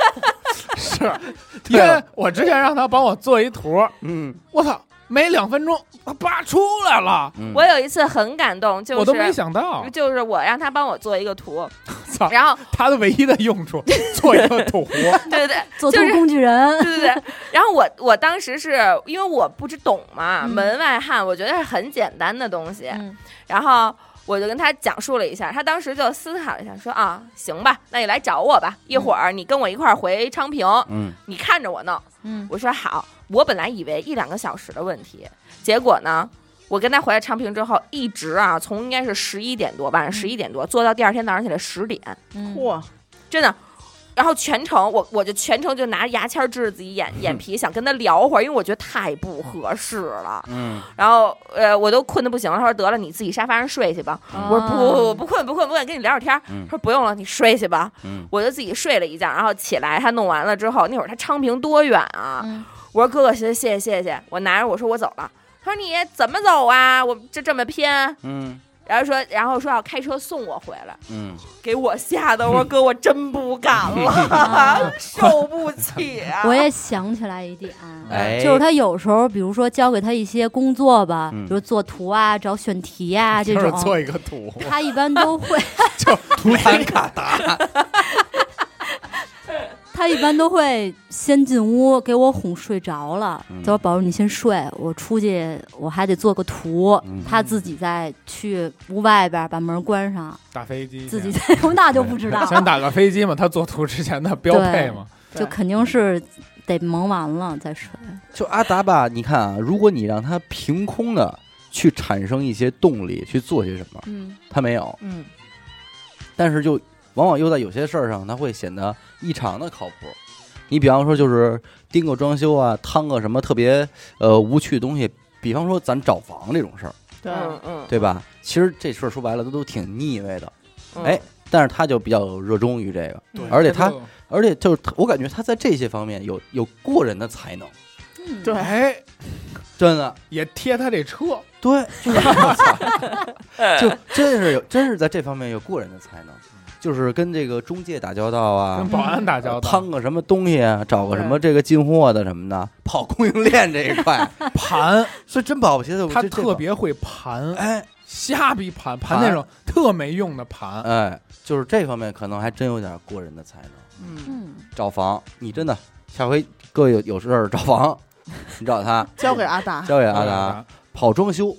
[SPEAKER 4] 是， 因
[SPEAKER 1] 对了
[SPEAKER 4] 为我之前让他帮我做一图，
[SPEAKER 1] 嗯，
[SPEAKER 4] 我操，没两分钟，叭出来了，
[SPEAKER 1] 嗯
[SPEAKER 3] 我有一次很感动，就
[SPEAKER 4] 我都没
[SPEAKER 3] 是
[SPEAKER 4] 想
[SPEAKER 5] 哦
[SPEAKER 4] 到，
[SPEAKER 3] 就是我让他帮我做一个 图，
[SPEAKER 4] 操，
[SPEAKER 3] 然后
[SPEAKER 4] 他的唯一的用处做一个 土壶，
[SPEAKER 3] 对对对，
[SPEAKER 5] 做图
[SPEAKER 3] 就是
[SPEAKER 5] 工具人，
[SPEAKER 3] 对对对，然后我我当时是因为我不知懂嘛，
[SPEAKER 5] 嗯
[SPEAKER 3] 门外汉，我觉得是很简单的东西，
[SPEAKER 5] 嗯
[SPEAKER 3] 然后我就跟他讲述了一下，他当时就思考了一下，说啊，行吧，那你来找我吧，一会儿你跟我一块儿回昌平，
[SPEAKER 1] 嗯，
[SPEAKER 3] 你看着我弄。
[SPEAKER 5] 嗯，
[SPEAKER 3] 我说好，我本来以为一两个小时的问题，结果呢，我跟他回来昌平之后，一直啊，从应该是十一点多，晚上十一点多做到第二天早上起来十点，
[SPEAKER 5] 嗯
[SPEAKER 2] 嚯，
[SPEAKER 3] 真的。然后全程我我就全程就拿牙签儿指着自己眼眼皮，想跟他聊会儿，因为我觉得太不合适了。
[SPEAKER 1] 嗯，
[SPEAKER 3] 然后呃，我都困得不行了，他说得了，你自己沙发上睡去吧。我说不不不
[SPEAKER 5] 啊
[SPEAKER 3] 我不困不困不困，跟你聊会儿天儿。
[SPEAKER 1] 嗯
[SPEAKER 3] 他说不用了，你睡去吧。
[SPEAKER 1] 嗯
[SPEAKER 3] 我就自己睡了一觉，然后起来他弄完了之后，那会儿他昌平多远啊？
[SPEAKER 5] 嗯
[SPEAKER 3] 我说哥哥，谢谢谢谢谢谢，我拿着我说我走了。他说你怎么走啊？我这这么偏，
[SPEAKER 1] 嗯
[SPEAKER 3] 然后说然后说要开车送我回来，
[SPEAKER 1] 嗯，
[SPEAKER 3] 给我吓得我说哥我真不敢 了，受不起啊！
[SPEAKER 5] 嗯我也想起来一点，啊
[SPEAKER 1] 哎，
[SPEAKER 5] 就是他有时候，比如说交给他一些工作吧，
[SPEAKER 1] 嗯
[SPEAKER 5] 比如做图啊、找选题啊这
[SPEAKER 4] 就是做
[SPEAKER 5] 种，
[SPEAKER 4] 一个土壶，
[SPEAKER 5] 他一般都会，
[SPEAKER 1] 图坦卡达，
[SPEAKER 5] 他一般都会先进屋给我哄睡着了
[SPEAKER 1] 嗯，
[SPEAKER 5] 叫我宝儿你先睡，我出去我还得做个图
[SPEAKER 1] 嗯，
[SPEAKER 5] 他自己再去屋外边把门关上，
[SPEAKER 4] 打飞机
[SPEAKER 5] 自己再那就不知 道，
[SPEAKER 4] 想打个飞机嘛，他做图之前的标配嘛，
[SPEAKER 5] 就肯定是得忙完了再睡。
[SPEAKER 1] 就阿达吧，你看啊，如果你让他凭空的去产生一些动力去做些什么，
[SPEAKER 3] 嗯，
[SPEAKER 1] 他没有，
[SPEAKER 2] 嗯，
[SPEAKER 1] 但是就往往又在有些事儿上，他会显得异常的靠谱。你比方说，就是盯个装修啊，趟个什么特别呃无趣的东西，比方说咱找房这种事儿，
[SPEAKER 2] 对，
[SPEAKER 3] 嗯嗯，
[SPEAKER 1] 对吧？其实这事儿说白了，都都挺腻味的，
[SPEAKER 3] 嗯
[SPEAKER 1] 哎，但是他就比较热衷于这个，
[SPEAKER 2] 对
[SPEAKER 1] 而且他，而且就是我感觉他在这些方面有有过人的才能，
[SPEAKER 5] 嗯
[SPEAKER 2] 对
[SPEAKER 4] 哎，
[SPEAKER 1] 真的。
[SPEAKER 4] 也贴他这车，
[SPEAKER 1] 对，就是 我操，就真是有，真是在这方面有过人的才能，就是跟这个中介打交道啊
[SPEAKER 4] 嗯跟，保安打交道，
[SPEAKER 1] 趟个什么东西啊，找个什么这个进货的什么的，跑供应链这一 块，
[SPEAKER 4] 盘，
[SPEAKER 1] 是真保不齐的。
[SPEAKER 4] 他
[SPEAKER 1] 这这
[SPEAKER 4] 特别会盘，
[SPEAKER 1] 哎
[SPEAKER 4] 瞎逼盘，盘
[SPEAKER 1] 盘
[SPEAKER 4] 那种特没用的盘，
[SPEAKER 1] 哎，就是这方面可能还真有点过人的才能。
[SPEAKER 2] 嗯，
[SPEAKER 5] 嗯，
[SPEAKER 1] 找房，你真的下回各位有有事儿找房，你找他，
[SPEAKER 2] 交给阿达
[SPEAKER 1] 交给
[SPEAKER 4] 嗯
[SPEAKER 1] 阿达。跑装修，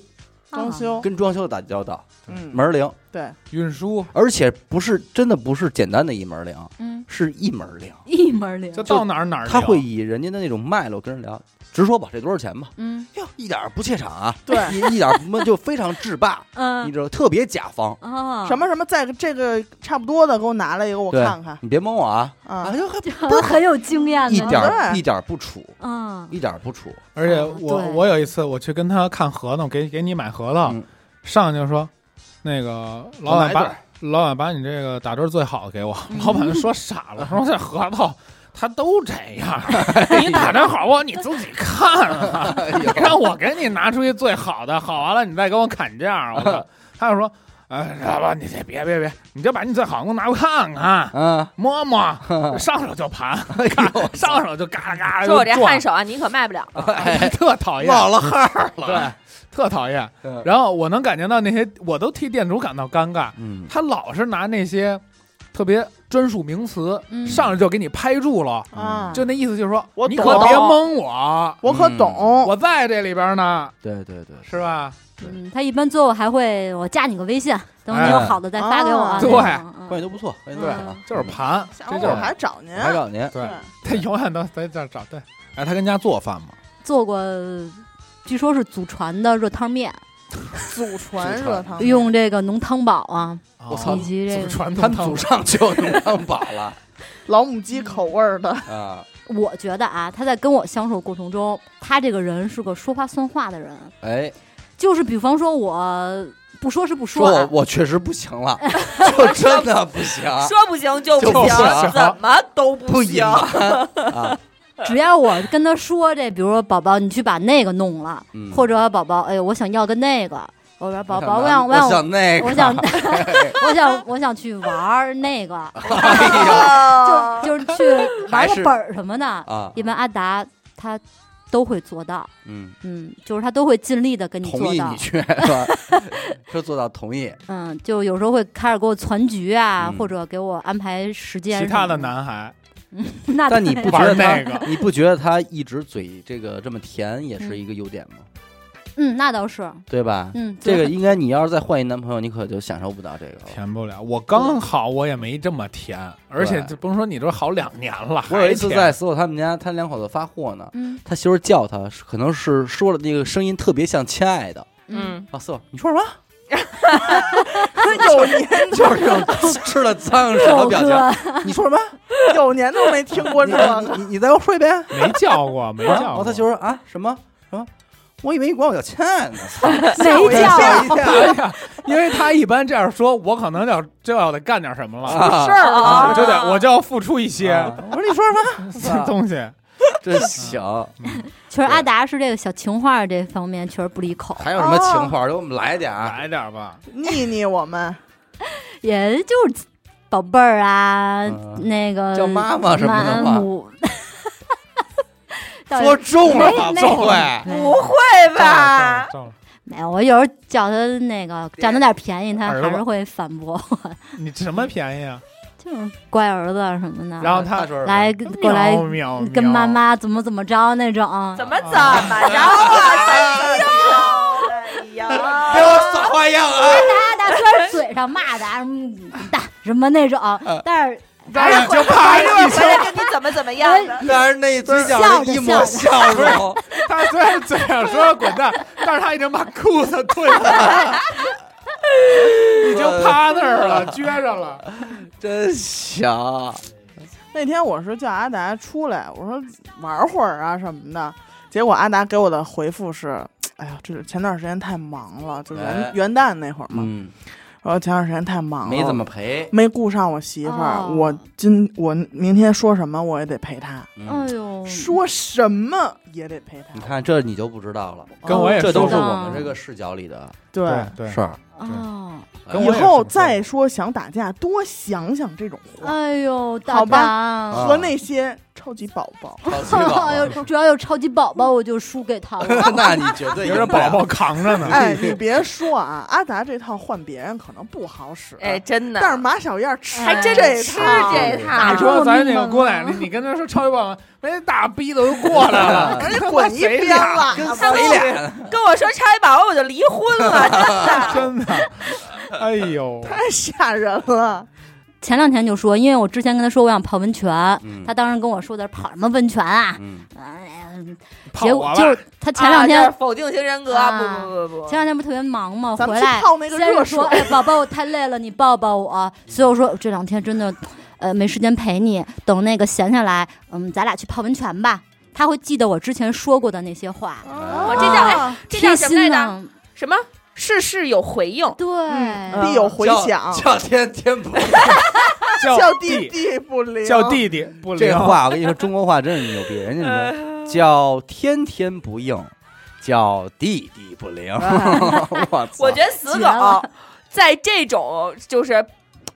[SPEAKER 2] 装修，
[SPEAKER 1] 跟装修打交道，
[SPEAKER 2] 嗯，
[SPEAKER 1] 门儿灵，
[SPEAKER 2] 对，
[SPEAKER 4] 运输，
[SPEAKER 1] 而且不是真的不是简单的一门儿灵，
[SPEAKER 5] 嗯，
[SPEAKER 1] 是一门儿灵。
[SPEAKER 5] 一门儿灵
[SPEAKER 4] 这，到哪儿哪儿聊
[SPEAKER 1] 他会以人家的那种脉络跟人聊，直说吧，这多少钱吧？
[SPEAKER 5] 嗯
[SPEAKER 1] 哟，一点儿不怯场啊，
[SPEAKER 2] 对
[SPEAKER 1] 一一点儿不就非常制霸，你
[SPEAKER 5] 嗯
[SPEAKER 1] 知道，特别甲方。
[SPEAKER 5] 啊，
[SPEAKER 2] 什么什么，在这个差不多的给我拿来一个，我
[SPEAKER 1] 对
[SPEAKER 2] 看看
[SPEAKER 1] 你别蒙我啊，
[SPEAKER 2] 啊
[SPEAKER 1] 啊，，就还
[SPEAKER 5] 都很有经验的，
[SPEAKER 1] 一点儿
[SPEAKER 2] 对
[SPEAKER 1] 一点儿不处，
[SPEAKER 5] 嗯
[SPEAKER 1] 一点儿不处。
[SPEAKER 4] 而且
[SPEAKER 5] 啊
[SPEAKER 4] 我、
[SPEAKER 5] 对
[SPEAKER 4] 我有一次我去跟他看合同，给给你买合同，
[SPEAKER 1] 嗯
[SPEAKER 4] 上去就说那个老板
[SPEAKER 1] 来一对
[SPEAKER 4] 把
[SPEAKER 1] 儿
[SPEAKER 4] 老板把你这个打折最好的给我， 老板就说傻了，说这合同。他都这 样，你打折好不好？你自己看啊！
[SPEAKER 1] 哎
[SPEAKER 4] 让我给你拿出去最好的，好完了你再给我砍价。我操！他就说：“哎，老板，你这别别别，你就把你最好的给我拿过看看，
[SPEAKER 1] 啊，
[SPEAKER 4] 摸摸，上手就盘，上手就嘎啦嘎啦。”
[SPEAKER 3] 说我这汗手啊，你可卖不了了。
[SPEAKER 4] 特讨厌，嗯
[SPEAKER 1] 落了号
[SPEAKER 4] 对
[SPEAKER 1] 了。，嗯
[SPEAKER 4] 特讨厌。
[SPEAKER 1] 对，
[SPEAKER 4] 然后我能感觉到那些，我都替店主感到尴尬，
[SPEAKER 1] 嗯，
[SPEAKER 4] 他老是拿那些特别专属名词，
[SPEAKER 5] 嗯
[SPEAKER 4] 上来就给你拍住了，
[SPEAKER 3] 嗯
[SPEAKER 2] 啊，
[SPEAKER 4] 就那意思就是说，
[SPEAKER 2] 我
[SPEAKER 4] 你
[SPEAKER 2] 懂
[SPEAKER 4] 可别蒙我，
[SPEAKER 2] 我可
[SPEAKER 1] 嗯
[SPEAKER 2] 懂，
[SPEAKER 4] 我在这里边呢，
[SPEAKER 1] 对对对，
[SPEAKER 4] 是吧？
[SPEAKER 5] 嗯，他一般最后还会我加你个微信，等你有好的再发给我啊。
[SPEAKER 2] 哎
[SPEAKER 5] 这种嗯嗯
[SPEAKER 1] 关系都不错，关系都不错啊，
[SPEAKER 4] 就是盘，
[SPEAKER 2] 下
[SPEAKER 4] 这
[SPEAKER 2] 回
[SPEAKER 4] 就
[SPEAKER 2] 我
[SPEAKER 4] 是
[SPEAKER 2] 还找您啊
[SPEAKER 1] 我，还找您，
[SPEAKER 4] 对，他永远都在这儿找对。哎，他跟家做饭嘛，
[SPEAKER 5] 做过，据说是祖传的热汤面，
[SPEAKER 2] 祖
[SPEAKER 1] 祖
[SPEAKER 2] 传
[SPEAKER 1] 传
[SPEAKER 2] 热汤面，
[SPEAKER 5] 用这个浓汤宝啊，
[SPEAKER 1] 我操
[SPEAKER 5] 以及这
[SPEAKER 4] 祖
[SPEAKER 5] 个，
[SPEAKER 4] 传
[SPEAKER 1] 他
[SPEAKER 4] 的
[SPEAKER 1] 们
[SPEAKER 4] 汤
[SPEAKER 1] 祖上就能当宝了
[SPEAKER 2] 老母鸡口味儿 的，
[SPEAKER 1] 啊！
[SPEAKER 5] 我觉得啊，他在跟我相处过程中，他这个人是个说话算话的人，
[SPEAKER 1] 哎，
[SPEAKER 5] 就是比方说我不说是不
[SPEAKER 1] 说
[SPEAKER 5] 啊
[SPEAKER 1] 我我确实不行了， 就真的不行，
[SPEAKER 3] 说不行就
[SPEAKER 1] 就不
[SPEAKER 3] 不
[SPEAKER 1] 行
[SPEAKER 3] 行，怎么都
[SPEAKER 1] 不隐
[SPEAKER 3] 行。
[SPEAKER 1] 瞒啊，
[SPEAKER 5] 只要我跟他说这，比如说宝宝，你去把那个弄了，
[SPEAKER 1] 嗯
[SPEAKER 5] 或者宝宝，哎呦，我想要个那个，我说宝宝，我
[SPEAKER 1] 想
[SPEAKER 5] 想
[SPEAKER 1] 男我
[SPEAKER 5] 想
[SPEAKER 1] 那个，
[SPEAKER 5] 我想我想我想去玩儿那个，
[SPEAKER 1] 哎
[SPEAKER 5] 就就是去玩
[SPEAKER 1] 还
[SPEAKER 5] 个
[SPEAKER 1] 是
[SPEAKER 5] 本儿什么的
[SPEAKER 1] 呦。啊，
[SPEAKER 5] 一般阿达他都会做到，
[SPEAKER 1] 嗯，
[SPEAKER 5] 嗯，就是他都会尽力的跟你
[SPEAKER 1] 同
[SPEAKER 5] 做
[SPEAKER 1] 意
[SPEAKER 5] 到
[SPEAKER 1] 你，去是吧？ 说做到同意，
[SPEAKER 5] 嗯，就有时候会开始给我攒局啊，
[SPEAKER 1] 嗯
[SPEAKER 5] 或者给我安排时间。
[SPEAKER 4] 其他的，男孩
[SPEAKER 5] 那
[SPEAKER 1] 但你
[SPEAKER 5] 当
[SPEAKER 1] 不
[SPEAKER 5] 然
[SPEAKER 1] 觉得
[SPEAKER 4] 玩
[SPEAKER 1] 他
[SPEAKER 4] 那个，
[SPEAKER 1] 你不觉得他一直嘴这个这么甜也是一个优点吗？
[SPEAKER 5] 嗯，那倒是，
[SPEAKER 1] 对吧？
[SPEAKER 5] 嗯，
[SPEAKER 1] 这个
[SPEAKER 5] 对
[SPEAKER 1] 应该你要是再换一男朋友，你可就享受不到这个了。
[SPEAKER 4] 甜不了。我刚好我也没这么甜，而且就甭说你这好两年了，
[SPEAKER 1] 我有一次
[SPEAKER 4] 还
[SPEAKER 1] 在
[SPEAKER 4] 甜
[SPEAKER 1] 死狗他们家，他两口子发货呢，
[SPEAKER 5] 嗯
[SPEAKER 1] 他媳妇儿叫他，可能是说了那个声音特别像亲爱的
[SPEAKER 5] 嗯，
[SPEAKER 3] 嗯，
[SPEAKER 1] 啊，四狗，你 说什么？
[SPEAKER 2] 有年
[SPEAKER 1] 就是这种吃了苍蝇的
[SPEAKER 5] 狗
[SPEAKER 1] 表
[SPEAKER 5] 哥
[SPEAKER 1] 情。 你说什么？
[SPEAKER 2] 有年都没听过这个
[SPEAKER 1] 你你你再给我说一遍。
[SPEAKER 4] 没叫过，没
[SPEAKER 1] 然
[SPEAKER 4] 叫
[SPEAKER 1] 后
[SPEAKER 4] 过。
[SPEAKER 1] 他媳妇儿啊什么什么？我以为你管我叫亲爱 的呢，
[SPEAKER 5] 没叫
[SPEAKER 1] 吓我一跳
[SPEAKER 4] 哎呀，因为他一般这样说，我可能要就要得干点什么了，
[SPEAKER 1] 啊
[SPEAKER 2] 事儿了，
[SPEAKER 4] 就得我就要付出一些
[SPEAKER 1] 啊我说你说什 么？
[SPEAKER 4] 这东西。
[SPEAKER 1] 真行，
[SPEAKER 5] 确实阿达是这个小情话这方面确实不离口，
[SPEAKER 1] 还有什么情话？给我们来点啊儿。
[SPEAKER 4] 来点儿吧，
[SPEAKER 2] 腻腻我们，
[SPEAKER 5] 也就是宝贝儿啊，
[SPEAKER 1] 嗯
[SPEAKER 5] 那个
[SPEAKER 1] 叫妈妈什么的吗？
[SPEAKER 5] 妈母倒
[SPEAKER 1] 说
[SPEAKER 5] 是
[SPEAKER 1] 重了吧，
[SPEAKER 5] 没
[SPEAKER 1] 不会。
[SPEAKER 5] 没
[SPEAKER 3] 会
[SPEAKER 4] 正
[SPEAKER 3] 吧
[SPEAKER 4] 了？正了
[SPEAKER 5] 没有，我有时候叫他那个占他点便宜，他
[SPEAKER 4] 儿子
[SPEAKER 5] 还是会反驳我，
[SPEAKER 4] 你什么便宜啊？
[SPEAKER 5] 就是乖儿子什么的。
[SPEAKER 4] 然后他
[SPEAKER 1] 说什么
[SPEAKER 5] 来跟过来
[SPEAKER 4] 喵喵喵
[SPEAKER 5] 跟妈妈怎么怎么着那种，
[SPEAKER 3] 怎么怎么着啊？哎呦，
[SPEAKER 1] 给我耍花样啊！
[SPEAKER 5] 大大虽然嘴上骂的啊嗯你蛋什么那种，但是
[SPEAKER 4] 然后就
[SPEAKER 3] 哎
[SPEAKER 4] 啪
[SPEAKER 3] 呦，
[SPEAKER 4] 一
[SPEAKER 3] 回来跟你怎么怎么样的？
[SPEAKER 1] 但是那嘴角的一抹笑容，
[SPEAKER 4] 他虽然嘴上说滚蛋，但是他已经把裤子褪了，已经趴那儿了，撅着了。
[SPEAKER 1] 呃真行。
[SPEAKER 2] 那天我是叫阿达出来，我说玩会儿啊什么的，结果阿达给我的回复是：“哎呀，这前段时间太忙了，就元、
[SPEAKER 1] 哎
[SPEAKER 2] 元旦那会儿嘛。
[SPEAKER 1] 嗯，
[SPEAKER 2] 我说前段时间太忙了，
[SPEAKER 1] 没怎么陪。
[SPEAKER 2] 没顾上我媳妇儿、
[SPEAKER 5] 哦
[SPEAKER 2] 我今我明天说什么我也得陪她，
[SPEAKER 5] 哎
[SPEAKER 1] 嗯，
[SPEAKER 5] 呦，
[SPEAKER 2] 说什么也得陪她。嗯
[SPEAKER 1] 你看这你就不知道了，
[SPEAKER 4] 跟我也
[SPEAKER 1] 哦这都是
[SPEAKER 5] 说
[SPEAKER 1] 我们这个视角里的
[SPEAKER 2] 对。
[SPEAKER 4] 对
[SPEAKER 1] 事，儿。
[SPEAKER 5] 哦，
[SPEAKER 1] 哎
[SPEAKER 4] 跟
[SPEAKER 2] 以
[SPEAKER 4] 我也是嗯
[SPEAKER 2] 后再说想打架，多想想这种话，
[SPEAKER 5] 哎呦，大
[SPEAKER 2] 好吧
[SPEAKER 4] 啊
[SPEAKER 5] 大。
[SPEAKER 2] 和那些超级宝宝。
[SPEAKER 1] 超级宝
[SPEAKER 5] 哎呦，主要有超级宝宝，我就输给他了。
[SPEAKER 1] 宝啊那你绝对
[SPEAKER 4] 有着宝宝扛着呢。
[SPEAKER 2] 哎，你别说啊，阿达这套换别人可能不好使，
[SPEAKER 3] 哎，真的，
[SPEAKER 2] 但是马小燕吃
[SPEAKER 3] 还真
[SPEAKER 2] 这
[SPEAKER 3] 吃
[SPEAKER 4] 嗯
[SPEAKER 2] 套哎
[SPEAKER 3] 这
[SPEAKER 4] 你
[SPEAKER 3] 套。
[SPEAKER 4] 说咱那个姑奶奶，你跟他说超级宝宝，人家大逼的都过来了，
[SPEAKER 2] 人家滚一边了，
[SPEAKER 1] 跟
[SPEAKER 3] 他
[SPEAKER 1] 谁俩？
[SPEAKER 3] 跟我说超级宝宝，我就离婚了，真的。
[SPEAKER 4] 真的。哎呦，
[SPEAKER 2] 太吓人了。
[SPEAKER 5] 前两天就说，因为我之前跟他说我想泡温泉，
[SPEAKER 1] 嗯
[SPEAKER 5] 他当时跟我说的是泡什么温泉啊？
[SPEAKER 1] 嗯，
[SPEAKER 4] 跑
[SPEAKER 5] 结
[SPEAKER 4] 我
[SPEAKER 5] 果
[SPEAKER 4] 吧
[SPEAKER 5] 就是他前两天、
[SPEAKER 3] 啊这是否定型人格，
[SPEAKER 5] 啊
[SPEAKER 3] 不不不不，
[SPEAKER 5] 前两天不是特别忙吗？
[SPEAKER 2] 咱们
[SPEAKER 5] 回
[SPEAKER 2] 去
[SPEAKER 5] 来
[SPEAKER 2] 泡那个
[SPEAKER 5] 先
[SPEAKER 2] 热
[SPEAKER 5] 是说，
[SPEAKER 2] 水
[SPEAKER 5] 哎，宝宝，我太累了，你抱抱我。所以我说这两天真的，呃，没时间陪你，等那个闲下来，嗯，咱俩去泡温泉吧。他会记得我之前说过的那些话，
[SPEAKER 1] 我
[SPEAKER 3] 哦这叫
[SPEAKER 2] 哎，
[SPEAKER 3] 这叫
[SPEAKER 5] 贴
[SPEAKER 3] 什么来
[SPEAKER 5] 心
[SPEAKER 3] 着？
[SPEAKER 5] 呢？
[SPEAKER 3] 什么？事事有回应，
[SPEAKER 5] 对，
[SPEAKER 3] 嗯
[SPEAKER 2] 必有回响，
[SPEAKER 1] 叫天天不
[SPEAKER 2] 叫
[SPEAKER 4] 叫
[SPEAKER 2] 弟弟不灵，
[SPEAKER 4] 叫弟弟不灵
[SPEAKER 1] 这，话，我跟你说，中国话真是牛逼，人家什么叫天天不应，叫地地不灵。 我操！
[SPEAKER 3] 我觉得死
[SPEAKER 5] 绝了
[SPEAKER 3] 狗在这种就是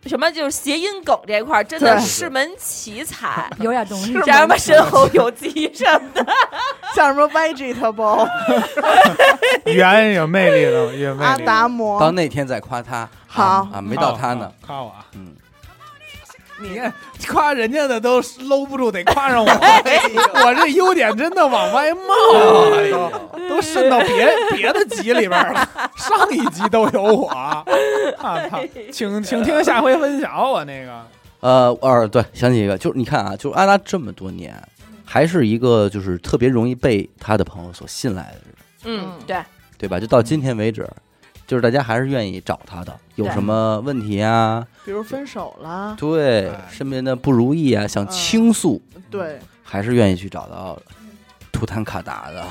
[SPEAKER 3] 什么就是谐音梗这块儿，真的
[SPEAKER 2] 对
[SPEAKER 3] 是门奇才。
[SPEAKER 5] 有点东西。
[SPEAKER 3] 像什么神猴有鸡什么的，
[SPEAKER 2] 像什么 vegetable
[SPEAKER 4] 圆有魅力的，有魅
[SPEAKER 2] 阿
[SPEAKER 4] 力。
[SPEAKER 2] 达
[SPEAKER 1] 到
[SPEAKER 2] 摩，
[SPEAKER 1] 那天再夸他。
[SPEAKER 2] 好
[SPEAKER 1] 啊，啊没到他
[SPEAKER 4] 夸我
[SPEAKER 1] 呢。，
[SPEAKER 4] 夸我啊。
[SPEAKER 1] 嗯，
[SPEAKER 4] 你夸人家的都搂不住，得夸 上我，我这优点真的往外
[SPEAKER 1] 哎
[SPEAKER 4] 冒，
[SPEAKER 1] 呦
[SPEAKER 4] 都都渗到 别别的集里边了。上一集都有我，啊操！
[SPEAKER 1] 哎
[SPEAKER 4] 请请听下回分晓我那 个。
[SPEAKER 1] 呃，二对，想起一个，就是你看啊，就是阿拉这么多年，还是一个就是特别容易被他的朋友所信赖的人，
[SPEAKER 3] 嗯，对，
[SPEAKER 1] 对吧？就到今天为止，就是大家还是愿意找他的，有
[SPEAKER 3] 对
[SPEAKER 1] 什么问题啊？
[SPEAKER 2] 比如分手了，
[SPEAKER 1] 对
[SPEAKER 4] 哎，
[SPEAKER 1] 身边的不如意啊，想
[SPEAKER 2] 嗯
[SPEAKER 1] 倾诉，
[SPEAKER 2] 对，
[SPEAKER 1] 还是愿意去找到图坦卡达 的，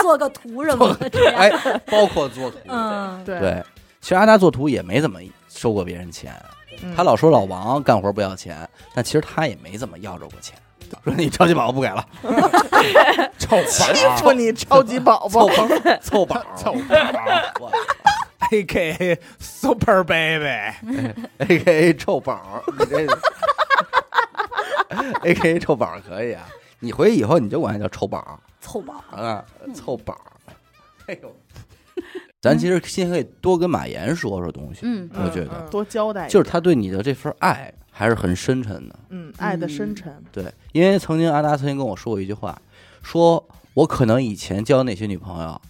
[SPEAKER 5] 做个图什么的，这样
[SPEAKER 1] 哎，包括做图，
[SPEAKER 5] 嗯，
[SPEAKER 2] 对，
[SPEAKER 1] 对。其实阿达做图也没怎么收过别人钱，
[SPEAKER 2] 嗯
[SPEAKER 1] 他老说老王干活不要钱，但其实他也没怎么要着过钱。说你超级宝宝不给 了，
[SPEAKER 4] 臭
[SPEAKER 2] 欺负你超级宝
[SPEAKER 1] 凑，
[SPEAKER 2] 宝
[SPEAKER 1] 宝凑宝
[SPEAKER 4] 臭
[SPEAKER 1] 哇
[SPEAKER 4] A K Super Baby，
[SPEAKER 1] ，A K A 臭宝，你这 A K A 臭宝可以啊。你回去以后你就管他叫臭宝
[SPEAKER 5] 凑吧。
[SPEAKER 1] 啊，臭宝。哎呦，咱其实先可以多跟马岩说说东西，
[SPEAKER 5] 嗯
[SPEAKER 1] 我觉得
[SPEAKER 3] 嗯
[SPEAKER 2] 多交代一点，
[SPEAKER 1] 就是他对你的这份爱还是很深沉的。
[SPEAKER 2] 嗯，爱的深沉，
[SPEAKER 1] 对，因为曾经阿达曾经跟我说过一句话，说我可能以前交那些女朋友，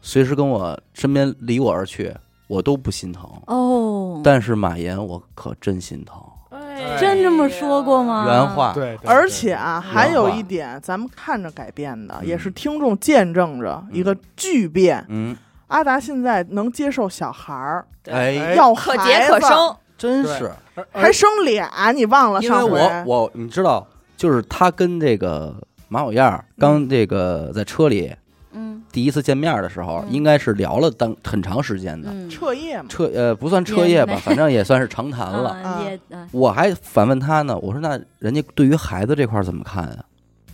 [SPEAKER 1] 随时跟我身边离我而去，我都不心疼，
[SPEAKER 5] 哦，
[SPEAKER 1] 但是马岩我可真心疼。
[SPEAKER 4] 哎
[SPEAKER 5] 真这么说过？吗？
[SPEAKER 1] 原话，
[SPEAKER 4] 对，
[SPEAKER 2] 而且啊，
[SPEAKER 1] 对
[SPEAKER 2] 还有一点，咱们看着改变的，
[SPEAKER 1] 嗯
[SPEAKER 2] 也是听众见证着一个巨变。
[SPEAKER 1] 嗯，
[SPEAKER 2] 阿达现在能接受小孩儿，
[SPEAKER 3] 对
[SPEAKER 1] 哎，
[SPEAKER 2] 要
[SPEAKER 3] 可
[SPEAKER 2] 孩
[SPEAKER 3] 结可
[SPEAKER 2] 子，
[SPEAKER 3] 生，
[SPEAKER 1] 真
[SPEAKER 4] 对
[SPEAKER 1] 是，
[SPEAKER 2] 还生俩，你忘了
[SPEAKER 1] 哎因为
[SPEAKER 2] 上回？
[SPEAKER 1] 我我你知道，就是他跟这个马小燕儿刚这个在车里
[SPEAKER 5] 嗯
[SPEAKER 1] 第一次见面的时候，
[SPEAKER 5] 嗯
[SPEAKER 1] 应该是聊了当很长时间的，
[SPEAKER 5] 嗯，
[SPEAKER 2] 彻夜嘛，
[SPEAKER 1] 彻呃不算彻夜吧
[SPEAKER 5] 也，没
[SPEAKER 1] 反正也算是长 谈
[SPEAKER 5] 完
[SPEAKER 1] 了。
[SPEAKER 2] 啊
[SPEAKER 5] 也嗯
[SPEAKER 1] 我还反问他呢，我说那人家对于孩子这块儿怎么看啊？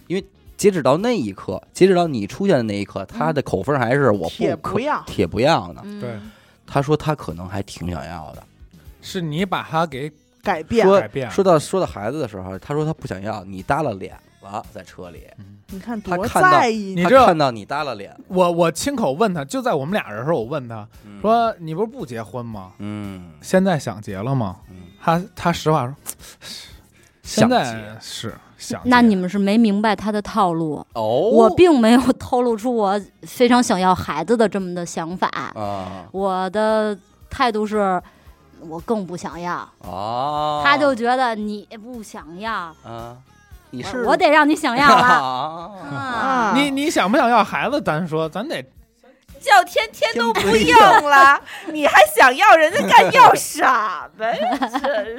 [SPEAKER 1] 因为截止到那一刻，截止到你出现的那一刻，他的口风还是我
[SPEAKER 2] 铁
[SPEAKER 1] 不
[SPEAKER 2] 不要
[SPEAKER 1] 可铁不要呢。
[SPEAKER 5] 嗯
[SPEAKER 4] 对
[SPEAKER 1] 他说他可能还挺想要的。
[SPEAKER 4] 是你把它给
[SPEAKER 2] 改变。
[SPEAKER 1] 说
[SPEAKER 4] 改变了
[SPEAKER 1] 说到说到孩子的时候，他说他不想要，你耷拉脸了在车里，
[SPEAKER 4] 嗯
[SPEAKER 2] 你看
[SPEAKER 1] 他
[SPEAKER 2] 多
[SPEAKER 1] 看到
[SPEAKER 2] 在意
[SPEAKER 4] 你
[SPEAKER 1] 他
[SPEAKER 4] 知道
[SPEAKER 1] 看到你耷拉脸，
[SPEAKER 4] 我我亲口问他，就在我们俩人的时候，我问他
[SPEAKER 1] 嗯，
[SPEAKER 4] 说：“你不是不结婚吗？
[SPEAKER 1] 嗯，
[SPEAKER 4] 现在想结了吗
[SPEAKER 1] 嗯？”
[SPEAKER 4] 他他实话说，
[SPEAKER 1] 想
[SPEAKER 4] 现在
[SPEAKER 1] 结
[SPEAKER 4] 是想结。
[SPEAKER 5] 那你们是没明白他的套路，
[SPEAKER 1] 哦，
[SPEAKER 5] 我并没有透露出我非常想要孩子的这么的想法，
[SPEAKER 1] 啊
[SPEAKER 5] 我的态度是，我更不想要。
[SPEAKER 3] 哦
[SPEAKER 1] 啊，
[SPEAKER 5] 他就觉得你不想要，
[SPEAKER 1] 啊，你
[SPEAKER 5] 我
[SPEAKER 1] 是
[SPEAKER 5] 我得让你想 要了。
[SPEAKER 1] 了，
[SPEAKER 5] 啊，
[SPEAKER 2] 啊！
[SPEAKER 4] 你你想不想要孩子？咱说，咱得
[SPEAKER 3] 叫天天
[SPEAKER 1] 都
[SPEAKER 3] 都
[SPEAKER 1] 不
[SPEAKER 3] 不
[SPEAKER 1] 要
[SPEAKER 3] 应了， 你还想要人家干要啥呗？真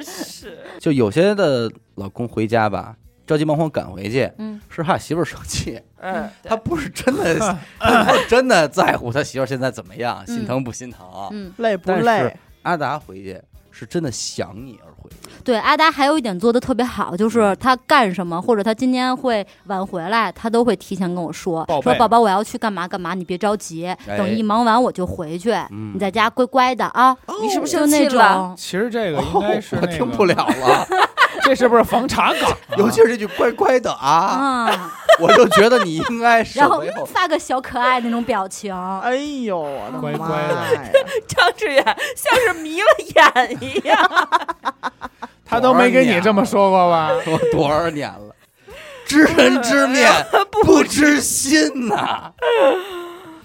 [SPEAKER 3] 是，
[SPEAKER 1] 就有些的老公回家吧，着急忙慌赶回去，
[SPEAKER 5] 嗯，
[SPEAKER 1] 是怕媳妇儿生气，
[SPEAKER 3] 嗯，对
[SPEAKER 1] 他不是真 的，他不是真的在乎他媳妇儿现在怎么样，心疼不心疼？
[SPEAKER 5] 嗯
[SPEAKER 2] 累不
[SPEAKER 1] 但是
[SPEAKER 2] 累？
[SPEAKER 1] 阿达回去是真的想你而回去，
[SPEAKER 5] 对，阿达还有一点做的特别好，就是他干什么或者他今天会晚回来，他都会提前跟我说
[SPEAKER 4] 报，备
[SPEAKER 5] 说宝宝我要去干嘛干嘛，你别着急，
[SPEAKER 3] 哎
[SPEAKER 5] 等一忙完我就回去，
[SPEAKER 1] 嗯
[SPEAKER 5] 你在家乖乖的啊。
[SPEAKER 3] 哦你是不是
[SPEAKER 5] 就
[SPEAKER 3] 生
[SPEAKER 5] 那
[SPEAKER 3] 气了？
[SPEAKER 5] 种，
[SPEAKER 4] 其实这个应
[SPEAKER 1] 哦
[SPEAKER 4] 该是
[SPEAKER 1] 我
[SPEAKER 4] 那个
[SPEAKER 1] 听不了， 了，
[SPEAKER 4] 这是不是防查岗啊？
[SPEAKER 1] 尤其是这句乖乖的啊，
[SPEAKER 5] 啊，
[SPEAKER 1] 我就觉得你应该是
[SPEAKER 5] 然后
[SPEAKER 1] 没有
[SPEAKER 5] 发个小可爱那种表情，
[SPEAKER 2] 哎呦，我的妈
[SPEAKER 4] 乖乖
[SPEAKER 2] 呀！
[SPEAKER 3] 张志远像是迷了眼一样，
[SPEAKER 4] 他都没跟你这么说过吧？
[SPEAKER 1] 我 多少年了，知人知面不知心呐。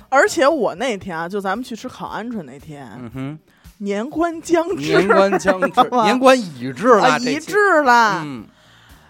[SPEAKER 2] 而且我那天啊，就咱们去吃烤鹌鹑那天，
[SPEAKER 1] 嗯哼，
[SPEAKER 2] 年关将至，
[SPEAKER 1] 年关将至，年关已至
[SPEAKER 2] 啊
[SPEAKER 1] 了，这
[SPEAKER 2] 一
[SPEAKER 1] 期
[SPEAKER 2] 致了。
[SPEAKER 1] 嗯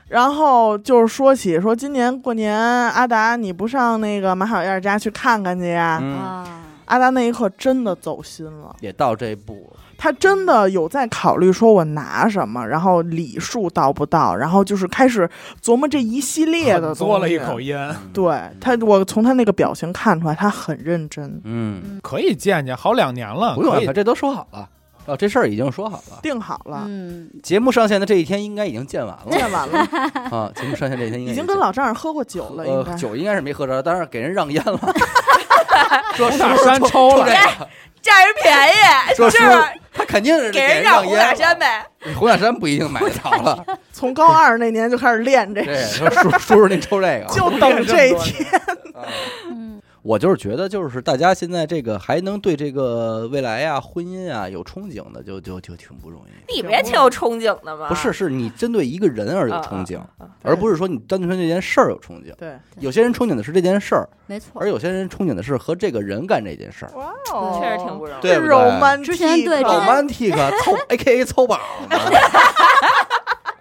[SPEAKER 2] 然后就是说起说今年过年，阿达你不上那个马小燕家去看看去呀、
[SPEAKER 1] 嗯，
[SPEAKER 5] 啊，
[SPEAKER 2] 阿达那一刻真的走心了，
[SPEAKER 1] 也到这一步了，
[SPEAKER 2] 他真的有在考虑说我拿什么，然后礼数到不到，然后就是开始琢磨这一系列的东西。
[SPEAKER 4] 嘬了一口烟，
[SPEAKER 1] 嗯
[SPEAKER 2] 对他，我从他那个表情看出来，他很认真。
[SPEAKER 1] 嗯，
[SPEAKER 4] 可以见见，好两年了，
[SPEAKER 1] 不用
[SPEAKER 4] 可
[SPEAKER 1] 安
[SPEAKER 4] 以
[SPEAKER 1] 排，这都说好了。哦，这事儿已经说好了，
[SPEAKER 2] 定好了，
[SPEAKER 5] 嗯，
[SPEAKER 1] 节目上线的这一天应该已经见完 了
[SPEAKER 2] 见完了，
[SPEAKER 1] 啊！节目上线这一天应该
[SPEAKER 2] 已经跟老丈人喝过酒了，应该
[SPEAKER 1] 呃。酒应该是没喝着，但是给人让烟了。说
[SPEAKER 4] 五
[SPEAKER 1] 叔
[SPEAKER 4] 塔山
[SPEAKER 1] 叔
[SPEAKER 4] 抽
[SPEAKER 1] 抽
[SPEAKER 4] 了
[SPEAKER 1] 这，个，
[SPEAKER 3] 占人便宜，
[SPEAKER 1] 说
[SPEAKER 3] 就是是
[SPEAKER 1] 他肯定是
[SPEAKER 3] 给
[SPEAKER 1] 人
[SPEAKER 3] 人让
[SPEAKER 1] 烟
[SPEAKER 3] 红
[SPEAKER 1] 了。
[SPEAKER 3] 塔山呗。
[SPEAKER 1] 红塔山不一定买得着了。
[SPEAKER 2] 从高二那年就开始练这
[SPEAKER 1] 对，说叔叔叔您抽这个，
[SPEAKER 2] 就等这一天。
[SPEAKER 1] 啊我就是觉得，就是大家现在这个还能对这个未来呀、婚姻啊有憧憬的，就就就挺不容易。
[SPEAKER 3] 你别挺有憧憬的嘛。
[SPEAKER 5] 啊
[SPEAKER 1] 不是，是你针对一个人而有
[SPEAKER 3] 啊
[SPEAKER 1] 憧憬，
[SPEAKER 3] 啊啊
[SPEAKER 1] 而不是说你单纯这件事儿有憧憬。
[SPEAKER 2] 对，
[SPEAKER 1] 有些人憧憬的是这件事儿，
[SPEAKER 5] 没错
[SPEAKER 1] 而。有些人憧憬的是和这个人干这件事儿。
[SPEAKER 2] 哇
[SPEAKER 5] 哦
[SPEAKER 3] 确实挺不容易。
[SPEAKER 1] 对不对
[SPEAKER 2] 肉漫
[SPEAKER 5] 之前对之
[SPEAKER 1] 老
[SPEAKER 5] 前
[SPEAKER 1] romantic 啊 凑 A K A 凑宝呢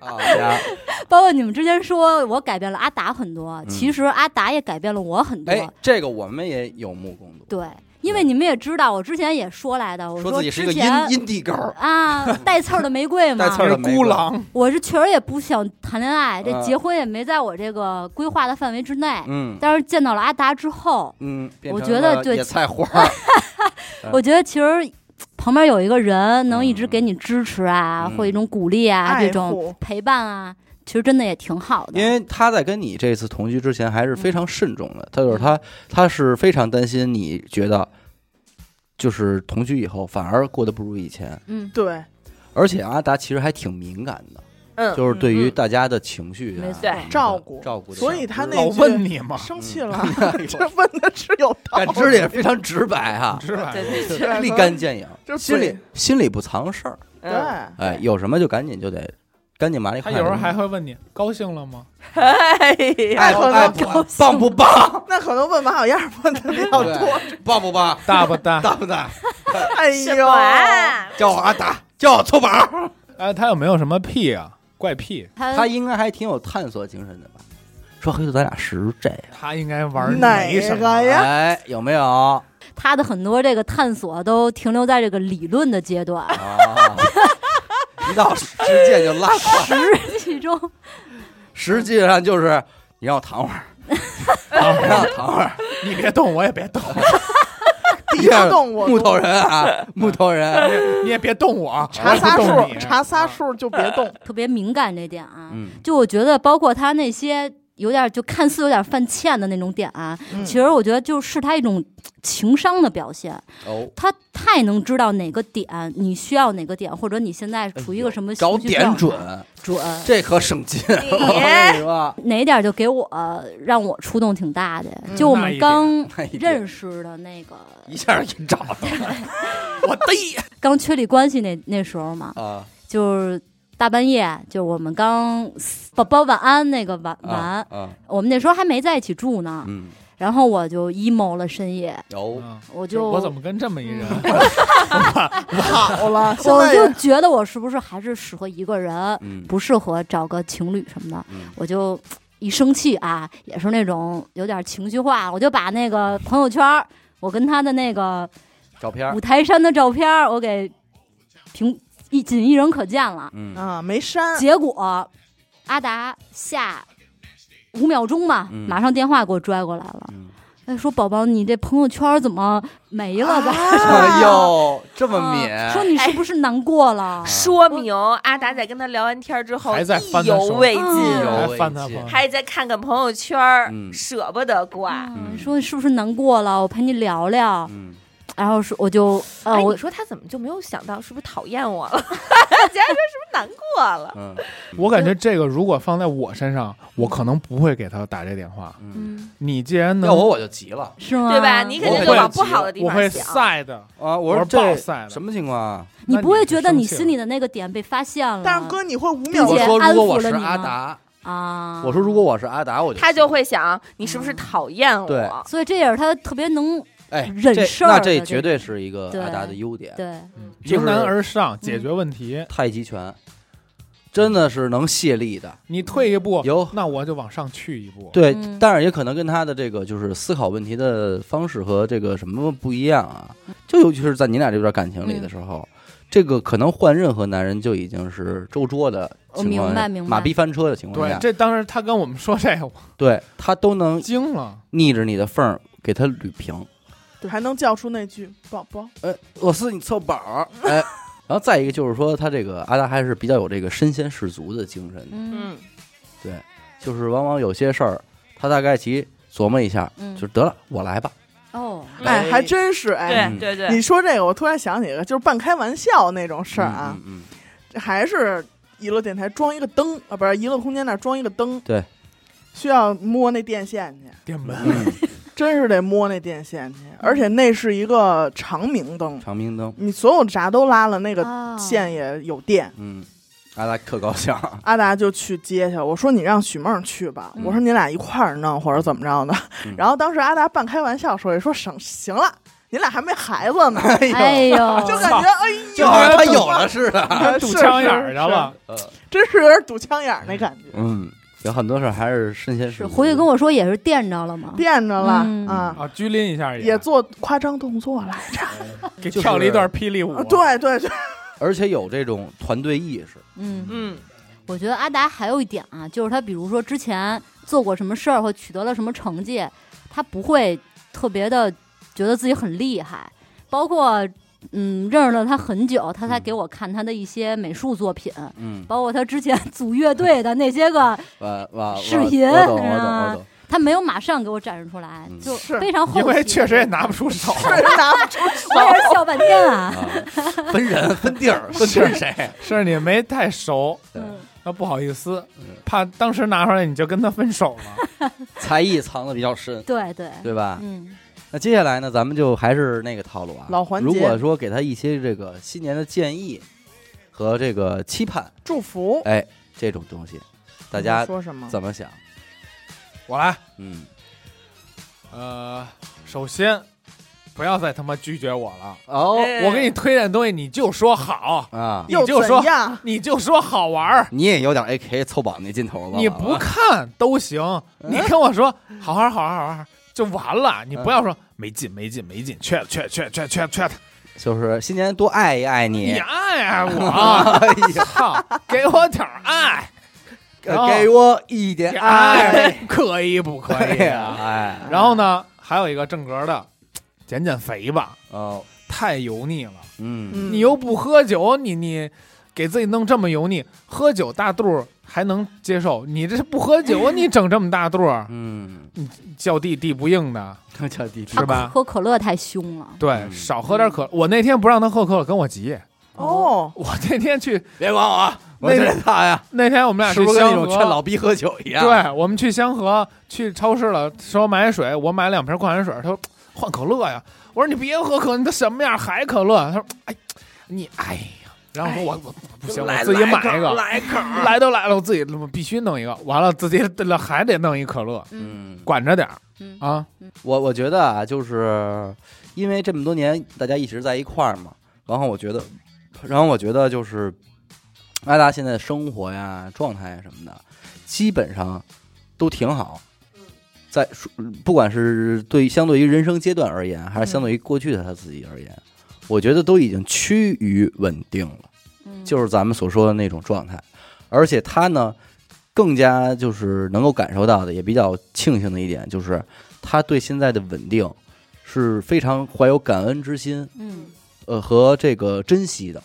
[SPEAKER 1] 啊，家
[SPEAKER 5] 包括你们之前说我改变了阿达很多，
[SPEAKER 1] 嗯
[SPEAKER 5] 其实阿达也改变了我很多。
[SPEAKER 1] 哎，这个我们也有目共睹。
[SPEAKER 5] 对，因为你们也知道，我之前也说来的，我
[SPEAKER 1] 说自己是一个
[SPEAKER 5] 之
[SPEAKER 1] 阴
[SPEAKER 5] 前
[SPEAKER 1] 阴地狗儿，
[SPEAKER 5] 啊，带刺儿的玫瑰嘛
[SPEAKER 1] 带，刺儿
[SPEAKER 4] 是
[SPEAKER 1] 的玫
[SPEAKER 4] 孤
[SPEAKER 1] 瑰
[SPEAKER 4] 狼，
[SPEAKER 5] 我是确实也不想谈恋爱，这
[SPEAKER 1] 嗯
[SPEAKER 5] 结婚也没在我这个规划的范围之内。
[SPEAKER 1] 嗯
[SPEAKER 5] 但是见到了阿达之后，
[SPEAKER 1] 嗯，变
[SPEAKER 5] 我
[SPEAKER 1] 成
[SPEAKER 5] 觉得
[SPEAKER 1] 了
[SPEAKER 5] 对
[SPEAKER 1] 野菜花儿，嗯
[SPEAKER 5] 我觉得其实旁边有一个人能一直给你支持啊，
[SPEAKER 1] 嗯
[SPEAKER 5] 或一种鼓励啊，
[SPEAKER 2] 爱
[SPEAKER 5] 这种
[SPEAKER 2] 护
[SPEAKER 5] 陪伴啊，其实真的也挺好的。
[SPEAKER 3] 嗯
[SPEAKER 1] 因为他在跟你这次同居之前还是非常慎重的，他
[SPEAKER 3] 嗯
[SPEAKER 1] 就是他他是非常担心你觉得。就是同居以后，反而过得不如以前，
[SPEAKER 5] 嗯，
[SPEAKER 2] 对，
[SPEAKER 1] 而且阿达其实还挺敏感的，
[SPEAKER 3] 嗯，
[SPEAKER 1] 就是对于
[SPEAKER 3] 嗯
[SPEAKER 1] 大家的情绪、啊
[SPEAKER 5] 没错
[SPEAKER 3] 对
[SPEAKER 1] 什么的
[SPEAKER 2] 照顾
[SPEAKER 1] 照顾的事儿，
[SPEAKER 2] 所以他那
[SPEAKER 4] 老
[SPEAKER 2] 句
[SPEAKER 4] 问你嘛，
[SPEAKER 2] 生气了， 这
[SPEAKER 1] 那
[SPEAKER 2] 问的是有道理，
[SPEAKER 1] 嗯哎感知也非常直白啊，
[SPEAKER 4] 是吧？
[SPEAKER 3] 对对对
[SPEAKER 1] 立竿见影，
[SPEAKER 2] 这
[SPEAKER 1] 心里
[SPEAKER 2] 嘴
[SPEAKER 1] 心里不藏事儿，
[SPEAKER 2] 对，
[SPEAKER 3] 嗯
[SPEAKER 1] 哎，有什么就赶紧就得赶紧麻利
[SPEAKER 4] 他
[SPEAKER 1] 快
[SPEAKER 4] 有
[SPEAKER 1] 点。
[SPEAKER 4] 时候还会问你高兴了吗？
[SPEAKER 3] 哎呀，
[SPEAKER 1] 爱不爱不爱棒不棒，
[SPEAKER 2] 那可能问马小燕儿问的比较多。
[SPEAKER 1] 对棒不棒，
[SPEAKER 4] 大不大？
[SPEAKER 1] 大不大，
[SPEAKER 2] 哎
[SPEAKER 3] 什
[SPEAKER 2] 呦
[SPEAKER 3] 么，啊？
[SPEAKER 1] 叫我阿达，叫我凑宝儿。
[SPEAKER 4] 哎，他有没有什么癖啊？怪癖？
[SPEAKER 5] 他
[SPEAKER 1] 他应该还挺有探索精神的吧？说黑子，咱俩是这样，
[SPEAKER 4] 他应该玩
[SPEAKER 2] 哪
[SPEAKER 4] 没什么
[SPEAKER 2] 个呀？
[SPEAKER 1] 哎，有没有啊？，
[SPEAKER 5] 他的很多这个探索都停留在这个理论的阶段
[SPEAKER 1] 一到实践就拉胯，
[SPEAKER 5] 实际中
[SPEAKER 1] 实际上就是你让我躺会儿，你让我躺会儿。
[SPEAKER 4] 你别动，我也别动，
[SPEAKER 2] 敌不动我
[SPEAKER 1] 木
[SPEAKER 2] 动
[SPEAKER 1] 头人啊，木头人，
[SPEAKER 4] 你也别动我啊，
[SPEAKER 2] 查仨
[SPEAKER 4] 我也不动
[SPEAKER 2] 数，
[SPEAKER 4] 你啊
[SPEAKER 2] 查仨数就别动。
[SPEAKER 5] 特别敏感这点啊，
[SPEAKER 1] 嗯，
[SPEAKER 5] 就我觉得包括他那些有点就看似有点犯欠的那种点啊，
[SPEAKER 2] 嗯
[SPEAKER 5] 其实我觉得就是他一种情商的表现，
[SPEAKER 1] 哦，
[SPEAKER 5] 他太能知道哪个点你需要哪个点，或者你现在处于一个什么
[SPEAKER 1] 找
[SPEAKER 5] 情绪状
[SPEAKER 1] 哎点
[SPEAKER 5] 态
[SPEAKER 1] 准，
[SPEAKER 5] 准。
[SPEAKER 1] 这可省劲。
[SPEAKER 3] 你
[SPEAKER 1] 我跟 你说，
[SPEAKER 5] 哪一点就给我、让我触动挺大的，
[SPEAKER 2] 嗯
[SPEAKER 5] 就我
[SPEAKER 4] 那一
[SPEAKER 5] 们
[SPEAKER 4] 点
[SPEAKER 5] 刚
[SPEAKER 1] 那一点
[SPEAKER 5] 认识的那个
[SPEAKER 1] 一下给你找着了，我嘚
[SPEAKER 5] 刚确立关系那那时候嘛，
[SPEAKER 1] 啊！
[SPEAKER 5] 就是大半夜，就是我们刚宝宝晚安那个晚晚安，
[SPEAKER 1] 啊，
[SPEAKER 5] 我们那时候还没在一起住呢，
[SPEAKER 1] 嗯，
[SPEAKER 5] 然后我就 emo 了深夜，
[SPEAKER 1] 有
[SPEAKER 4] 嗯
[SPEAKER 5] 我
[SPEAKER 4] 就
[SPEAKER 5] 就
[SPEAKER 4] 我怎么跟这么一人？
[SPEAKER 2] 好了，啊现
[SPEAKER 5] 啊我
[SPEAKER 2] 在
[SPEAKER 5] 就觉得我是不是还是适合一个人，
[SPEAKER 1] 嗯
[SPEAKER 5] 不适合找个情侣什么的，
[SPEAKER 1] 嗯
[SPEAKER 5] 我就。一生气啊，也是那种有点情绪化，我就把那个朋友圈儿，我跟他的那个
[SPEAKER 1] 照片儿，
[SPEAKER 5] 五台山的照片儿，我给屏一仅一人可见了。
[SPEAKER 1] 嗯
[SPEAKER 2] 啊没删，
[SPEAKER 5] 结果阿达下五秒钟嘛，
[SPEAKER 1] 嗯
[SPEAKER 5] 马上电话给我拽过来了，
[SPEAKER 1] 嗯，
[SPEAKER 5] 哎，说宝宝，你这朋友圈怎么没了吧？
[SPEAKER 1] 哎呦，这么敏，
[SPEAKER 3] 啊
[SPEAKER 5] 说你是不是难过了？
[SPEAKER 3] 说明阿达在跟他聊完天之后
[SPEAKER 4] 还在翻
[SPEAKER 3] 意
[SPEAKER 4] 他
[SPEAKER 3] 犹
[SPEAKER 4] 手
[SPEAKER 3] 未
[SPEAKER 5] 哎
[SPEAKER 3] 尽
[SPEAKER 5] 呦，
[SPEAKER 4] 还翻他朋友圈
[SPEAKER 3] 还在看看朋友圈儿
[SPEAKER 1] 嗯，
[SPEAKER 3] 舍不得挂。
[SPEAKER 5] 嗯
[SPEAKER 1] 嗯
[SPEAKER 5] 说你是不是难过了？我陪你聊聊。
[SPEAKER 1] 嗯，
[SPEAKER 5] 然后说我就呃，
[SPEAKER 3] 哎，
[SPEAKER 5] 我
[SPEAKER 3] 你说他怎么就没有想到是不是讨厌我了？ 竟然说是不是难过了？
[SPEAKER 1] 嗯
[SPEAKER 4] 我感觉这个如果放在我身上，我可能不会给他打这电话。
[SPEAKER 1] 嗯，
[SPEAKER 5] 嗯，
[SPEAKER 4] 你既然能
[SPEAKER 1] 要，我我就急了
[SPEAKER 5] 是吗？
[SPEAKER 3] 对吧？你肯定
[SPEAKER 1] 我
[SPEAKER 3] 就
[SPEAKER 1] 会
[SPEAKER 3] 往不好的地
[SPEAKER 4] 我
[SPEAKER 3] 方
[SPEAKER 4] 会
[SPEAKER 3] 想。
[SPEAKER 4] 晒的，
[SPEAKER 1] 啊！我
[SPEAKER 4] 我
[SPEAKER 1] 说
[SPEAKER 4] 是暴
[SPEAKER 1] 这
[SPEAKER 4] 晒的。
[SPEAKER 1] 什么情况啊？
[SPEAKER 5] 你不会
[SPEAKER 4] 那你
[SPEAKER 5] 觉得你
[SPEAKER 4] 是生气
[SPEAKER 5] 心里的那个点被发现了？
[SPEAKER 2] 但是哥你会五秒
[SPEAKER 5] 并
[SPEAKER 1] 我
[SPEAKER 5] 且
[SPEAKER 1] 说如
[SPEAKER 5] 安
[SPEAKER 1] 果
[SPEAKER 5] 抚
[SPEAKER 1] 我
[SPEAKER 5] 了
[SPEAKER 1] 是
[SPEAKER 5] 你
[SPEAKER 1] 阿
[SPEAKER 5] 吗
[SPEAKER 1] 达，
[SPEAKER 5] 啊，
[SPEAKER 1] 我说如果我是阿达，我就
[SPEAKER 3] 他就会想你是不是讨厌
[SPEAKER 1] 对
[SPEAKER 3] 我？
[SPEAKER 5] 所以这也是他特别能
[SPEAKER 1] 哎，
[SPEAKER 5] 忍
[SPEAKER 1] 这
[SPEAKER 5] 事儿
[SPEAKER 1] 那
[SPEAKER 5] 的
[SPEAKER 1] 这
[SPEAKER 5] 这
[SPEAKER 1] 绝对是一个
[SPEAKER 5] 对
[SPEAKER 1] 阿达的优点，
[SPEAKER 5] 对。
[SPEAKER 4] 嗯
[SPEAKER 1] 就是
[SPEAKER 4] 迎难而上，解决问题。
[SPEAKER 1] 太极拳真的是能卸力的，
[SPEAKER 4] 你退一步，
[SPEAKER 1] 有
[SPEAKER 4] 那我就往上去一步。
[SPEAKER 1] 对，
[SPEAKER 5] 嗯
[SPEAKER 1] 但是也可能跟他的这个就是思考问题的方式和这个什么不一样啊。
[SPEAKER 5] 嗯
[SPEAKER 1] 就尤其是在你俩这段感情里的时候，这个可能换任何男人就已经是周桌的
[SPEAKER 5] 我
[SPEAKER 1] 情况
[SPEAKER 5] 哦明白
[SPEAKER 1] 下，
[SPEAKER 5] 明白
[SPEAKER 1] 马逼翻车的情况
[SPEAKER 4] 对
[SPEAKER 1] 下，，
[SPEAKER 4] 这当时他跟我们说这个，我
[SPEAKER 1] 对他都能
[SPEAKER 4] 惊了。
[SPEAKER 1] 逆着你的缝儿给他捋平。
[SPEAKER 2] 还能叫出那句“宝宝
[SPEAKER 1] 呃，我是你凑宝儿， 哎。然后再一个就是说，他这个阿达还是比较有这个身先士卒的精神的，
[SPEAKER 5] 嗯
[SPEAKER 3] 嗯，
[SPEAKER 1] 就是往往有些事儿，他大概其琢磨一下，
[SPEAKER 5] 嗯
[SPEAKER 1] 就是得了，我来吧。
[SPEAKER 5] 哦，”，
[SPEAKER 2] 哎，还真是哎。
[SPEAKER 1] 嗯
[SPEAKER 3] 对对对，
[SPEAKER 2] 你说这个，我突然想起一个，就是半开玩笑那种事儿啊，
[SPEAKER 1] 嗯，嗯
[SPEAKER 2] 这还是娱乐电台装一个灯啊，不是娱乐空间那儿装一个灯，
[SPEAKER 1] 对，
[SPEAKER 2] 需要摸那电线去，
[SPEAKER 4] 点门
[SPEAKER 1] 嗯，嗯
[SPEAKER 2] 真是得摸那电线去，
[SPEAKER 1] 嗯
[SPEAKER 2] 而且那是一个长明灯，
[SPEAKER 1] 长明灯，
[SPEAKER 2] 你所有闸都拉了，那个
[SPEAKER 5] 啊
[SPEAKER 2] 线也有电。
[SPEAKER 1] 嗯，阿达特高兴，
[SPEAKER 2] 阿达就去接去了，我说你让许梦去吧，
[SPEAKER 1] 啊嗯
[SPEAKER 2] 我说你俩一块儿弄或者怎么着的。
[SPEAKER 1] 嗯
[SPEAKER 2] 然后当时阿达半开玩笑说一说省行了，你俩还没孩子呢，
[SPEAKER 5] 哎 呦，
[SPEAKER 2] 就感觉哎
[SPEAKER 1] 就
[SPEAKER 2] 呦，
[SPEAKER 1] 好像他有了似 的。
[SPEAKER 4] 跟嗯 堵枪眼儿去了，
[SPEAKER 2] 真是有点堵枪眼儿那感觉，
[SPEAKER 1] 呃嗯，有很多事儿还是身先士
[SPEAKER 5] 是
[SPEAKER 1] 卒。
[SPEAKER 5] 回去跟我说也是垫着了嘛，
[SPEAKER 2] 垫着了、
[SPEAKER 5] 嗯
[SPEAKER 2] 啊，
[SPEAKER 4] 啊，拘拎一下
[SPEAKER 2] 也做夸张动作来着。
[SPEAKER 4] 给
[SPEAKER 1] 就是
[SPEAKER 4] 跳了一段霹雳舞
[SPEAKER 2] 啊，对对对，
[SPEAKER 1] 而且有这种团队意识。
[SPEAKER 5] 嗯，
[SPEAKER 3] 嗯，
[SPEAKER 5] 我觉得阿达还有一点啊，就是他比如说之前做过什么事儿或取得了什么成绩，他不会特别的觉得自己很厉害，包括。嗯，认识了他很久，他才
[SPEAKER 1] 嗯
[SPEAKER 5] 给我看他的一些美术作品，
[SPEAKER 1] 嗯，
[SPEAKER 5] 包括他之前 组乐队的那些个，
[SPEAKER 1] 哇哇，我
[SPEAKER 5] 视频
[SPEAKER 1] 我懂我懂
[SPEAKER 5] 啊
[SPEAKER 1] 我懂。
[SPEAKER 5] 他没有马上给我展示出来，
[SPEAKER 1] 嗯
[SPEAKER 5] 就 是非常后期。
[SPEAKER 4] 因为确实也拿不出手，
[SPEAKER 2] 拿不出手。
[SPEAKER 5] 我也是笑半天啊。
[SPEAKER 1] 啊，分人分地 儿分地儿谁？
[SPEAKER 4] 是你没太熟，
[SPEAKER 1] 对
[SPEAKER 5] 嗯
[SPEAKER 4] 那不好意思，怕当时拿出来你就跟他分手了。
[SPEAKER 1] 才艺藏的比较 深，
[SPEAKER 5] 对对，
[SPEAKER 1] 对吧？
[SPEAKER 5] 嗯，
[SPEAKER 1] 那接下来呢，咱们就还是那个套路啊，
[SPEAKER 2] 老环
[SPEAKER 1] 如
[SPEAKER 2] 节
[SPEAKER 1] 果说给他一些这个新年的建议和这个期盼，
[SPEAKER 2] 祝福，
[SPEAKER 1] 哎，这种东西，大
[SPEAKER 2] 你
[SPEAKER 1] 家
[SPEAKER 2] 说什么？
[SPEAKER 1] 怎么想？
[SPEAKER 4] 我来，
[SPEAKER 1] 嗯
[SPEAKER 4] 呃，首先不要再他妈拒绝我了，
[SPEAKER 1] 哦
[SPEAKER 3] 哎
[SPEAKER 4] 我给你推荐东西你就说好，
[SPEAKER 1] 啊，
[SPEAKER 2] 又
[SPEAKER 4] 你就说
[SPEAKER 2] 怎样？
[SPEAKER 4] 你就说好玩儿，
[SPEAKER 1] 你也有点 A K 凑榜那劲头吧？啊
[SPEAKER 4] 你不看都行，你跟我说好玩儿好玩儿好玩儿就完了，你不要说没劲没劲没劲，缺缺缺缺缺缺，
[SPEAKER 1] 就是新年多爱一爱
[SPEAKER 4] 你
[SPEAKER 1] 你，
[SPEAKER 4] 爱爱我，
[SPEAKER 1] 哎呀，
[SPEAKER 4] 操，给我点儿爱，
[SPEAKER 1] 给我一点爱，
[SPEAKER 4] 爱可以不可以啊？
[SPEAKER 1] 哎，
[SPEAKER 4] 然后呢，还有一个正格的，减减肥吧，
[SPEAKER 1] 哦，
[SPEAKER 4] 太油腻了。
[SPEAKER 1] 嗯，
[SPEAKER 2] 嗯
[SPEAKER 4] 你又不喝酒，你你给自己弄这么油腻，喝酒大肚儿还能接受，你这不喝酒，你整这么大肚 儿，
[SPEAKER 1] 嗯，
[SPEAKER 4] 叫地地不应的，
[SPEAKER 1] 这叫弟弟
[SPEAKER 5] 他
[SPEAKER 4] 是吧
[SPEAKER 5] 喝可乐太凶了，
[SPEAKER 4] 对，
[SPEAKER 1] 嗯
[SPEAKER 4] 少喝点可。我那天不让他喝可乐，跟我急。
[SPEAKER 2] 哦，
[SPEAKER 4] 我那天去，
[SPEAKER 1] 别管我啊，我
[SPEAKER 4] 那
[SPEAKER 1] 就
[SPEAKER 4] 个
[SPEAKER 1] 是他呀，
[SPEAKER 4] 那天我们俩
[SPEAKER 1] 是
[SPEAKER 4] 去
[SPEAKER 1] 不是跟那
[SPEAKER 4] 香
[SPEAKER 1] 种劝老
[SPEAKER 4] 河，
[SPEAKER 1] 逼喝酒一样？，
[SPEAKER 4] 对，我们去香河去超市了，说买水，我买两瓶矿泉水，他说换可乐呀，我说你别喝可乐，你都什么样还可乐？他说哎，你哎呀，然后我说我我我不行，我自己买一个，
[SPEAKER 1] 哎来口，
[SPEAKER 4] 来都来了，我自己他妈必须弄一个，完了自己还得弄一可乐，
[SPEAKER 5] 嗯
[SPEAKER 1] 嗯，
[SPEAKER 4] 管着点儿
[SPEAKER 5] 嗯
[SPEAKER 4] 啊。
[SPEAKER 1] 我我觉得啊，就是因为这么多年大家一直在一块儿嘛，然后我觉得，然后我觉得就是艾达现在的生活呀、状态呀什么的，基本上都挺好。在不管是对相对于人生阶段而言，还是相对于过去的他自己而言，我觉得都已经趋于稳定了。
[SPEAKER 5] 嗯
[SPEAKER 1] 就是咱们所说的那种状态。而且他呢，更加就是能够感受到的，也比较庆幸的一点，就是他对现在的稳定是非常怀有感恩之心，
[SPEAKER 5] 嗯
[SPEAKER 1] 呃，和这个珍惜的。
[SPEAKER 5] 嗯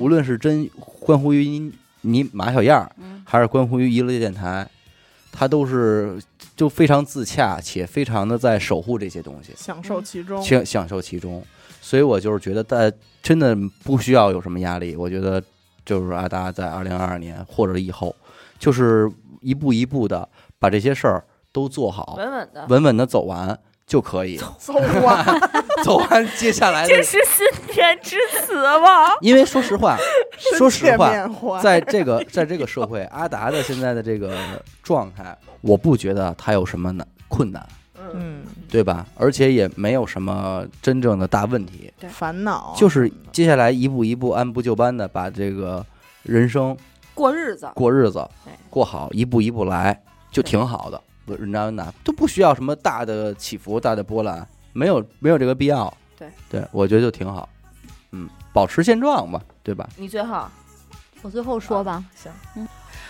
[SPEAKER 1] 无论是真关乎于你你马小燕儿，
[SPEAKER 5] 嗯
[SPEAKER 1] 还是关乎于娱乐电台，他都是就非常自洽且非常的在守护这些东西。
[SPEAKER 2] 享受其中，
[SPEAKER 1] 享享受其中。所以我就是觉得，大家真的不需要有什么压力。我觉得就是啊，大家在二零二二年或者以后，就是一步一步的把这些事儿都做好，
[SPEAKER 3] 稳稳的。
[SPEAKER 1] 稳稳的走完就可以。
[SPEAKER 2] 走啊，
[SPEAKER 1] 走完接下来的，
[SPEAKER 3] 这是新年之词吗？
[SPEAKER 1] 因为说实话，说实
[SPEAKER 2] 深切
[SPEAKER 1] 话，
[SPEAKER 2] 缅怀
[SPEAKER 1] 在这个在这个社会，阿达的现在的这个状态，我不觉得他有什么难困难，
[SPEAKER 3] 嗯，
[SPEAKER 2] 嗯，
[SPEAKER 1] 对吧？而且也没有什么真正的大问题。
[SPEAKER 2] 烦恼
[SPEAKER 1] 就是接下来一步一步按部就班的把这个人生
[SPEAKER 3] 过日子，
[SPEAKER 1] 过日子
[SPEAKER 3] 对
[SPEAKER 1] 过好，一步一步来就挺好的。不是，你知道哪都不需要什么大的起伏、大的波澜，没有没有这个必要。
[SPEAKER 3] 对，
[SPEAKER 1] 对我觉得就挺好。嗯，保持现状吧，对吧？
[SPEAKER 3] 你最后
[SPEAKER 5] 我最后 说吧，
[SPEAKER 3] 行
[SPEAKER 5] 嗯。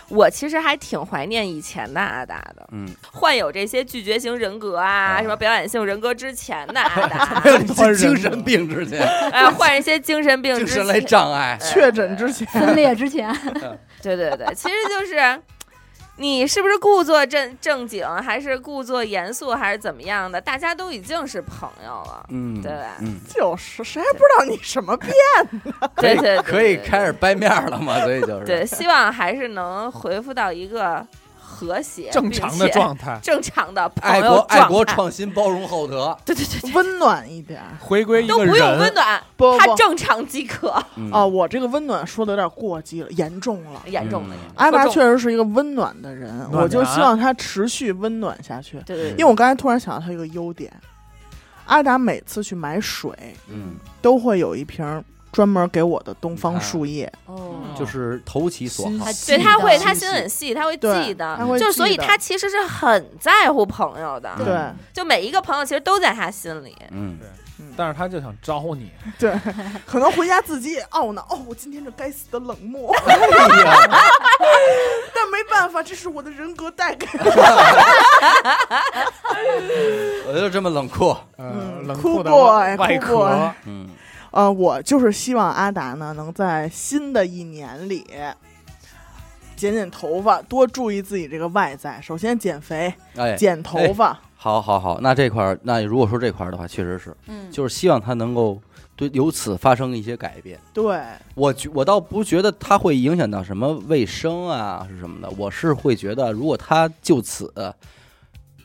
[SPEAKER 3] 我其实还挺怀念以前的阿达的，
[SPEAKER 1] 嗯，
[SPEAKER 3] 患有这些拒绝型人格啊，
[SPEAKER 1] 啊
[SPEAKER 3] 什么表演性人格之前的 阿
[SPEAKER 1] 还有
[SPEAKER 3] 达，
[SPEAKER 1] 你这精神病之 前，
[SPEAKER 3] 哎，患一些精神病
[SPEAKER 1] 精
[SPEAKER 3] 之
[SPEAKER 1] 神类
[SPEAKER 3] 前，
[SPEAKER 1] 障碍，
[SPEAKER 2] 确诊之前，
[SPEAKER 5] 分裂之前，
[SPEAKER 3] 对对对，其实就是你是不是故作正正经，还是故作严肃，还是怎么样的，大家都已经是朋友了。
[SPEAKER 1] 嗯，
[SPEAKER 3] 对吧
[SPEAKER 1] 嗯，
[SPEAKER 2] 就是谁还不知道你什么病？
[SPEAKER 1] 可
[SPEAKER 3] 对
[SPEAKER 1] 以
[SPEAKER 3] 对，对
[SPEAKER 1] 可以
[SPEAKER 3] 对
[SPEAKER 1] 开始掰面了嘛？所以就是，啊
[SPEAKER 3] 对，希望还是能恢复到一个和谐、
[SPEAKER 4] 正常的
[SPEAKER 3] 并且
[SPEAKER 4] 状态，
[SPEAKER 3] 正常的朋
[SPEAKER 1] 爱
[SPEAKER 3] 友
[SPEAKER 1] 国
[SPEAKER 3] 状态
[SPEAKER 1] 爱国创新包容厚德，
[SPEAKER 3] 对对对对，
[SPEAKER 2] 温暖一点儿。
[SPEAKER 4] 回归一
[SPEAKER 3] 都
[SPEAKER 4] 个
[SPEAKER 3] 不用温
[SPEAKER 4] 人。
[SPEAKER 3] 暖，
[SPEAKER 2] 不不
[SPEAKER 3] 他
[SPEAKER 2] 不，
[SPEAKER 3] 正常即可，
[SPEAKER 1] 嗯
[SPEAKER 2] 哦，我这个温暖说的有点过激了，严重了。
[SPEAKER 3] 严重了。
[SPEAKER 1] 嗯
[SPEAKER 2] 艾
[SPEAKER 3] 说
[SPEAKER 2] 玛
[SPEAKER 3] 中
[SPEAKER 2] 确实是一个温暖的人，
[SPEAKER 4] 暖
[SPEAKER 2] 我就
[SPEAKER 4] 男
[SPEAKER 2] 希望她持续温暖下去。
[SPEAKER 3] 对对
[SPEAKER 2] 因为我刚才突然想到她一个优点，阿达每次去买水
[SPEAKER 1] 嗯，
[SPEAKER 2] 都会有一瓶专门给我的东方树叶，
[SPEAKER 5] 哦，
[SPEAKER 1] 就是投其所好
[SPEAKER 5] 还，
[SPEAKER 3] 对，
[SPEAKER 5] 记
[SPEAKER 3] 他
[SPEAKER 5] 得
[SPEAKER 3] 会，
[SPEAKER 1] 细
[SPEAKER 3] 他
[SPEAKER 1] 细
[SPEAKER 3] 心很细，他会
[SPEAKER 2] 对
[SPEAKER 3] 记得
[SPEAKER 2] 她，会
[SPEAKER 3] 就
[SPEAKER 2] 记
[SPEAKER 3] 是所以
[SPEAKER 2] 得
[SPEAKER 3] 他其实是很在乎朋友的，
[SPEAKER 1] 嗯
[SPEAKER 2] 对
[SPEAKER 3] 就每一个朋友其实都在他心里。
[SPEAKER 1] 嗯，
[SPEAKER 4] 但是他就想招 你，
[SPEAKER 2] 对，可能回家自己也懊恼，哦，我今天这该死的冷 漠，但没办法，这是我的人格带给的。
[SPEAKER 1] 我就这么冷酷，
[SPEAKER 4] 呃，
[SPEAKER 2] 嗯
[SPEAKER 4] 冷
[SPEAKER 2] 酷
[SPEAKER 4] 酷的
[SPEAKER 2] boy，
[SPEAKER 4] 外
[SPEAKER 3] 哎
[SPEAKER 2] 酷
[SPEAKER 4] 壳
[SPEAKER 2] boy，
[SPEAKER 1] 嗯
[SPEAKER 2] 呃，我就是希望阿达呢，能在新的一年里剪剪头发，多注意自己这个外在。首先减肥，
[SPEAKER 1] 哎，
[SPEAKER 2] 剪头发，
[SPEAKER 1] 好好好，那这块儿，那如果说这块儿的话，确实是，
[SPEAKER 5] 嗯，
[SPEAKER 1] 就是希望他能够对由此发生一些改变。
[SPEAKER 2] 对，
[SPEAKER 1] 我觉我倒不觉得它会影响到什么卫生啊是什么的，我是会觉得如果他就此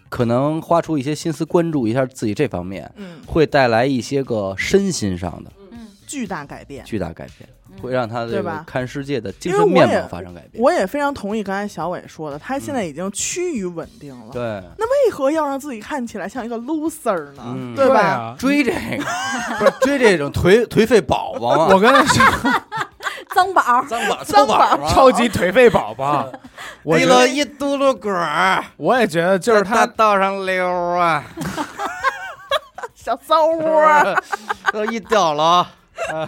[SPEAKER 1] 可能花出一些心思关注一下自己这方面，
[SPEAKER 2] 嗯，
[SPEAKER 1] 会带来一些个身心上的
[SPEAKER 5] 嗯
[SPEAKER 2] 巨大改变。
[SPEAKER 1] 巨大改变，
[SPEAKER 5] 嗯
[SPEAKER 1] 会让他这
[SPEAKER 2] 对
[SPEAKER 1] 个
[SPEAKER 2] 吧
[SPEAKER 1] 看世界的精
[SPEAKER 2] 因为
[SPEAKER 1] 神
[SPEAKER 2] 我
[SPEAKER 1] 面
[SPEAKER 2] 也
[SPEAKER 1] 貌发生改变。
[SPEAKER 2] 我也非常同意刚才小伟说的，他现在已经趋于稳定了，
[SPEAKER 1] 嗯对，
[SPEAKER 2] 为何要让自己看起来像一个 loser 呢？
[SPEAKER 1] 嗯
[SPEAKER 2] 对吧？
[SPEAKER 4] 啊，
[SPEAKER 1] 追这个 不是追这种颓颓废宝宝啊嘛，
[SPEAKER 4] 我跟他说，
[SPEAKER 5] 脏宝儿，
[SPEAKER 1] 脏宝
[SPEAKER 2] 脏
[SPEAKER 1] 脏宝
[SPEAKER 2] 宝
[SPEAKER 1] 嘛
[SPEAKER 4] 超级颓废宝 宝。我
[SPEAKER 1] 提
[SPEAKER 4] 觉
[SPEAKER 1] 了
[SPEAKER 4] 得，
[SPEAKER 1] 一嘟噜滚儿，
[SPEAKER 4] 我也觉得，就是
[SPEAKER 1] 在大
[SPEAKER 4] 他
[SPEAKER 1] 道上溜啊，
[SPEAKER 2] 小骚窝儿，
[SPEAKER 1] 都一掉了 啊。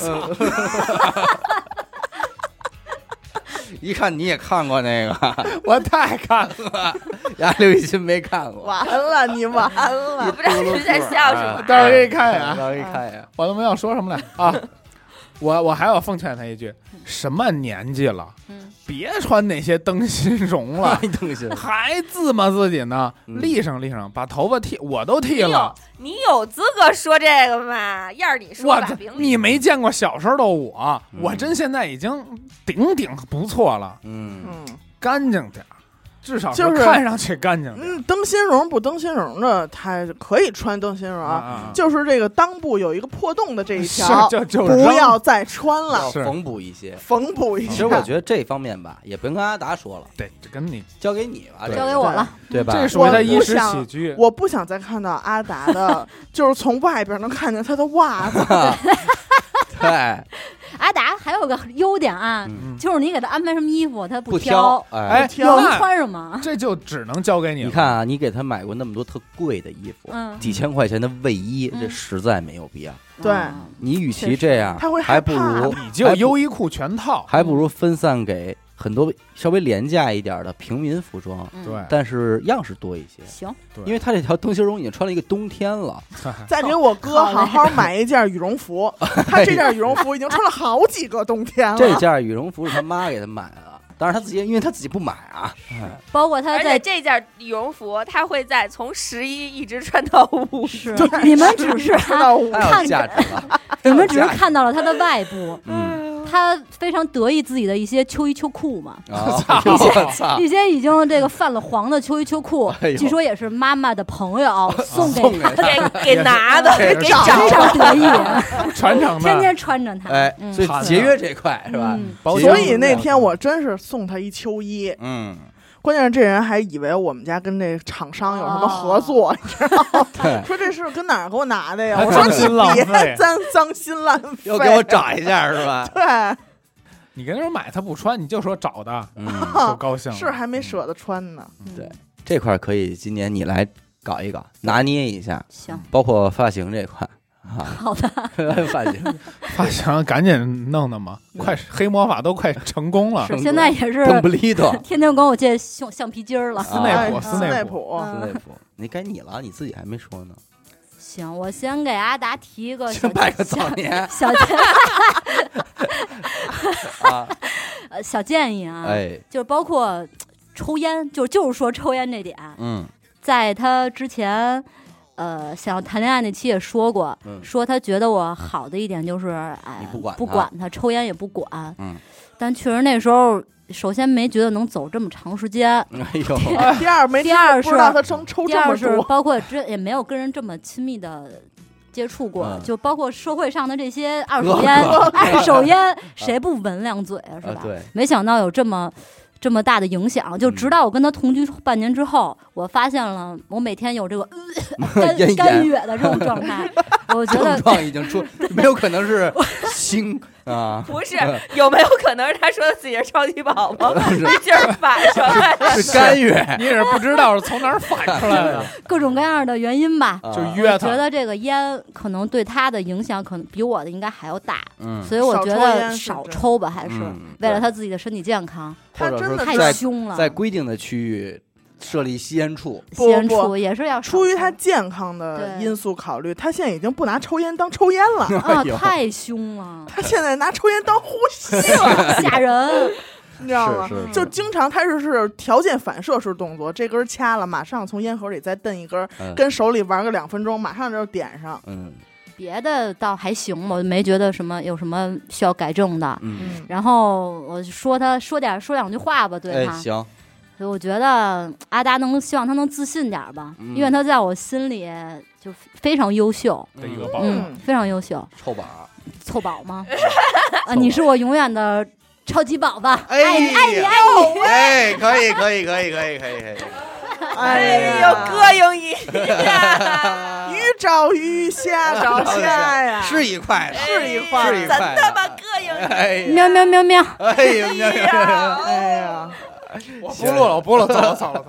[SPEAKER 1] 呃 一看你也看过那 个，
[SPEAKER 4] 我太看了，
[SPEAKER 1] 呀，刘雨欣没看过，
[SPEAKER 2] 完了，你完
[SPEAKER 3] 啊 我
[SPEAKER 2] 了，
[SPEAKER 3] 不知道
[SPEAKER 1] 咕噜
[SPEAKER 3] 你在
[SPEAKER 1] 咕噜
[SPEAKER 3] 笑什么
[SPEAKER 1] 啊，
[SPEAKER 4] 待会儿给你看一
[SPEAKER 1] 到
[SPEAKER 4] 眼
[SPEAKER 1] 时
[SPEAKER 4] 啊，
[SPEAKER 1] 候一看呀，
[SPEAKER 4] 我都没有说什么来啊。 我我还要奉劝他一句：什么年纪了，
[SPEAKER 5] 嗯
[SPEAKER 4] 别穿那些灯芯绒 了
[SPEAKER 1] 哎，，邓鑫，
[SPEAKER 4] 还自摸自己呢，
[SPEAKER 1] 嗯
[SPEAKER 4] 立上立上，把头发剃，我都
[SPEAKER 3] 你
[SPEAKER 4] 剃
[SPEAKER 3] 有
[SPEAKER 4] 了。
[SPEAKER 3] 你有资格说这个吗？燕儿，你说
[SPEAKER 4] 我
[SPEAKER 3] 吧
[SPEAKER 4] 这，
[SPEAKER 3] 饼
[SPEAKER 4] 你
[SPEAKER 3] 你
[SPEAKER 4] 没见过小时候的我，
[SPEAKER 1] 嗯
[SPEAKER 4] 我真现在已经顶顶不错了，
[SPEAKER 1] 嗯，
[SPEAKER 2] 嗯
[SPEAKER 4] 干净点儿，至少
[SPEAKER 2] 就是
[SPEAKER 4] 看上去干净点
[SPEAKER 2] 嗯，灯芯绒不灯芯绒的，他可以穿灯芯绒
[SPEAKER 4] 儿
[SPEAKER 2] 啊，
[SPEAKER 4] 啊。
[SPEAKER 2] 就是这个裆部有一个破洞的这一
[SPEAKER 4] 是
[SPEAKER 2] 条，
[SPEAKER 4] 就就
[SPEAKER 2] 不
[SPEAKER 4] 扔
[SPEAKER 2] 要再穿
[SPEAKER 1] 要
[SPEAKER 2] 了，
[SPEAKER 4] 是
[SPEAKER 1] 缝补一些。
[SPEAKER 2] 缝补一下。
[SPEAKER 1] 其实我觉得这方面吧，也不用跟阿达说了，
[SPEAKER 4] 对，这跟你
[SPEAKER 1] 交给你吧，嗯
[SPEAKER 4] 对
[SPEAKER 5] 交给我了，
[SPEAKER 1] 对吧？
[SPEAKER 4] 这属于他
[SPEAKER 2] 我
[SPEAKER 4] 衣
[SPEAKER 2] 不
[SPEAKER 4] 食
[SPEAKER 2] 想
[SPEAKER 4] 起居，
[SPEAKER 2] 我不想再看到阿达 的，就是从外边能看见他的袜
[SPEAKER 1] 啊
[SPEAKER 2] 子。
[SPEAKER 1] 对，哎
[SPEAKER 5] 阿达还有个优点啊，
[SPEAKER 1] 嗯
[SPEAKER 4] 嗯
[SPEAKER 5] 就是你给他安排什么衣服，他
[SPEAKER 1] 不
[SPEAKER 5] 挑，，
[SPEAKER 1] 哎，
[SPEAKER 4] 哎，
[SPEAKER 5] 有
[SPEAKER 4] 那
[SPEAKER 5] 人穿什么，啊
[SPEAKER 4] 这就只能交给你了。
[SPEAKER 1] 你看啊，你给他买过那么多特贵的衣服，
[SPEAKER 5] 嗯，
[SPEAKER 1] 几千块钱的卫衣，
[SPEAKER 5] 嗯
[SPEAKER 1] 这实在没有必要。
[SPEAKER 2] 对
[SPEAKER 5] 嗯
[SPEAKER 1] 你与其
[SPEAKER 5] 确实
[SPEAKER 1] 这样，
[SPEAKER 2] 他会害
[SPEAKER 1] 还不
[SPEAKER 2] 怕
[SPEAKER 1] 如
[SPEAKER 4] 你就优衣库全套，
[SPEAKER 1] 还不如分散给很多稍微廉价一点的平民服装，
[SPEAKER 5] 嗯
[SPEAKER 4] 对，
[SPEAKER 1] 但是样式多一些。
[SPEAKER 5] 行，
[SPEAKER 1] 因为他这条灯芯绒已经穿了一个冬天了，
[SPEAKER 2] 再给我哥
[SPEAKER 5] 好嘞
[SPEAKER 2] 好好买一件羽绒 服，他这件羽绒服已经穿了好几个冬天
[SPEAKER 1] 这
[SPEAKER 2] 了。
[SPEAKER 1] 件羽绒服是他妈给他买的，当然他自己因为他自己不买啊，
[SPEAKER 5] 包括他
[SPEAKER 3] 而且
[SPEAKER 5] 在
[SPEAKER 3] 这件羽绒服他会在从十一一直穿到五
[SPEAKER 5] 是
[SPEAKER 2] 对
[SPEAKER 5] 你们只是
[SPEAKER 2] 知道我
[SPEAKER 1] 太有价值了。
[SPEAKER 5] 你们只是看到了他的外部，
[SPEAKER 1] 嗯，
[SPEAKER 5] 他非常得意自己的一些秋衣秋裤 嘛，
[SPEAKER 1] 啊
[SPEAKER 4] 操
[SPEAKER 1] 我操，
[SPEAKER 5] 一些已经这个泛了黄的秋衣秋裤
[SPEAKER 1] 啊哎呦，哦
[SPEAKER 5] 据说也是妈妈的朋友送给
[SPEAKER 1] 送给他，
[SPEAKER 3] 给给拿的，
[SPEAKER 1] 这
[SPEAKER 3] 给
[SPEAKER 1] 是
[SPEAKER 3] 找
[SPEAKER 5] 非常得意，
[SPEAKER 4] 全程
[SPEAKER 5] 天
[SPEAKER 4] 的
[SPEAKER 5] 天穿着它。
[SPEAKER 1] 哎，
[SPEAKER 5] 嗯
[SPEAKER 1] 所以节约这块是吧？
[SPEAKER 5] 嗯
[SPEAKER 4] 包
[SPEAKER 2] 所以那天我真是送他一秋衣，
[SPEAKER 1] 嗯，
[SPEAKER 2] 关键是这人还以为我们家跟这厂商有什么合作，
[SPEAKER 1] 对，
[SPEAKER 2] 说这是跟哪儿给我拿的呀？
[SPEAKER 4] 哦还
[SPEAKER 2] 我说
[SPEAKER 4] 脏心浪
[SPEAKER 2] 你
[SPEAKER 4] 费
[SPEAKER 2] 别 脏脏心烂 肺，
[SPEAKER 1] 又给我找一下是吧？
[SPEAKER 2] 对。
[SPEAKER 4] 你跟人说买他不穿，你就说找的，
[SPEAKER 1] 嗯，
[SPEAKER 4] 就高兴了。
[SPEAKER 2] 哦是还没舍得穿呢。
[SPEAKER 5] 嗯
[SPEAKER 1] 对这块儿可以今年你来搞一搞，拿捏一下，
[SPEAKER 5] 行，
[SPEAKER 1] 包括发型这块。啊，
[SPEAKER 5] 好的，
[SPEAKER 1] 发型
[SPEAKER 4] 发型赶紧弄弄嘛，快黑魔法都快成功了
[SPEAKER 1] 是，
[SPEAKER 5] 现在也是
[SPEAKER 1] 邓布利多，
[SPEAKER 5] 天天管我借橡橡皮筋儿了。
[SPEAKER 1] 啊
[SPEAKER 4] 内
[SPEAKER 2] 哎
[SPEAKER 4] 普
[SPEAKER 2] 斯
[SPEAKER 4] 内普
[SPEAKER 2] 普，
[SPEAKER 1] 斯
[SPEAKER 5] 嗯
[SPEAKER 1] 内普，你该你了，你自己还没说呢。
[SPEAKER 5] 行，我先给阿达提一个小
[SPEAKER 1] 拜个
[SPEAKER 5] 小
[SPEAKER 1] 早年
[SPEAKER 5] 小
[SPEAKER 1] 啊，
[SPEAKER 5] 呃小建议啊，
[SPEAKER 1] 哎，
[SPEAKER 5] 就是包括抽烟，就就是说抽烟这点，
[SPEAKER 1] 嗯
[SPEAKER 5] 在他之前，呃想要谈恋爱那期也说过，
[SPEAKER 1] 嗯
[SPEAKER 5] 说他觉得我好的一点就是，哎
[SPEAKER 1] 你，不管他
[SPEAKER 5] 他，抽烟也不管。
[SPEAKER 1] 嗯，
[SPEAKER 5] 但确实那时候，首先没觉得能走这么长时间，
[SPEAKER 1] 哎呦，
[SPEAKER 2] 第二没
[SPEAKER 5] 第二
[SPEAKER 2] 不
[SPEAKER 5] 是
[SPEAKER 2] 知道他抽抽
[SPEAKER 5] 第
[SPEAKER 2] 这
[SPEAKER 5] 二
[SPEAKER 2] 么
[SPEAKER 5] 是
[SPEAKER 2] 多，
[SPEAKER 5] 包括这也没有跟人这么亲密的接触过，
[SPEAKER 1] 嗯
[SPEAKER 5] 就包括社会上的这些二手烟，二手烟谁不闻两嘴啊，是
[SPEAKER 1] 啊
[SPEAKER 5] 吧？
[SPEAKER 1] 对，嗯
[SPEAKER 5] 没想到有这么。这么大的影响，就直到我跟他同居半年之后，我发现了我每天有这个 呃
[SPEAKER 1] 咽
[SPEAKER 5] 干干
[SPEAKER 1] 炎
[SPEAKER 5] 哕的这种状 态，我觉得
[SPEAKER 1] 症状已经出，没有可能是星啊，
[SPEAKER 3] 不是，有没有可能是他说自己是超级宝宝，一劲儿反上来？
[SPEAKER 1] 是干预，
[SPEAKER 4] 你也是啊不知道是从哪儿反出来的，
[SPEAKER 5] 各种各样的原因吧。
[SPEAKER 1] 啊
[SPEAKER 4] 就约
[SPEAKER 5] 觉
[SPEAKER 4] 他。
[SPEAKER 5] 得这个烟可能对他的影响，可能比我的应该还要大，
[SPEAKER 1] 嗯，
[SPEAKER 5] 所以我觉
[SPEAKER 2] 少抽烟
[SPEAKER 5] 得
[SPEAKER 2] 是
[SPEAKER 5] 少
[SPEAKER 2] 真的
[SPEAKER 5] 抽吧，还是
[SPEAKER 1] 嗯
[SPEAKER 5] 为了
[SPEAKER 1] 对
[SPEAKER 5] 他自己的身体健康，
[SPEAKER 2] 他
[SPEAKER 1] 或者
[SPEAKER 2] 真
[SPEAKER 1] 说
[SPEAKER 2] 的
[SPEAKER 5] 太
[SPEAKER 1] 在
[SPEAKER 5] 凶了。
[SPEAKER 1] 在规定的区域设立吸烟处，
[SPEAKER 2] 不
[SPEAKER 5] 先
[SPEAKER 2] 不
[SPEAKER 5] 出也是要
[SPEAKER 2] 出于
[SPEAKER 5] 啊少
[SPEAKER 2] 他健康的
[SPEAKER 5] 对
[SPEAKER 2] 因素考虑，他现在已经不拿抽烟当抽烟了，，
[SPEAKER 5] 抽啊，
[SPEAKER 1] 哎呦
[SPEAKER 5] 太 凶了
[SPEAKER 2] 他现在拿抽烟当呼吸了，
[SPEAKER 5] 吓人。
[SPEAKER 2] 你知道吗？
[SPEAKER 1] 是是，
[SPEAKER 2] 就经常他就是条件反射式动作，这根儿掐了，马上从烟盒里再蹬一根儿，
[SPEAKER 1] 嗯
[SPEAKER 2] 跟手里玩个两分钟，马上就点上。
[SPEAKER 1] 嗯
[SPEAKER 5] 别的倒还行，我没觉得什么有什么需要改正的。
[SPEAKER 1] 嗯，
[SPEAKER 2] 嗯，
[SPEAKER 5] 然后我就说他说点说两句话吧，对
[SPEAKER 1] 哎
[SPEAKER 5] 他，
[SPEAKER 1] 行，
[SPEAKER 5] 所以我觉得阿达能希望他能自信点儿吧，
[SPEAKER 1] 嗯哦
[SPEAKER 5] 因为他在我心里就非常优秀，
[SPEAKER 4] 这一个包，
[SPEAKER 5] 嗯，非常优秀。
[SPEAKER 1] 臭宝儿，
[SPEAKER 5] 凑宝 吗？
[SPEAKER 1] 宝
[SPEAKER 5] 啊，你是我永远的超级宝吧？
[SPEAKER 1] 哎
[SPEAKER 5] 爱你，爱你，爱
[SPEAKER 6] 哎，可以可以可以可以可以可以，
[SPEAKER 2] 哎
[SPEAKER 3] 有膈应一
[SPEAKER 2] 呀，
[SPEAKER 3] 下，
[SPEAKER 2] 鱼找鱼，虾 找虾呀，
[SPEAKER 6] 是一块的，
[SPEAKER 2] 是一块儿
[SPEAKER 6] 是一
[SPEAKER 3] 真
[SPEAKER 6] 块
[SPEAKER 3] 他妈
[SPEAKER 6] 的。
[SPEAKER 3] 膈应啊哦你！
[SPEAKER 6] 哎
[SPEAKER 5] 你，
[SPEAKER 6] 呀，
[SPEAKER 5] 喵喵喵喵！
[SPEAKER 6] 哎呀，喵喵喵
[SPEAKER 2] 哎呀，
[SPEAKER 4] 我不录了，我不录了，走了走了。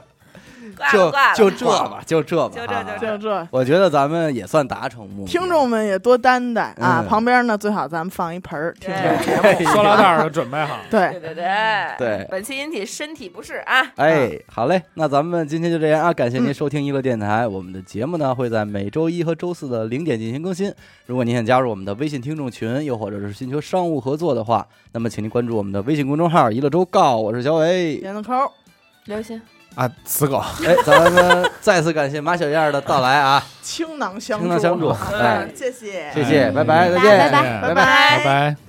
[SPEAKER 3] 挂了
[SPEAKER 1] 就
[SPEAKER 3] 挂了，
[SPEAKER 1] 就这吧，就这吧，
[SPEAKER 3] 就这
[SPEAKER 1] 啊
[SPEAKER 3] 就
[SPEAKER 2] 就这。
[SPEAKER 1] 我觉得咱们也算达成目的，
[SPEAKER 2] 听众们也多担待啊！
[SPEAKER 1] 嗯
[SPEAKER 2] 旁边呢，最好咱们放一盆儿听
[SPEAKER 3] 对
[SPEAKER 2] 着。
[SPEAKER 4] 塑料袋儿都准备好。
[SPEAKER 3] 对
[SPEAKER 2] 对，
[SPEAKER 3] 对对
[SPEAKER 1] 对
[SPEAKER 3] 本期引起身体不适啊，
[SPEAKER 1] 哎，好嘞，那咱们今天就这样啊！感谢您收听娱乐电台，我们的节目呢会在每周一和周四的零点进行更新。如果您想加入我们的微信听众群，又或者是寻求商务合作的话，那么请您关注我们的微信公众号“娱乐周告”，我是小伟。
[SPEAKER 2] 点个扣儿，
[SPEAKER 3] 刘星，
[SPEAKER 4] 啊，死狗，
[SPEAKER 1] 哎，咱们再次感谢马小燕的到来啊，
[SPEAKER 2] 倾囊相
[SPEAKER 1] 倾囊相助，
[SPEAKER 2] 助。啊嗯
[SPEAKER 1] 哎，
[SPEAKER 2] 谢谢
[SPEAKER 1] 谢谢，拜拜，再
[SPEAKER 5] 拜
[SPEAKER 1] 见，
[SPEAKER 5] 拜
[SPEAKER 4] 哎拜
[SPEAKER 1] 拜
[SPEAKER 2] 拜
[SPEAKER 4] 拜拜。